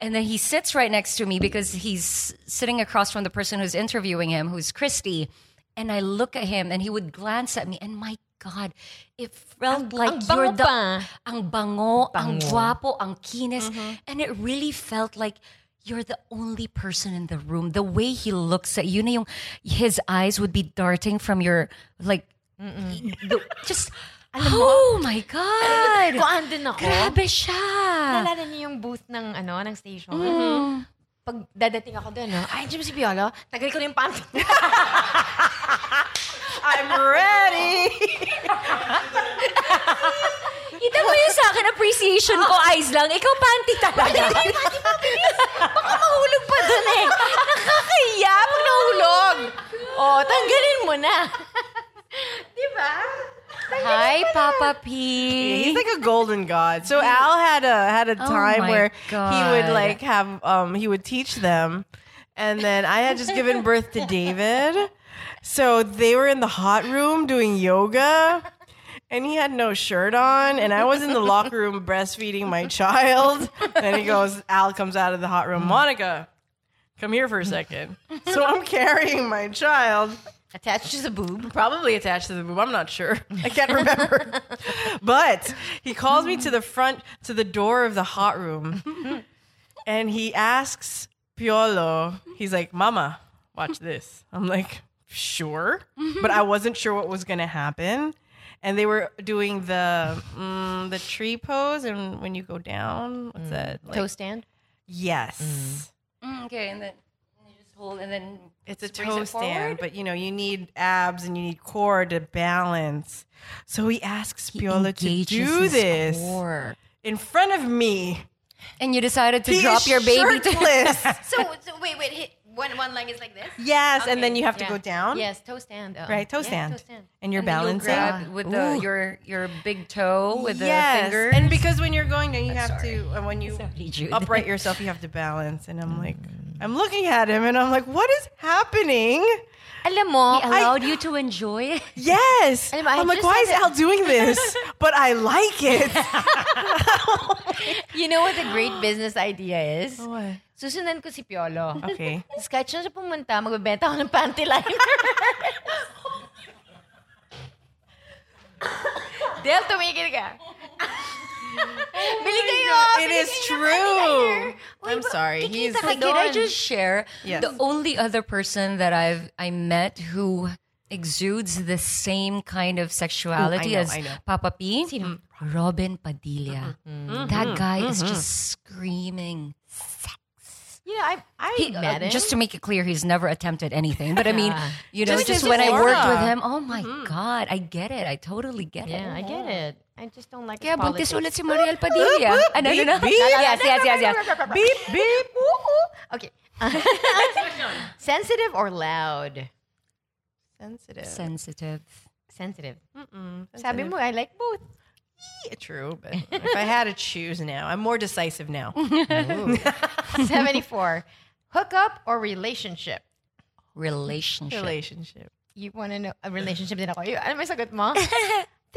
Speaker 2: and then he sits right next to me because he's sitting across from the person who's interviewing him who's christy and i look at him and he would glance at me and my god it felt like
Speaker 3: ang
Speaker 2: you're
Speaker 3: bango pa.
Speaker 2: the ang bango, Mm-hmm. ang guapo, ang kinis. And it really felt like you're the only person in the room. The way he looks at you, na yung, his eyes would be darting from your, like, the- just, oh my God.
Speaker 3: Kuan din ako.
Speaker 2: Grabe siya.
Speaker 3: Nalala niyo yung booth ng, ano, ng station? Pag dadating ako doon, no? Ay, Jim si Piolo, tagal ko na yung panty.
Speaker 1: I'm ready.
Speaker 2: Kita mo yun sa akin, appreciation ko, eyes lang. Ikaw, Ah. panty talaga.
Speaker 6: Baka mahulog pa dun eh. Nakakahiya pag nahulog. Oh, tanggalin mo na.
Speaker 2: Hi, Papa P.
Speaker 1: He's like a golden god. So Al had a had a time
Speaker 2: Oh my
Speaker 1: where he
Speaker 2: God.
Speaker 1: would like have um he would teach them, and then I had just given birth to David, so they were in the hot room doing yoga. And he had no shirt on, and I was in the locker room breastfeeding my child. And he goes, Al comes out of the hot room, Monica, come here for a second. So I'm carrying my child,
Speaker 3: *laughs* Attached to the boob.
Speaker 1: probably attached to the boob. I'm not sure. I can't remember. *laughs* but he calls me to the front, to the door of the hot room, and he asks Piolo, he's like, Mama, watch this. I'm like, sure. But I wasn't sure what was going to happen. And they were doing the mm, the tree pose, and when you go down, what's that? Like,
Speaker 3: Toe stand.
Speaker 1: Yes.
Speaker 2: Mm, Okay, and then and you just hold, and then
Speaker 1: It's a
Speaker 2: just raise
Speaker 1: toe
Speaker 2: it
Speaker 1: stand,
Speaker 2: forward?
Speaker 1: but you know, you need abs and you need core to balance. So he asks Piola to
Speaker 2: Engages
Speaker 1: do
Speaker 2: his
Speaker 1: this
Speaker 2: core.
Speaker 1: in front of me.
Speaker 2: And you decided to
Speaker 1: He is
Speaker 2: drop your baby to
Speaker 1: shirtless.
Speaker 6: So, so wait, wait. Hit, one, one leg is like this?
Speaker 1: *laughs* yes, and then
Speaker 6: Okay,
Speaker 1: you have to
Speaker 6: yeah.
Speaker 1: go down.
Speaker 3: Yes, toe stand. Uh-oh.
Speaker 1: Right, toe
Speaker 3: Yeah,
Speaker 1: stand.
Speaker 3: toe stand.
Speaker 1: And you're
Speaker 2: And then you'll
Speaker 1: balancing.
Speaker 2: grab with the, your your big toe with
Speaker 1: yes.
Speaker 2: the finger.
Speaker 1: And because when you're going down, you have to, and
Speaker 2: *laughs*
Speaker 1: when you
Speaker 2: Jude. Mm.
Speaker 1: upright yourself, you have to balance. And I'm like, I'm looking at him and I'm like, what is happening?
Speaker 3: Alam mo,
Speaker 2: He allowed you to enjoy it.
Speaker 1: Yes.
Speaker 3: Alam mo, I
Speaker 1: I'm like,
Speaker 3: just
Speaker 1: why is
Speaker 3: had a-
Speaker 1: Al
Speaker 2: *laughs*
Speaker 1: doing this? But I like it.
Speaker 3: you know what the great business idea is? Susundan ko si Piolo.
Speaker 1: Okay.
Speaker 3: Tapos kahit saan siya pumunta, magbebenta ako ng panty *laughs* liner. Del, tumigil ka. Bili kayo!
Speaker 1: It
Speaker 3: bili
Speaker 1: is
Speaker 3: kayo ng panty liner.
Speaker 1: true. I'm sorry. He's
Speaker 2: Can I just share
Speaker 1: Yes.
Speaker 2: the only other person that I've I met who exudes the same kind of sexuality
Speaker 1: know,
Speaker 2: as
Speaker 1: I know.
Speaker 2: Papa P? Mm-hmm. Robin Padilla. That guy is just screaming.
Speaker 3: You know, I, I
Speaker 2: He- uh,
Speaker 3: met him.
Speaker 2: just to make it clear, he's never attempted anything. But I mean, you know,
Speaker 1: Just
Speaker 2: just,
Speaker 1: his
Speaker 2: when I worked
Speaker 1: aura.
Speaker 2: with him, oh my god, I get it. I totally get it.
Speaker 3: yeah, I get it. I just don't like
Speaker 2: Kaya
Speaker 3: his politics.
Speaker 2: buntis ulit si Mariel Padilla. Ah, Ano, ano, ano? Yes, yes, yes, yes.
Speaker 3: Beep, beep. Okay. *laughs* Sensitive or loud?
Speaker 1: sensitive.
Speaker 2: Sensitive.
Speaker 3: Sensitive. Sabi mo, I like both. *laughs*
Speaker 1: Yeah, True, but if I had to choose now, I'm more decisive now.
Speaker 3: 74. Hookup or relationship?
Speaker 2: Relationship. *laughs*
Speaker 1: Relationship.
Speaker 3: You want to know a relationship din ako. You- Ano may sagot
Speaker 2: *laughs*
Speaker 3: mo?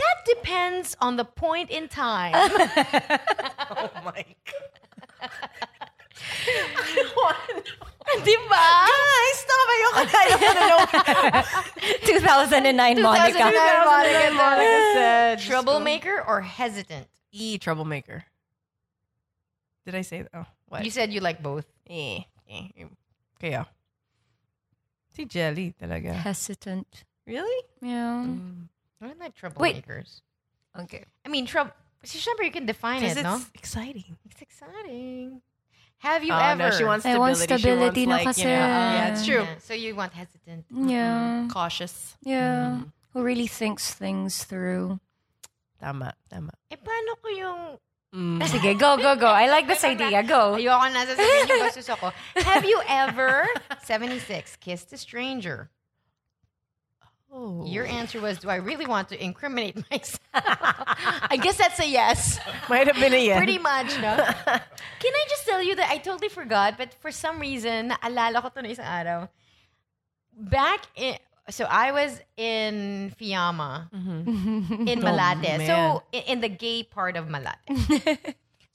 Speaker 3: That depends on the point in
Speaker 2: *laughs*
Speaker 3: time.
Speaker 1: Oh my god.
Speaker 3: Di ba?
Speaker 1: Guys, stop. Ayoko na. Ayoko na know. *laughs*
Speaker 2: 2009 Monica.
Speaker 3: 2009 Monica.
Speaker 1: Monica said.
Speaker 3: Troublemaker or hesitant?
Speaker 1: E, troublemaker. Did I say that? Oh, what?
Speaker 3: You said you like both.
Speaker 1: Eh, eh, eh. Kaya. Si Jelly talaga.
Speaker 2: Hesitant.
Speaker 1: Really?
Speaker 2: Yeah.
Speaker 3: Mm.
Speaker 1: Mm.
Speaker 3: I don't like troublemakers.
Speaker 2: Okay.
Speaker 3: I mean, trouble. Sure, you can define
Speaker 1: Because
Speaker 3: it,
Speaker 1: it's
Speaker 3: no?
Speaker 1: exciting.
Speaker 3: It's exciting. Have you
Speaker 1: Oh,
Speaker 3: ever?
Speaker 1: no, she wants
Speaker 2: I
Speaker 1: stability.
Speaker 2: want stability
Speaker 1: she
Speaker 2: na
Speaker 1: wants, like, you know,
Speaker 2: kasi.
Speaker 1: yeah, it's true.
Speaker 3: Yeah, So you want hesitant. Mm-hmm.
Speaker 2: Yeah.
Speaker 1: Cautious.
Speaker 2: Yeah. Who really thinks things *laughs* through?
Speaker 1: Tama, tama.
Speaker 3: Eh, paano ko yung... Mm.
Speaker 2: Sige, go, go, go. I like this idea. Go.
Speaker 3: Ayoko na sasabihin yung gusto ko. Have you ever, 76, kissed a stranger?
Speaker 1: Oh.
Speaker 3: Your answer was, "Do I really want to incriminate *laughs* myself?"
Speaker 6: I guess that's a
Speaker 3: *laughs*
Speaker 6: yes.
Speaker 1: Might have been a yes.
Speaker 3: Pretty much, no? Can I just tell you that I totally forgot, but for some reason, naalala ko to na isang araw. Back in, so I was in Fiamma,
Speaker 1: Mm-hmm.
Speaker 2: *laughs*
Speaker 3: in Malate. so, i- in the gay part of Malate.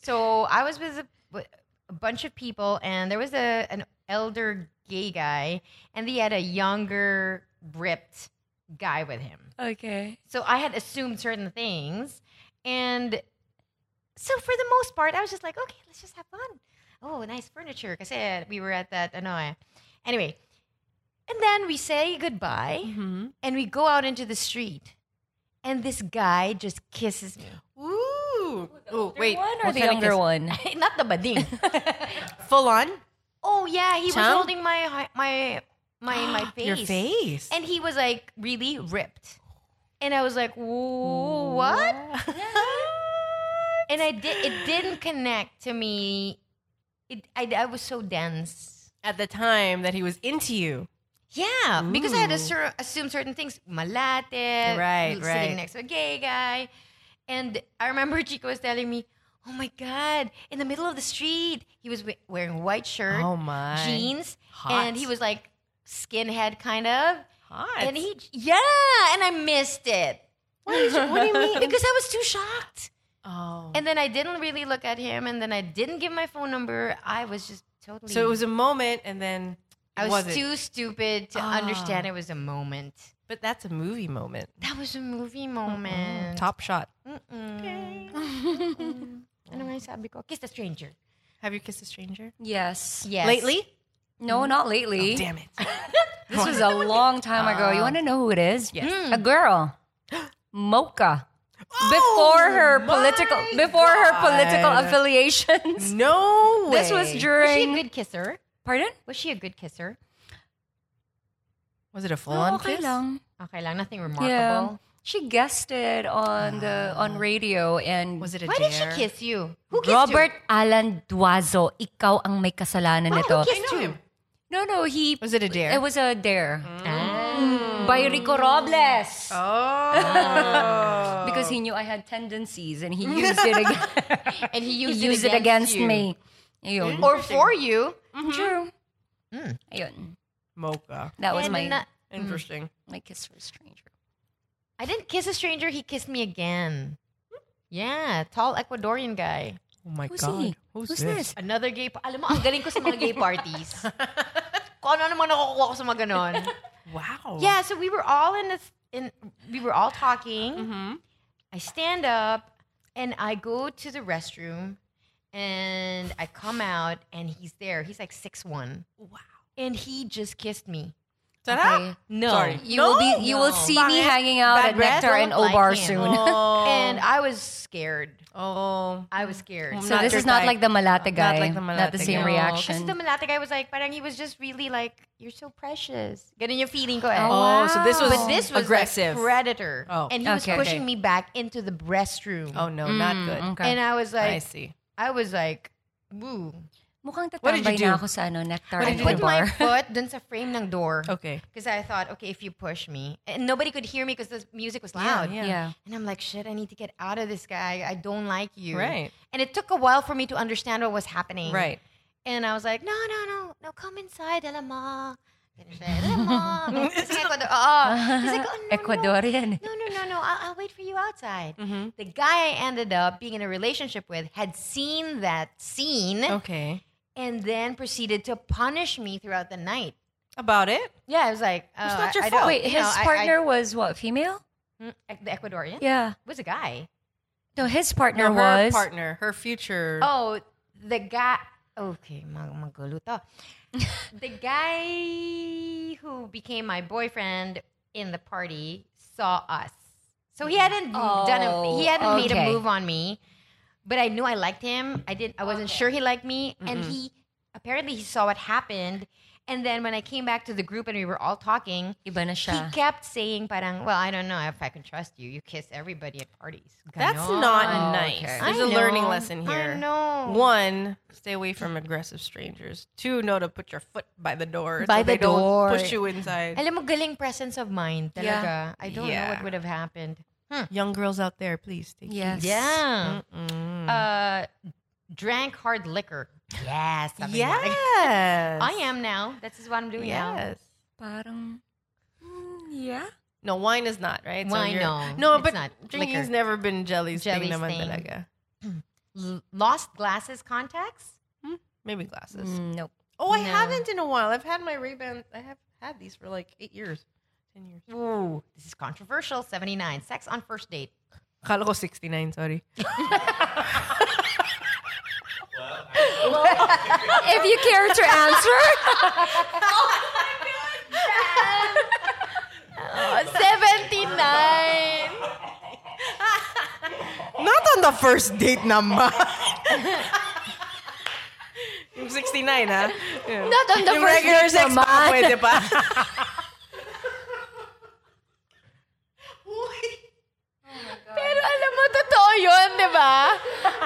Speaker 3: so, I was with a, with a bunch of people, and there was a, an elder gay guy, and he had a younger, ripped guy with him.
Speaker 5: Okay.
Speaker 3: So I had assumed certain things. And so for the most part, I was just like, okay, let's just have fun. Oh, nice furniture. Because we were at that, ano eh. Anyway. And then we say goodbye
Speaker 1: Mm-hmm.
Speaker 3: and we go out into the street. And this guy just kisses me.
Speaker 1: Ooh. Oh, wait.
Speaker 2: One or
Speaker 1: What
Speaker 2: the
Speaker 1: kind of
Speaker 2: younger
Speaker 1: kiss?
Speaker 2: one? *laughs*
Speaker 3: Not the bading.
Speaker 1: *laughs* Full on?
Speaker 3: oh yeah, he was
Speaker 1: Chum?
Speaker 3: holding my my my my
Speaker 1: *gasps*
Speaker 3: face.
Speaker 1: Your face.
Speaker 3: And he was like really ripped. And I was like, "Whoa, what? and I did it didn't connect to me. It I, I was so dense.
Speaker 1: At the time that he was into you.
Speaker 3: Yeah, because I had to cer- assume certain things. Malate,
Speaker 1: Right,
Speaker 3: sitting
Speaker 1: right.
Speaker 3: next to a gay guy. And I remember *laughs* Chico was telling me, "Oh my god, in the middle of the street, he was we- wearing a white shirt,
Speaker 1: Oh my.
Speaker 3: jeans,
Speaker 1: Hot.
Speaker 3: and he was like skinhead kind of."
Speaker 1: Hot.
Speaker 3: And he, yeah, and I missed it. What, did you, what do you mean? *laughs* because I was too shocked.
Speaker 1: *laughs* oh.
Speaker 3: And then I didn't really look at him, and then I didn't give my phone number. I was just totally.
Speaker 1: So it was a moment and then
Speaker 3: I was, Ah.
Speaker 1: wasn't.
Speaker 3: too stupid to understand it was a moment.
Speaker 1: But that's a movie moment.
Speaker 3: That was a movie moment.
Speaker 1: Top shot.
Speaker 3: *laughs* Ano nga yung sabi ko? Kiss the stranger.
Speaker 1: Have you kissed a stranger?
Speaker 2: Yes.
Speaker 3: Yes.
Speaker 1: Lately?
Speaker 2: No, not lately.
Speaker 1: Damn
Speaker 3: *laughs*
Speaker 1: it.
Speaker 2: This *laughs* was a long time ago. You want to know who it is? Yes. A *gasps* girl. Mocha. Oh Before her
Speaker 1: Oh
Speaker 2: political before her political *laughs* affiliations.
Speaker 1: No way.
Speaker 2: This was
Speaker 3: Was she a
Speaker 2: during
Speaker 3: good kisser?
Speaker 2: Pardon?
Speaker 3: Was she a good kisser?
Speaker 1: Was it a full on
Speaker 2: okay
Speaker 1: kiss?
Speaker 2: lang.
Speaker 3: Okay lang, nothing
Speaker 2: Oh, Yeah.
Speaker 3: remarkable.
Speaker 2: She guested on the on radio and
Speaker 1: Was it a
Speaker 3: Why
Speaker 1: dare?
Speaker 3: did she kiss you? Who kissed
Speaker 2: Robert Alan Duazo, ikaw ang may
Speaker 3: you?
Speaker 2: kasalanan nito.
Speaker 3: Who kissed you?
Speaker 2: No, no, he
Speaker 1: Was it a dare?
Speaker 2: It was a dare. Ah. By Rico Robles.
Speaker 1: *laughs* Oh.
Speaker 2: because he knew I had tendencies and he used it again.
Speaker 3: And he
Speaker 2: he
Speaker 3: used,
Speaker 2: used it against
Speaker 3: you. Mm-hmm.
Speaker 2: me. Ayun.
Speaker 3: Or for you.
Speaker 2: True. Ayun.
Speaker 1: Mocha.
Speaker 2: That was
Speaker 3: And
Speaker 2: my
Speaker 3: na-
Speaker 1: Mm. Interesting.
Speaker 2: my kiss for a stranger.
Speaker 3: I didn't kiss a stranger. He kissed me again. Yeah, tall Ecuadorian guy.
Speaker 1: Oh my
Speaker 2: Who's
Speaker 1: god.
Speaker 2: he?
Speaker 1: Who's,
Speaker 2: Who's
Speaker 1: this?
Speaker 2: this?
Speaker 3: Another gay. Pa- Alam mo, ang galing ko sa mga gay parties.
Speaker 1: *laughs*
Speaker 3: Kung ano naman nakukuha ko sa mga ganon.
Speaker 1: Wow.
Speaker 3: Yeah, so we were all in this. In we were all talking.
Speaker 1: Mm-hmm.
Speaker 3: I stand up and I go to the restroom, and I come out and he's there. He's like six one. Wow. And he just kissed me.
Speaker 1: Ta-da.
Speaker 2: Okay.
Speaker 3: No.
Speaker 1: Sorry.
Speaker 2: You will be you will see
Speaker 1: Bakit?
Speaker 2: me hanging out
Speaker 3: Bad
Speaker 2: at
Speaker 3: breath?
Speaker 2: Nectar
Speaker 3: I
Speaker 2: and
Speaker 3: don't like
Speaker 2: Obar
Speaker 3: him.
Speaker 2: soon.
Speaker 1: Oh.
Speaker 3: *laughs* And I was scared.
Speaker 1: oh.
Speaker 3: I was scared.
Speaker 2: so
Speaker 1: not
Speaker 2: this
Speaker 1: your
Speaker 2: is not
Speaker 1: type.
Speaker 2: like the Malate
Speaker 1: Not
Speaker 2: guy.
Speaker 1: like the
Speaker 2: Not
Speaker 1: Malate
Speaker 2: the same
Speaker 1: guy.
Speaker 3: Kasi
Speaker 2: reaction.
Speaker 3: the Malate guy was like, parang he was just really like, you're so precious. Ganun yung feeling ko eh.
Speaker 1: Oh, so this was,
Speaker 3: But this was
Speaker 1: aggressive.
Speaker 3: like predator.
Speaker 1: Oh.
Speaker 3: And he was
Speaker 2: Okay,
Speaker 3: pushing me
Speaker 2: okay.
Speaker 3: back into the restroom.
Speaker 1: oh no, not good.
Speaker 2: okay.
Speaker 3: And I was
Speaker 1: I
Speaker 3: like,
Speaker 1: see.
Speaker 3: I was like, woo.
Speaker 2: Mukhang
Speaker 1: did you
Speaker 2: tatambay na
Speaker 1: do?
Speaker 2: ako sa ano, Nectar
Speaker 1: What did
Speaker 3: I
Speaker 2: and
Speaker 1: you
Speaker 3: put
Speaker 1: do?
Speaker 3: my
Speaker 2: Obar.
Speaker 3: foot dun sa frame ng door.
Speaker 1: Okay.
Speaker 3: Because I thought, okay, if you push me, and nobody could hear me because the music was loud.
Speaker 1: yeah.
Speaker 2: Yeah.
Speaker 3: And I'm like, shit, I need to get out of this guy. I don't like you.
Speaker 1: Right.
Speaker 3: And it took a while for me to understand what was happening.
Speaker 1: Right.
Speaker 3: And I was like, no, no, no, no, come inside, Elama.
Speaker 2: *laughs*
Speaker 3: Elama. Kasi Ecuador, oo. Kasi ko, "Oh, no,
Speaker 2: Ecuadorian.
Speaker 3: No, no, no, no, no. I'll, I'll wait for you outside.
Speaker 2: Mm-hmm.
Speaker 3: The guy I ended up being in a relationship with had seen that scene
Speaker 2: Oh.
Speaker 1: Okay.
Speaker 3: and then proceeded to punish me throughout the night.
Speaker 1: About it?
Speaker 3: Yeah, I was like, oh,
Speaker 1: not your
Speaker 3: I, I don't-
Speaker 1: fault.
Speaker 2: Wait,
Speaker 3: you
Speaker 2: his
Speaker 3: know, I- I-
Speaker 2: partner was what? Female?
Speaker 3: Mm, Ec- the Ecuadorian?
Speaker 2: Yeah.
Speaker 3: Was a guy.
Speaker 2: No, his partner
Speaker 1: her
Speaker 2: was.
Speaker 1: partner, her future.
Speaker 3: Oh, the guy. Okay, mag- magulo
Speaker 9: *laughs*
Speaker 3: to. the guy who became my boyfriend in the party saw us. So he hadn't done a, he
Speaker 2: Oh,
Speaker 3: hadn't made a
Speaker 2: okay.
Speaker 3: move on me, but I knew I liked him. I didn't I wasn't sure he liked me and he apparently he saw what happened And then when I came back to the group and we were all talking,
Speaker 9: Iba na siya.
Speaker 3: he kept saying, parang, well, I don't know if I can trust you. You kiss everybody at parties.
Speaker 1: That's
Speaker 3: Ganon.
Speaker 1: not nice.
Speaker 9: okay.
Speaker 1: There's a
Speaker 3: I
Speaker 1: learning
Speaker 3: know.
Speaker 1: lesson
Speaker 3: I
Speaker 1: here.
Speaker 3: know.
Speaker 1: One, stay away from aggressive strangers. Two, know to put your foot by the door.
Speaker 3: By
Speaker 1: so
Speaker 3: the
Speaker 1: they don't
Speaker 3: door.
Speaker 1: push you inside.
Speaker 3: Alam mo, galing presence of mind talaga. I don't know what
Speaker 1: Yeah.
Speaker 3: would have happened.
Speaker 1: Young girls out there, please. Take
Speaker 9: Yes.
Speaker 3: Yeah. Uh, drank hard liquor. Yes. I've been wanting-
Speaker 1: Yes. *laughs*
Speaker 3: I am now. This is what I'm doing now.
Speaker 1: Yes.
Speaker 2: Parang, mm, yeah.
Speaker 1: No, wine is not, right?
Speaker 3: Wine,
Speaker 1: you're-
Speaker 3: no.
Speaker 1: No,
Speaker 3: It's
Speaker 1: but
Speaker 3: not.
Speaker 1: drinking's never
Speaker 3: Liquor.
Speaker 1: been jelly's, thing
Speaker 3: Jelly's
Speaker 1: naman
Speaker 3: thing.
Speaker 1: talaga.
Speaker 3: L- lost glasses, contacts.
Speaker 1: Maybe glasses.
Speaker 2: Mm,
Speaker 9: nope.
Speaker 1: Oh, I
Speaker 3: No.
Speaker 1: haven't in a while. I've had my Ray-Ban. I have had these for like eight years. Ten years.
Speaker 3: Ooh, this is controversial. 79. Sex on first date.
Speaker 1: Kala ko 69, sorry.
Speaker 2: *laughs* If you care to *laughs* answer. Oh *laughs*
Speaker 1: Not on the first date naman. *laughs* yung 69, ha?
Speaker 2: Not on the
Speaker 1: yung
Speaker 2: first
Speaker 1: regular
Speaker 2: date
Speaker 1: sex pa,
Speaker 2: naman.
Speaker 1: pwede pa.
Speaker 2: Pero alam mo, totoo yun, di ba?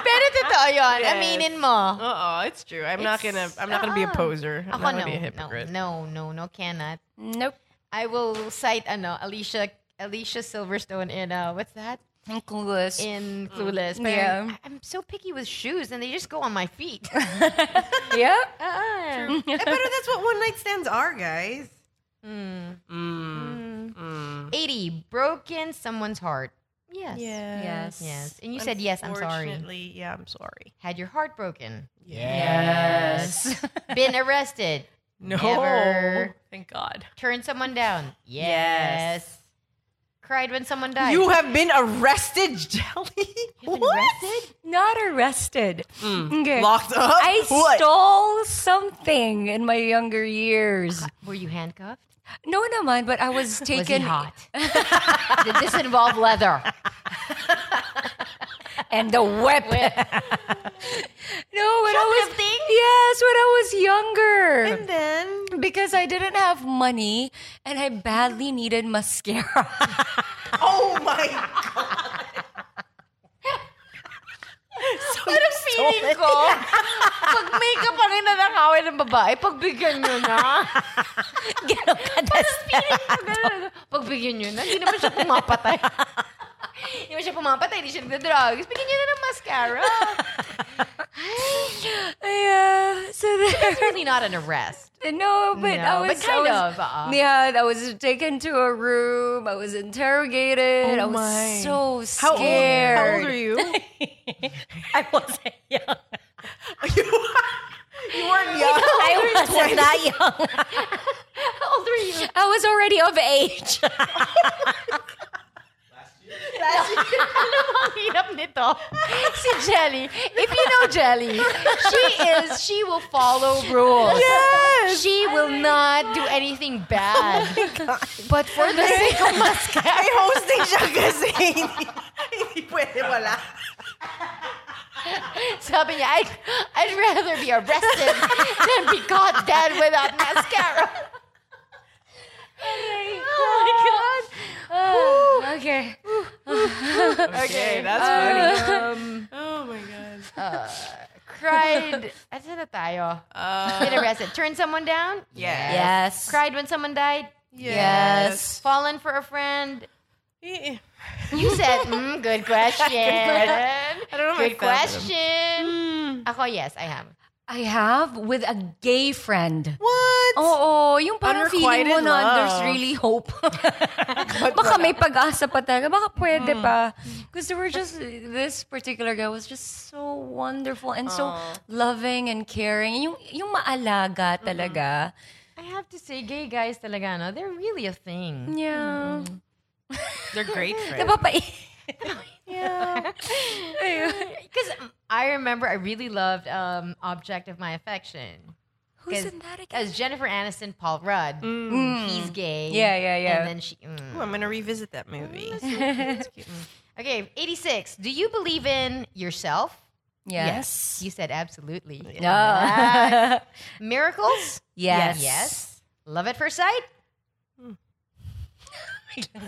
Speaker 2: Pero totoo yun.
Speaker 1: Yes.
Speaker 2: Aminin mo.
Speaker 1: Uh-oh, Uh-uh, it's true. I'm not gonna. I'm not gonna be a poser. I'm
Speaker 3: Ako,
Speaker 1: not gonna
Speaker 3: no,
Speaker 1: Oh, be a
Speaker 3: no,
Speaker 1: hypocrite.
Speaker 3: no, no, no, cannot.
Speaker 9: Nope.
Speaker 3: I will cite, ano, Alicia, Alicia Silverstone in, uh, what's that?
Speaker 9: Ang
Speaker 2: *laughs*
Speaker 9: clueless.
Speaker 3: In Clueless. Parang,
Speaker 9: Yeah.
Speaker 3: I- I'm so picky with shoes and they just go on my feet. *laughs*
Speaker 9: yeah.
Speaker 1: Eh, pero that's what one night stands are, guys.
Speaker 3: 80. Broken someone's heart. Yes.
Speaker 9: Yes.
Speaker 3: Yes. And you said, yes, I'm sorry.
Speaker 1: Unfortunately, yeah, I'm sorry.
Speaker 3: Had your heart broken.
Speaker 9: Yes.
Speaker 3: Been arrested.
Speaker 1: *laughs* No.
Speaker 3: Never.
Speaker 1: Thank God.
Speaker 3: Turned someone down. Yes. Cried when someone died.
Speaker 1: You have been arrested, *laughs* Jelly. What?
Speaker 3: arrested?
Speaker 2: Not arrested. Okay.
Speaker 1: Locked up?
Speaker 2: I
Speaker 1: What?
Speaker 2: stole something in my younger years.
Speaker 3: Were you handcuffed?
Speaker 2: No naman, but I was
Speaker 3: Was he
Speaker 2: taken
Speaker 3: hot? *laughs* Did this involve leather?
Speaker 2: *laughs* and the whip. *laughs* no, when I was yes, when I was younger.
Speaker 1: And then
Speaker 2: because I didn't have money and I badly needed mascara.
Speaker 1: Oh my god. what a
Speaker 3: Feeling ko, pag makeup ang inanakawin ng babae, pagbigyan nyo na.
Speaker 2: Ganon kadas.
Speaker 3: Pagbigyan nyo na, hindi naman siya pumapatay. Hindi naman siya pumapatay, hindi siya nagda-drugs. Bigyan nyo na ng mascara. ah,
Speaker 2: yeah. So there.
Speaker 3: Really not an arrest.
Speaker 2: No, but
Speaker 3: No,
Speaker 2: I was
Speaker 3: but kind
Speaker 2: I was-
Speaker 3: of, uh-uh.
Speaker 2: yeah, I was taken to a room. I was interrogated. I was
Speaker 1: my.
Speaker 2: so
Speaker 1: How old,
Speaker 2: scared.
Speaker 1: how old are you?
Speaker 2: I wasn't
Speaker 1: *laughs*
Speaker 2: young.
Speaker 1: you weren't young.
Speaker 2: I wasn't that young.
Speaker 3: How old are you?
Speaker 2: I was already of age.
Speaker 3: Ang *laughs* hirap nito. Si Jelly, if you know Jelly, she is, she will follow rules. *laughs* Yes. She will not do anything bad. But for the sake of mascara.
Speaker 1: Ay, hosting siya kasi. Hindi, hindi *laughs* pwede wala.
Speaker 3: Sabi niya, I'd, I'd rather be arrested *laughs* than be caught dead without mascara. *laughs* Oh my God. Uh.
Speaker 2: okay.
Speaker 1: Okay, that's funny. oh my god.
Speaker 3: Cried. Asa na tayo?
Speaker 1: Uh.
Speaker 3: Been arrested. Turned someone down?
Speaker 1: Yeah.
Speaker 2: Yes.
Speaker 3: Cried when someone died?
Speaker 1: Yes.
Speaker 3: Fallen for a friend?
Speaker 1: Eh, eh.
Speaker 3: You said, mm,
Speaker 1: *laughs*
Speaker 3: good question.
Speaker 1: I don't know if I felt
Speaker 3: Good
Speaker 1: them.
Speaker 3: question. Ako, yes, I have.
Speaker 2: I have with a gay friend.
Speaker 1: What?
Speaker 2: Oo, yung parang feeling mo
Speaker 1: Unrequited
Speaker 2: na
Speaker 1: love.
Speaker 2: there's really hope. Baka may pag-asa pa talaga. Baka pwede pa. Because they were just, this particular guy was just so wonderful and so loving and caring. Yung, yung maalaga talaga.
Speaker 3: I have to say, gay guys talaga, no? They're really a thing.
Speaker 2: Yeah.
Speaker 1: They're *gasps* great friends.
Speaker 2: Napapa-
Speaker 3: *laughs* Because I remember I really loved um, Object of My Affection.
Speaker 2: Who's
Speaker 3: 'Cause
Speaker 2: in that again?
Speaker 3: As Jennifer Aniston, Paul Rudd. *laughs* He's gay.
Speaker 2: Mm. Yeah, yeah, yeah.
Speaker 3: And then she. mm.
Speaker 1: Ooh, I'm gonna revisit that movie.
Speaker 3: Okay, 86. Do you believe in yourself,
Speaker 2: Yes.
Speaker 3: You said absolutely.
Speaker 2: No. *laughs*
Speaker 3: Miracles?
Speaker 2: yes. Hmm.
Speaker 3: Yes. Love at first sight? *laughs*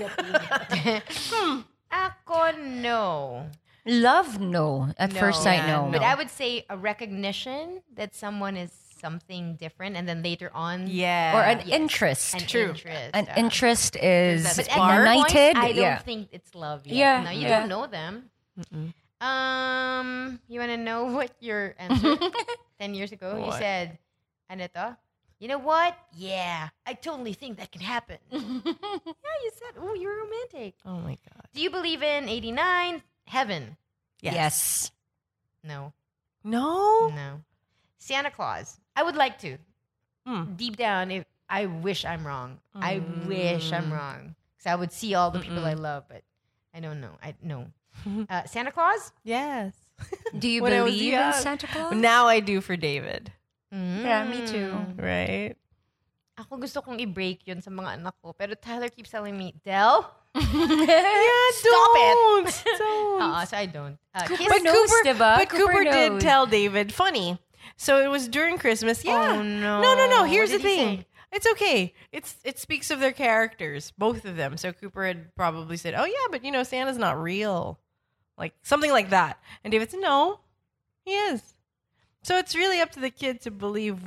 Speaker 3: Ako no.
Speaker 2: Love, no. At first sight,
Speaker 3: Yeah,
Speaker 2: no.
Speaker 3: But I would say a recognition that someone is something different, and then later on,
Speaker 1: Yeah.
Speaker 2: or an interest.
Speaker 3: an interest.
Speaker 2: An
Speaker 3: uh,
Speaker 2: interest is
Speaker 3: But at that point,
Speaker 2: united.
Speaker 3: I don't
Speaker 2: yeah.
Speaker 3: think it's love yet.
Speaker 2: Yeah,
Speaker 3: No, you
Speaker 2: yeah.
Speaker 3: don't know them. Um, you want to know *laughs* what your
Speaker 2: *laughs*
Speaker 3: answer? Ten years ago, you said, "Ano to? You know what? Yeah, I totally think that can
Speaker 2: *laughs*
Speaker 3: happen." yeah, you said, "Oh, you're romantic."
Speaker 1: oh my god.
Speaker 3: Do you believe in '89 heaven?
Speaker 2: Yes.
Speaker 3: No,
Speaker 1: No.
Speaker 3: no. Santa Claus. I would like to.
Speaker 1: Hmm.
Speaker 3: Deep down, if I wish I'm wrong. I wish
Speaker 1: Hmm.
Speaker 3: I'm wrong because I would see all the people I love, but I don't know. I no.
Speaker 1: *laughs*
Speaker 3: Uh, Santa Claus.
Speaker 1: Yes.
Speaker 2: Do you
Speaker 1: When I was
Speaker 2: believe in
Speaker 1: young.
Speaker 2: Santa Claus?
Speaker 1: Now I do for David.
Speaker 2: Yeah,
Speaker 3: Mm.
Speaker 2: me too.
Speaker 1: *laughs* Right.
Speaker 3: Hmm. Ako gusto kong i-break yun sa mga anak ko. Pero Tyler keeps telling me, Del?
Speaker 1: Yeah,
Speaker 3: Stop
Speaker 1: don't.
Speaker 3: it.
Speaker 1: Don't.
Speaker 3: Uh, so I don't. Uh, kiss
Speaker 2: But knows, diba?
Speaker 1: but Cooper,
Speaker 2: Cooper
Speaker 1: did
Speaker 2: knows.
Speaker 1: tell David. Funny. So it was during Christmas. Yeah.
Speaker 3: Oh, no.
Speaker 1: No, no, no.
Speaker 3: What
Speaker 1: Here's the
Speaker 3: did he
Speaker 1: thing.
Speaker 3: say?
Speaker 1: It's okay. It's it speaks of their characters, both of them. So Cooper had probably said, "Oh yeah, but you know Santa's not real," like something like that. And David said, "No, he is." So it's really up to the kid to believe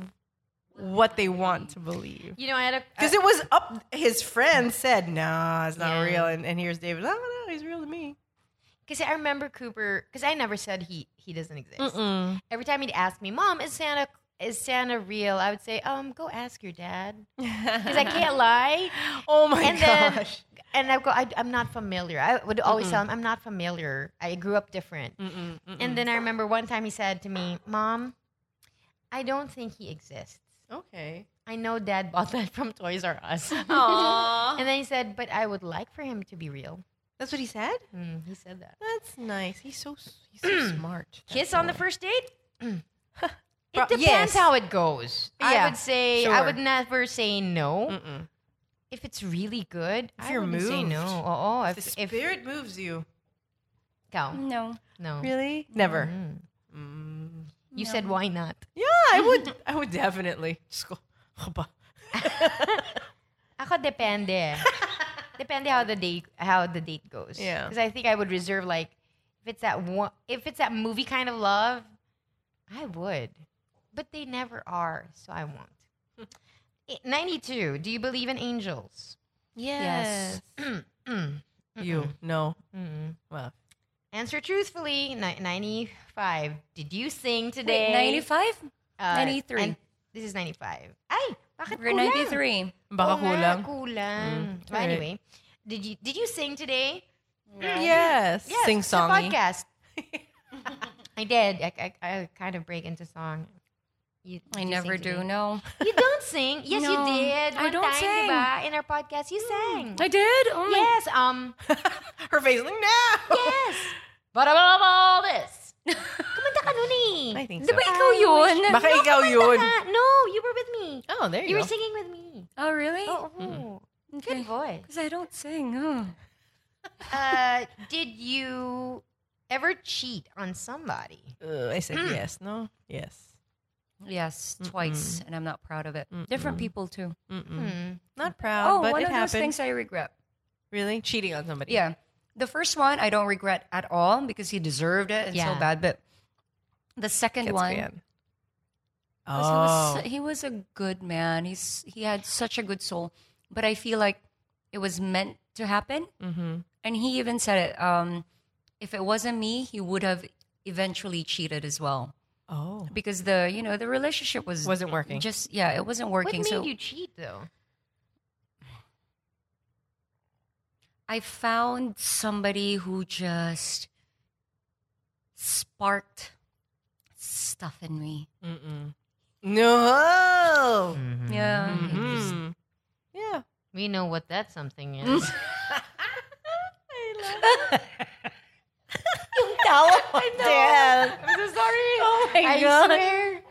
Speaker 1: what they want to believe.
Speaker 3: You know, I had a... uh,
Speaker 1: Because it was up. His friend said, "Nah, it's not
Speaker 3: Yeah.
Speaker 1: real." And, and here's David. Oh no, he's real to me.
Speaker 3: Because I remember Cooper, because I never said he he doesn't exist. Every time he'd ask me, "Mom, is Santa is Santa real?" I would say, "Um, go ask your dad," because I *laughs* can't lie.
Speaker 1: Oh my
Speaker 3: and
Speaker 1: gosh!
Speaker 3: then and I go, I, I'm not familiar. I would always tell him, "I'm not familiar. I grew up different." And then I remember one time he said to me, "Mom, I don't think he exists."
Speaker 1: okay.
Speaker 3: I know dad *laughs* bought that from Toys R Us.
Speaker 1: Aww.
Speaker 3: and then he said, but I would like for him to be real.
Speaker 1: That's what he said.
Speaker 3: Mm, he said that.
Speaker 1: That's nice. He's so s- he's so smart.
Speaker 3: Kiss on the first date? *laughs*
Speaker 1: Pro-
Speaker 3: *clears throat* it depends
Speaker 1: yes.
Speaker 3: how it goes. I
Speaker 1: Yeah,
Speaker 3: would say I
Speaker 1: sure.
Speaker 3: would never say no.
Speaker 1: Mm-mm.
Speaker 3: If it's really good,
Speaker 1: If
Speaker 3: I
Speaker 1: you're
Speaker 3: wouldn't say no.
Speaker 1: moved.
Speaker 3: Oh,
Speaker 1: the
Speaker 3: if, if
Speaker 1: spirit moves you.
Speaker 3: cow,
Speaker 2: No.
Speaker 3: no.
Speaker 1: Really? Never.
Speaker 3: Mm.
Speaker 1: Mm.
Speaker 3: You said why not?
Speaker 1: Yeah, I would. *laughs* I would definitely just go. *laughs* "Haba."
Speaker 3: Ako
Speaker 1: *laughs*
Speaker 3: depende. depende how the date how the date goes.
Speaker 1: Yeah.
Speaker 3: Because I think I would reserve like if it's that one if it's that movie kind of love, I would. But they never are, so I won't.
Speaker 1: *laughs*
Speaker 3: Eh, Ninety-two. Do you believe in angels? *clears throat*
Speaker 2: Yes.
Speaker 1: You uh, no.
Speaker 3: Mm-mm.
Speaker 1: Well,
Speaker 3: Answer truthfully. Ni- Ninety-five. Did you sing today?
Speaker 2: Wait, 95?
Speaker 3: Uh,
Speaker 2: 93.
Speaker 3: and This is ninety-five. Ay, bakit
Speaker 2: We're
Speaker 3: kulang?
Speaker 2: 93.
Speaker 1: baka
Speaker 3: Oo nga,
Speaker 1: kulang.
Speaker 3: kulang.
Speaker 1: Mm.
Speaker 3: But anyway, did you did you sing today?
Speaker 1: Yes. Sing
Speaker 3: it's a
Speaker 1: songy.
Speaker 3: podcast. I did. I, I, I kind of break into song. You, did
Speaker 2: I
Speaker 3: you
Speaker 2: never
Speaker 3: sing
Speaker 2: do,
Speaker 3: today?
Speaker 2: no.
Speaker 3: You don't sing. Yes,
Speaker 2: No,
Speaker 3: you did.
Speaker 2: I
Speaker 3: One
Speaker 2: don't
Speaker 3: time,
Speaker 2: sing.
Speaker 3: diba? In our podcast, you sang.
Speaker 2: I did? Oh my
Speaker 3: yes. Um.
Speaker 1: Her face like no.
Speaker 3: yes. But above all this, kumanta ka nun eh.
Speaker 1: I think
Speaker 2: Di
Speaker 1: so.
Speaker 2: ba ikaw yun?
Speaker 1: Baka ikaw yun.
Speaker 3: Kumanta ka. No, you were with me.
Speaker 1: Oh, there
Speaker 3: You
Speaker 1: you
Speaker 3: were
Speaker 1: go.
Speaker 3: singing with me.
Speaker 2: Oh, really?
Speaker 3: Oh, good voice.
Speaker 2: Because I don't sing. Oh.
Speaker 3: Uh, did you ever cheat on somebody?
Speaker 1: Uh, I said yes. No. Yes.
Speaker 2: Yes, twice, and I'm not proud of it. Different people, too.
Speaker 1: Mm.
Speaker 3: Hmm.
Speaker 1: Not proud,
Speaker 2: Oh,
Speaker 1: Uh, but
Speaker 2: one of
Speaker 1: it
Speaker 2: those
Speaker 1: happened.
Speaker 2: things I regret.
Speaker 1: Really cheating on somebody.
Speaker 2: Yeah. The first one, I don't regret at all because he deserved it and
Speaker 3: Yeah.
Speaker 2: so bad. But the second
Speaker 1: Gets
Speaker 2: one,
Speaker 1: banned.
Speaker 2: was- he, was,
Speaker 1: Oh.
Speaker 2: su- he was a good man. He's he had such a good soul. But I feel like it was meant to happen.
Speaker 1: Mhm.
Speaker 2: And he even said it. Um, if it wasn't me, he would have eventually cheated as well
Speaker 1: Oh.
Speaker 2: because the you know the relationship was
Speaker 1: Wasn't working.
Speaker 2: Just yeah, it wasn't working.
Speaker 3: What made
Speaker 2: so
Speaker 3: you cheat though?
Speaker 2: I found somebody who just sparked stuff in me.
Speaker 1: Mm-mm. No.
Speaker 2: Yeah.
Speaker 1: *laughs*
Speaker 3: Hmm.
Speaker 1: Mm. Yeah.
Speaker 3: We know what that something *laughs* is.
Speaker 1: *laughs*
Speaker 3: *laughs*
Speaker 1: Yeah.
Speaker 3: I'm so sorry. Oh my god. I *laughs*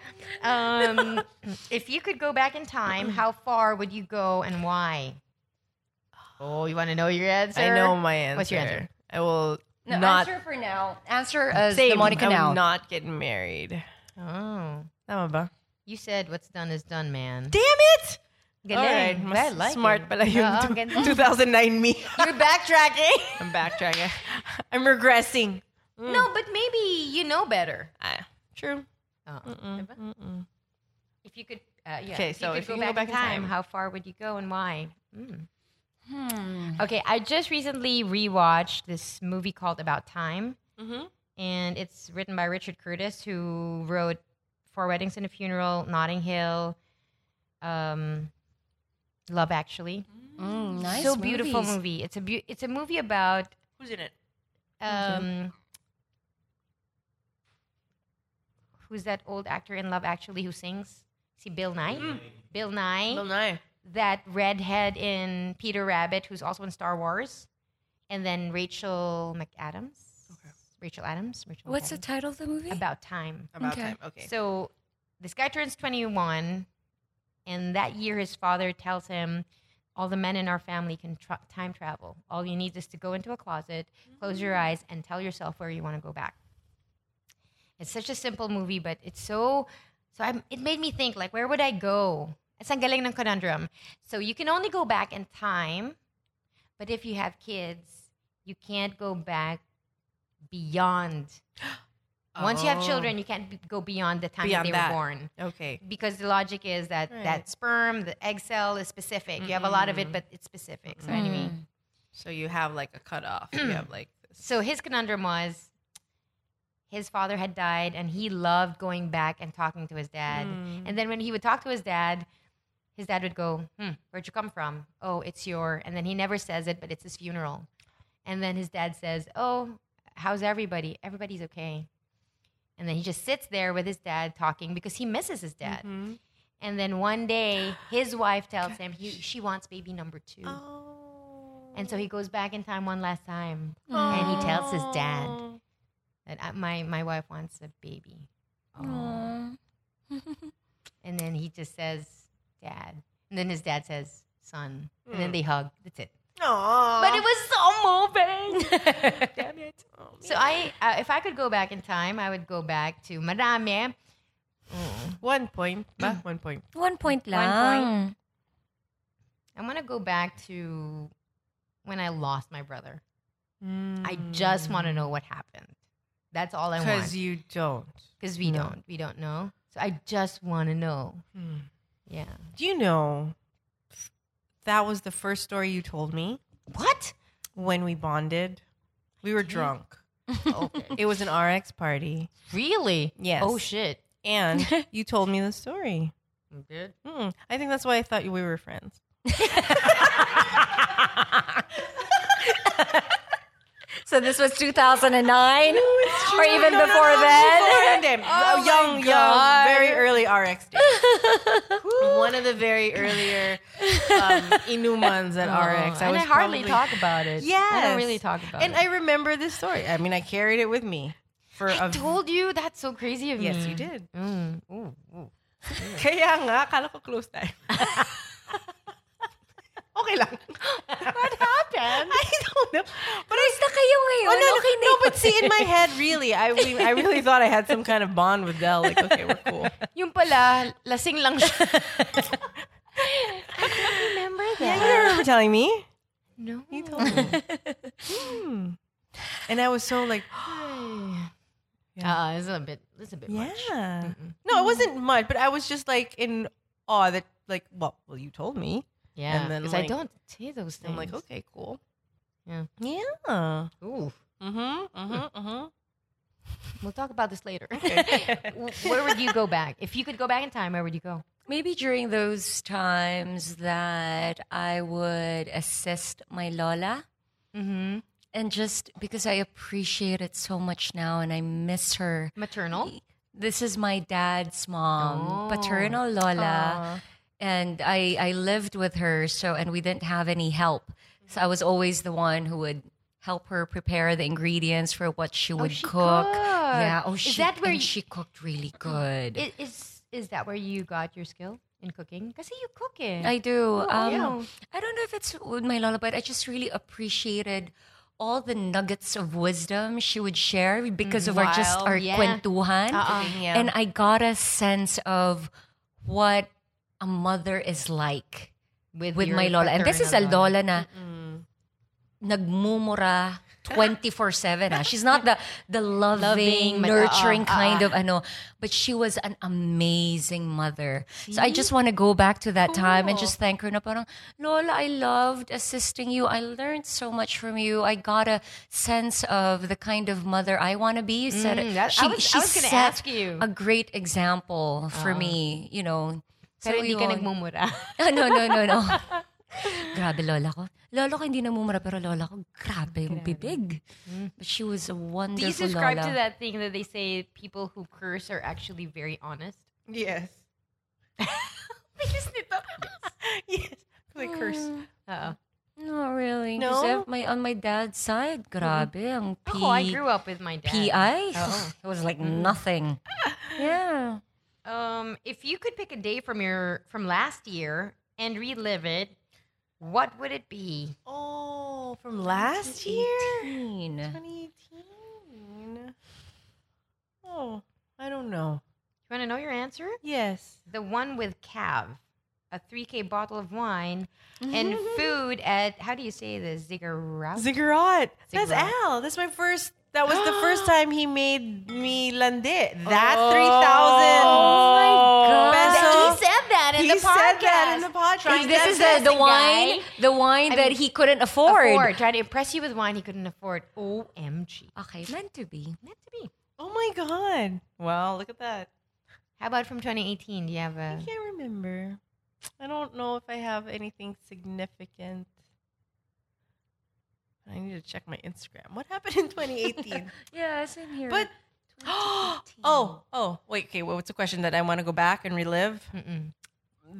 Speaker 3: swear. Um, if you could go back in time, how far would you go and why? Oh, you want to know your answer?
Speaker 1: I know my answer.
Speaker 3: What's your answer?
Speaker 1: I will
Speaker 6: No,
Speaker 1: Not-
Speaker 6: answer for now. Answer as
Speaker 1: Same.
Speaker 6: the Monica
Speaker 1: I'm
Speaker 6: now.
Speaker 1: not getting married.
Speaker 3: Oh.
Speaker 1: Tama ba?
Speaker 3: You said what's done is done, man.
Speaker 1: Damn it!
Speaker 3: Galing.
Speaker 1: Alright, mas
Speaker 3: I like
Speaker 1: smart
Speaker 3: it.
Speaker 1: pala yung *laughs*
Speaker 3: Oo,
Speaker 1: two-
Speaker 3: *laughs* ganda.
Speaker 1: 2009 me.
Speaker 3: You're backtracking. *laughs* Mm,
Speaker 1: I'm backtracking. *laughs* I'm regressing.
Speaker 3: no, but maybe you know better.
Speaker 1: Ah, true.
Speaker 3: Oh. Diba? If you could, uh, yeah.
Speaker 1: Okay,
Speaker 3: if
Speaker 1: so
Speaker 3: you could
Speaker 1: if
Speaker 3: go
Speaker 1: you
Speaker 3: back, in time, how far would you go and why? Mm.
Speaker 6: Hmm.
Speaker 3: Okay, I just recently rewatched this movie called About Time,
Speaker 1: Mhm.
Speaker 3: and it's written by Richard Curtis, who wrote Four Weddings and a Funeral, Notting Hill, um, Love Actually.
Speaker 6: Mm, nice
Speaker 3: so beautiful
Speaker 6: movies.
Speaker 3: movie. It's a beau it's a movie about
Speaker 1: Who's in it?
Speaker 3: um, who's that old actor in Love Actually who sings? See Bill Nye. Bill Nye.
Speaker 1: Bill Nye.
Speaker 3: That redhead in Peter Rabbit who's also in Star Wars, and then Rachel McAdams. Rachel Adams. Rachel
Speaker 6: What's the
Speaker 3: McAdams.
Speaker 6: title of the movie?
Speaker 3: about time?
Speaker 1: About
Speaker 6: Okay.
Speaker 1: time. Okay.
Speaker 3: So this guy turns 21, and that year his father tells him, All the men in our family can tra- time travel. All you need is to go into a closet, close your eyes, and tell yourself where you want to go back. It's such a simple movie, but it's so. So I'm, it made me think, like, where would I go? It's ang galing ng conundrum. So you can only go back in time, but if you have kids, you can't go back beyond. Once you have
Speaker 1: Oh.
Speaker 3: children, you can't b- go beyond the time
Speaker 1: Beyond
Speaker 3: that they
Speaker 1: that.
Speaker 3: were born.
Speaker 1: okay.
Speaker 3: Because the logic is that that sperm, the egg cell is specific. You have a lot of it, but it's specific. So anyway,
Speaker 1: So you have like a cutoff.
Speaker 3: *clears throat*
Speaker 1: you have like this.
Speaker 3: so his conundrum was his father had died and he loved going back and talking to his dad. And then when he would talk to his dad, his dad would go, hmm, where'd you come from? Oh, it's your. And then he never says it, but it's his funeral. And then his dad says, oh, how's everybody? Everybody's okay. And then he just sits there with his dad talking because he misses his
Speaker 1: Mm-hmm.
Speaker 3: dad. And then one day, *gasps* his wife tells him he, she wants baby number two. And so he goes back in time one last time,
Speaker 6: Hmm.
Speaker 3: and he tells his dad that I, my my wife wants a baby. and then he just says, "Dad," and then his dad says, "Son," and then they hug. That's it. Mm. But it was so *laughs* moving. Damn it. so I, uh, if I could go back in time, I would go back to mm, Marami.
Speaker 1: One point. ba?
Speaker 3: Mm.
Speaker 1: One point.
Speaker 6: One point lang. Ah.
Speaker 3: I want to go back to when I lost my brother.
Speaker 1: Mm,
Speaker 3: I just want to know what happened. That's all I want.
Speaker 1: Because you don't.
Speaker 3: Because we don't. We don't know. So I just want to know.
Speaker 1: Hmm.
Speaker 3: Yeah.
Speaker 1: *laughs* Do you know that was the first story you told me
Speaker 3: What?
Speaker 1: when we bonded? We were drunk.
Speaker 3: Okay.
Speaker 1: It was an RX party.
Speaker 3: really?
Speaker 1: Yes.
Speaker 3: Oh, shit. *laughs*
Speaker 1: And you told me the story. Hmm. I think that's why I thought we were friends.
Speaker 6: So this was 2009, or even before
Speaker 3: *laughs*
Speaker 6: then.
Speaker 1: *laughs* Oh, young, young, very early RX *laughs* days. One of the very earlier
Speaker 3: *laughs*
Speaker 1: um, inumans at RX.
Speaker 3: Oh, and
Speaker 1: was
Speaker 3: I hardly
Speaker 1: probably-
Speaker 3: talk about it.
Speaker 1: Yes.
Speaker 3: I don't really talk about
Speaker 1: and
Speaker 3: it.
Speaker 1: I remember this story. I mean, I carried it with me for a
Speaker 3: I told you that's so crazy of
Speaker 1: Yes,
Speaker 3: me.
Speaker 1: you did.
Speaker 3: Mm. Ooh, ooh.
Speaker 1: Kaya nga, akala ko close
Speaker 3: *laughs*
Speaker 1: tayo. *laughs* okay lang. What *laughs* happened? I don't know. But I
Speaker 6: Basta kayo
Speaker 1: Oh,
Speaker 6: ngayon.
Speaker 1: no, no,
Speaker 6: okay na
Speaker 1: no,
Speaker 6: yun.
Speaker 1: but see, in my head, really, I, re- I really thought I had some kind of bond with Dell. Like, okay, we're cool.
Speaker 3: Yung pala, lasing lang siya.
Speaker 1: *laughs* Yeah, you don't remember telling me.
Speaker 3: no.
Speaker 1: You told me.
Speaker 3: *gasps*
Speaker 1: Hmm. And I was so like,
Speaker 3: Uh, it's a bit, it's a bit
Speaker 1: yeah.
Speaker 3: much.
Speaker 1: No, it wasn't much, but I was just like in awe that, like, well, well, you told me.
Speaker 3: Yeah.
Speaker 1: And then,
Speaker 3: Because I
Speaker 1: like-
Speaker 3: don't say those things.
Speaker 1: I'm like, okay, cool.
Speaker 3: Yeah.
Speaker 1: Yeah.
Speaker 3: Ooh.
Speaker 1: Mm-hmm. Mm-hmm. Mm-hmm.
Speaker 3: We'll talk about this later. W- *laughs* where would you go back? If you could go back in time, where would you go?
Speaker 6: Maybe during those times that I would assist my Lola.
Speaker 3: Mm-hmm.
Speaker 6: And just because I appreciate it so much now and I miss her.
Speaker 3: Maternal.
Speaker 6: This is my dad's mom,
Speaker 3: Oh.
Speaker 6: paternal Lola. And I, I lived with her, so, and we didn't have any help. So I was always the one who would help her prepare the ingredients for what she would
Speaker 3: Oh, she
Speaker 6: cook.
Speaker 3: cooked.
Speaker 6: Yeah. Oh,
Speaker 3: Is
Speaker 6: she,
Speaker 3: that where
Speaker 6: and
Speaker 3: you-
Speaker 6: she cooked really good.
Speaker 3: I- Is is that where you got your skill in cooking? Because you cook it.
Speaker 6: I do. Um,
Speaker 1: Oh,
Speaker 3: yeah.
Speaker 6: I don't know if it's with my lola, but I just really appreciated
Speaker 2: all the nuggets of wisdom she would share because of our just
Speaker 1: Mm, Wow, Oh,
Speaker 2: our
Speaker 3: yeah.
Speaker 2: kwentuhan.
Speaker 3: Uh-uh.
Speaker 1: Yeah.
Speaker 2: And I got a sense of what a mother is like with
Speaker 3: your
Speaker 2: my lola. And this is a
Speaker 3: paternal lola.
Speaker 2: lola na
Speaker 3: *laughs*
Speaker 2: nagmumura 24/7 ah. She's not the the loving,
Speaker 3: Loving, ah, mat-
Speaker 2: nurturing
Speaker 3: oo, oo,
Speaker 2: kind of ano, but she was an amazing mother. So I just want to go back to that time and just thank her na parang lola, I loved assisting you. I learned so much from you. I got a sense of the kind of mother I want to be. You said
Speaker 3: Mm,
Speaker 2: it.
Speaker 3: that- I was- I was gonna
Speaker 2: set
Speaker 3: ask you. Uh-huh.
Speaker 2: a great example for me, you know.
Speaker 3: Pero hindi ka
Speaker 2: yun.
Speaker 3: nagmumura. *laughs*
Speaker 2: Ah, *laughs* no, no, no, no. grabe lola ko. Lolo ko hindi namumura pero lola ko grabe yung bibig. But she was a
Speaker 3: Mm-hmm.
Speaker 2: wonderful
Speaker 3: Do you subscribe
Speaker 2: lola.
Speaker 3: to that thing that they say people who curse are actually very *laughs* honest?
Speaker 1: Yes.
Speaker 3: Because nito. *laughs*
Speaker 1: Yes. Like curse.
Speaker 3: Mm. Uh-oh.
Speaker 2: Not really.
Speaker 1: No?
Speaker 2: Kasi my, on my dad's side, grabe. Ang P,
Speaker 3: Mm-hmm. Oh, I grew up with my dad. Oh,
Speaker 2: PI. *laughs*
Speaker 3: Oo.
Speaker 2: It was like nothing. yeah.
Speaker 3: Um, if you could pick a day from your from last year and relive it, what would it be?
Speaker 1: Oh, from last year?
Speaker 2: 18.
Speaker 1: 2018. Oh, I don't know.
Speaker 3: You want to know your answer?
Speaker 1: Yes.
Speaker 3: The one with Cav, a 3K bottle of wine,
Speaker 1: *laughs*
Speaker 3: and food at how do you say this? Ziggurat.
Speaker 1: Ziggurat. That's
Speaker 3: Ziggurat.
Speaker 1: Al. That's my first. That was the *gasps* first time he made me lande. That
Speaker 3: Oh.
Speaker 1: 3,000.
Speaker 2: Oh my God.
Speaker 1: Peso.
Speaker 3: he said that in
Speaker 1: He
Speaker 3: the podcast.
Speaker 1: said that in the podcast.
Speaker 2: This is the, the
Speaker 3: guy.
Speaker 2: wine, the wine
Speaker 3: I
Speaker 2: that
Speaker 3: mean,
Speaker 2: he couldn't afford.
Speaker 3: Afford. Try to impress you with wine he couldn't afford. OMG.
Speaker 1: Uh,
Speaker 2: Okay, meant to be.
Speaker 3: Meant to be.
Speaker 1: Oh my god. Wow, look at that.
Speaker 3: How about from 2018? Do you have
Speaker 1: I
Speaker 3: a
Speaker 1: can't remember. I don't know if I have anything significant. I need to check my Instagram. What happened in *laughs* 2018?
Speaker 2: Yeah, it's in here.
Speaker 1: but *gasps* oh, oh, wait. Okay, well, what's the question that I want to go back and relive?
Speaker 3: Mm-mm.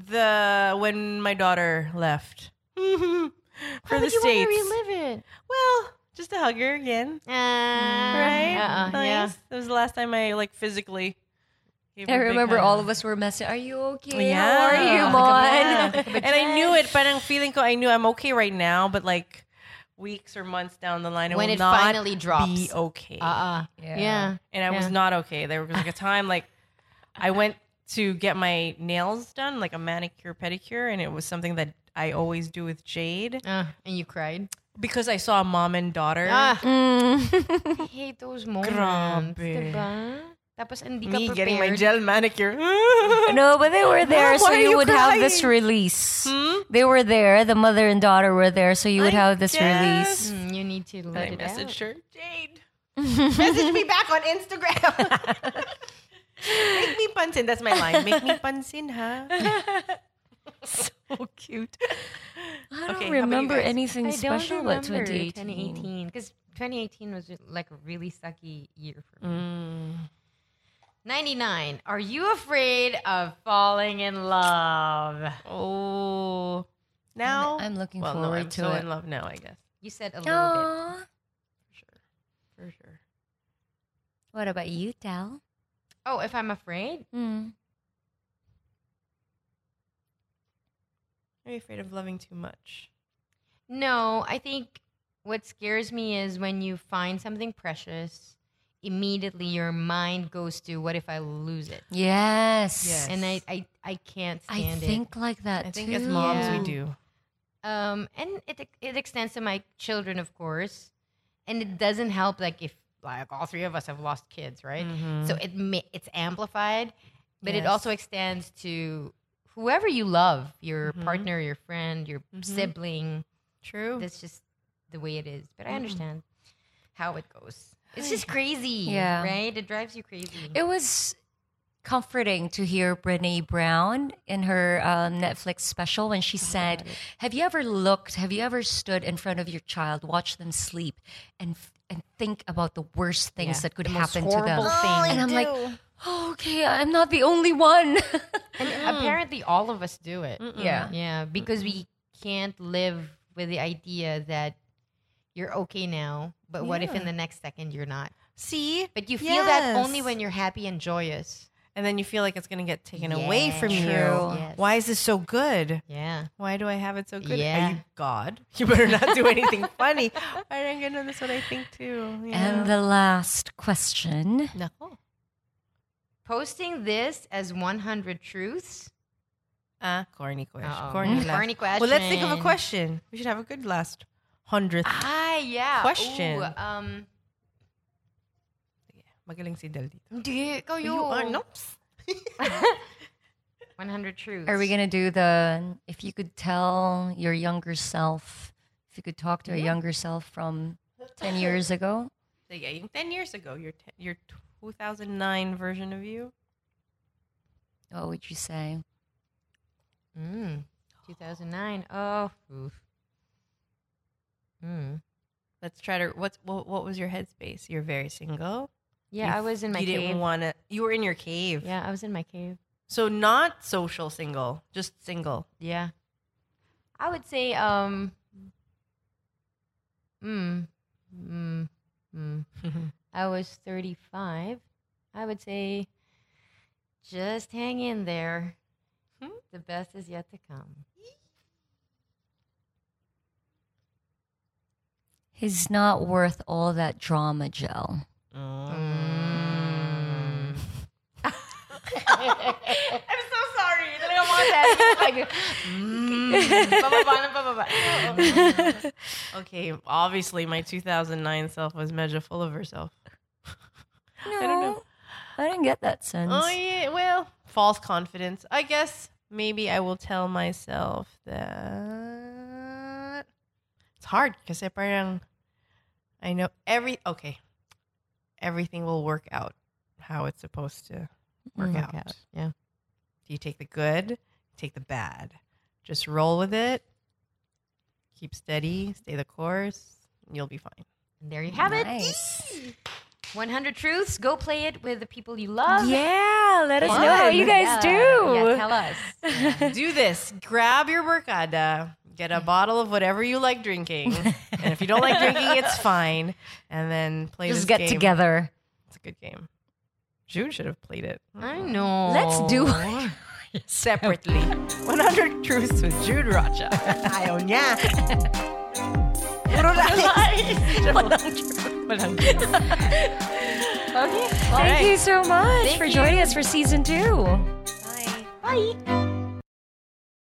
Speaker 1: The when my daughter left *laughs* for
Speaker 3: Why
Speaker 1: the
Speaker 3: would you
Speaker 1: states.
Speaker 3: want to relive it?
Speaker 1: Well, just to hug her again,
Speaker 3: Uh,
Speaker 1: right?
Speaker 3: Uh-uh, yeah.
Speaker 1: Nice. That was the last time I like physically. Gave
Speaker 2: I
Speaker 1: her a big
Speaker 2: remember
Speaker 1: hug.
Speaker 2: all of us were messing. Are you okay?
Speaker 1: Yeah.
Speaker 2: How are
Speaker 1: *laughs* Like a
Speaker 3: *laughs*
Speaker 2: you, *laughs* Mon?
Speaker 1: bath. and I knew it, but I'm feeling co- I knew I'm okay right now, but like weeks or months down the line, it
Speaker 3: When
Speaker 1: will
Speaker 3: it
Speaker 1: not
Speaker 3: finally drops.
Speaker 1: be okay.
Speaker 3: Uh-uh. Yeah.
Speaker 1: And I was
Speaker 3: yeah.
Speaker 1: not okay. There was like a time like I went to get my nails done, like a manicure pedicure, and it was something that I always do with Jade
Speaker 3: Uh, and you cried.
Speaker 1: because I saw mom and daughter.
Speaker 3: Ah. *laughs*
Speaker 2: Mm.
Speaker 3: I hate those moments.
Speaker 1: Grabe.
Speaker 3: Diba? Tapos hindi ka
Speaker 1: me
Speaker 3: prepared.
Speaker 1: getting my gel
Speaker 3: *laughs*
Speaker 1: manicure. *laughs*
Speaker 2: No, but they were there,
Speaker 1: Mom,
Speaker 2: so
Speaker 1: why are
Speaker 2: you
Speaker 1: you
Speaker 2: would have this
Speaker 1: crying? Hmm?
Speaker 2: release. They were there. The mother and daughter were there, so you would
Speaker 1: I
Speaker 2: have this
Speaker 1: guess.
Speaker 2: release.
Speaker 3: Mm, you need to
Speaker 1: And
Speaker 3: let
Speaker 1: I
Speaker 3: it
Speaker 1: messaged her,
Speaker 3: out. *laughs*
Speaker 1: Jade. message me back on Instagram. *laughs* Make me pansin. That's my line. Make me pansin, huh?
Speaker 3: *laughs*
Speaker 1: *laughs* so cute. Okay, how
Speaker 2: I don't
Speaker 1: about you
Speaker 2: remember
Speaker 1: guys?
Speaker 2: anything
Speaker 3: I don't
Speaker 2: special about
Speaker 3: remember 2018
Speaker 2: 2018.
Speaker 3: because 2018 was just, like a really sucky year for me.
Speaker 1: Mm.
Speaker 3: Mm. 99. Are you afraid of falling in love?
Speaker 1: Oh, now
Speaker 2: I'm looking
Speaker 1: well, no,
Speaker 2: forward
Speaker 1: I'm
Speaker 2: to
Speaker 1: so in
Speaker 2: it.
Speaker 1: love now. I guess
Speaker 3: You said a little bit.
Speaker 2: Aw.
Speaker 1: for sure.
Speaker 2: What about you, Tal?
Speaker 3: Oh, if I'm afraid?
Speaker 2: Hmm.
Speaker 1: Are you afraid of loving too much?
Speaker 3: No, I think what scares me is when you find something precious, immediately your mind goes to what if I lose it?
Speaker 2: Yes.
Speaker 1: Yes.
Speaker 3: And I, I, I can't
Speaker 2: I
Speaker 3: stand it.
Speaker 2: think like that
Speaker 1: I think
Speaker 2: too.
Speaker 1: as moms
Speaker 3: Yeah.
Speaker 1: we do.
Speaker 3: um, and it it extends to my children, of course, and it doesn't help like if like all three of us have lost kids, right?
Speaker 1: Mm-hmm.
Speaker 3: So it ma- it's amplified, but it
Speaker 1: Yes.
Speaker 3: also extends to whoever you love, your partner, your friend, your sibling.
Speaker 1: True.
Speaker 3: That's just the way it is. But I understand how it goes. It's just crazy,
Speaker 2: Yeah.
Speaker 3: right? It drives you crazy.
Speaker 2: It was comforting to hear Brene Brown in her um, Netflix special when she said, "Have you ever looked? Have you ever stood in front of your child, watched them sleep, and and think about the worst things
Speaker 3: Yeah,
Speaker 2: that could
Speaker 3: the most
Speaker 2: happen to them?"
Speaker 3: horrible thing.
Speaker 2: and I'm like, oh, *gasps* "Okay, I'm not the only one." *laughs*
Speaker 3: And apparently, all of us do it.
Speaker 2: Yeah.
Speaker 3: Yeah, because we can't live with the idea that you're okay now, but what if in the next second you're not?
Speaker 1: See,
Speaker 3: But you feel that only
Speaker 1: Yes.
Speaker 3: when you're happy and joyous.
Speaker 1: and then you feel like it's going to get taken away from you.
Speaker 3: Yes.
Speaker 1: Why is this so good?
Speaker 3: Yeah.
Speaker 1: Why do I have it so good? Are
Speaker 3: Yeah.
Speaker 1: you God? You better not do anything *laughs* funny. I don't get know. That's what I think too. you
Speaker 2: And
Speaker 1: know?
Speaker 2: the last question.
Speaker 3: No. Posting this as 100 truths.
Speaker 1: Ah, corny question.
Speaker 3: Uh-oh.
Speaker 1: Corny,
Speaker 3: Mm.
Speaker 1: last-
Speaker 3: Corny
Speaker 1: Well, let's think of a
Speaker 3: question.
Speaker 1: question. We should have a good last hundredth.
Speaker 3: Ah, yeah.
Speaker 1: Question.
Speaker 3: Ooh, um,
Speaker 1: Magaling si Del dito.
Speaker 3: do you go you?
Speaker 1: You are not.
Speaker 3: 100 truths.
Speaker 2: Are we going to do the if you could tell your younger self, if you could talk to a younger self from 10 years ago?
Speaker 1: So, yeah, yung 10 years ago, your, te- your 2009 version of you.
Speaker 2: What would you say?
Speaker 3: Mm, 2009. Oh. Oof. Mm.
Speaker 1: Let's try to. What's, what, what was your headspace? You're very single.
Speaker 3: Yeah, I was in my
Speaker 1: you
Speaker 3: cave.
Speaker 1: didn't want to. You were in your cave.
Speaker 3: yeah, I was in my cave.
Speaker 1: So, not social single, just
Speaker 3: *laughs*
Speaker 1: single.
Speaker 3: Yeah. I would say um mm, mm, mm.
Speaker 2: *laughs*
Speaker 3: I was 35. I would say just hang in there.
Speaker 2: Hmm?
Speaker 3: The best is yet to come.
Speaker 2: He's not worth all that drama gel.
Speaker 1: *laughs*
Speaker 3: Mm. *laughs*
Speaker 1: Okay, obviously, my 2009 self was measure full of herself.
Speaker 2: No,
Speaker 1: don't know.
Speaker 2: I didn't get that sense.
Speaker 1: Oh yeah, well, false confidence. I guess maybe I will tell myself that it's hard because parang I know every okay, everything will work out how it's supposed
Speaker 2: Mm,
Speaker 1: to work
Speaker 3: Work
Speaker 1: out.
Speaker 3: out, Yeah.
Speaker 1: You take the good, take the bad, just roll with it. Keep steady, stay the course, and you'll be fine.
Speaker 3: And there you have
Speaker 2: Nice.
Speaker 3: it. 100 truths. Go play it with the people you love.
Speaker 2: Yeah, let us know how you guys do.
Speaker 3: Yeah, tell
Speaker 2: *laughs*
Speaker 3: us.
Speaker 1: do this. Grab your burkada, get a bottle of whatever you like drinking. and if you don't like drinking, it's fine. And then play this
Speaker 2: Just get
Speaker 1: game.
Speaker 2: together.
Speaker 1: It's a good game. June should have played it
Speaker 3: I know.
Speaker 2: Let's do
Speaker 1: separately. 100 Truths with Jude
Speaker 2: *laughs*
Speaker 1: Rocha.
Speaker 2: oh,
Speaker 1: Ayaw *laughs* niya. Puro lies. Walang truth.
Speaker 2: Thank you so much for joining us for season two.
Speaker 1: Bye.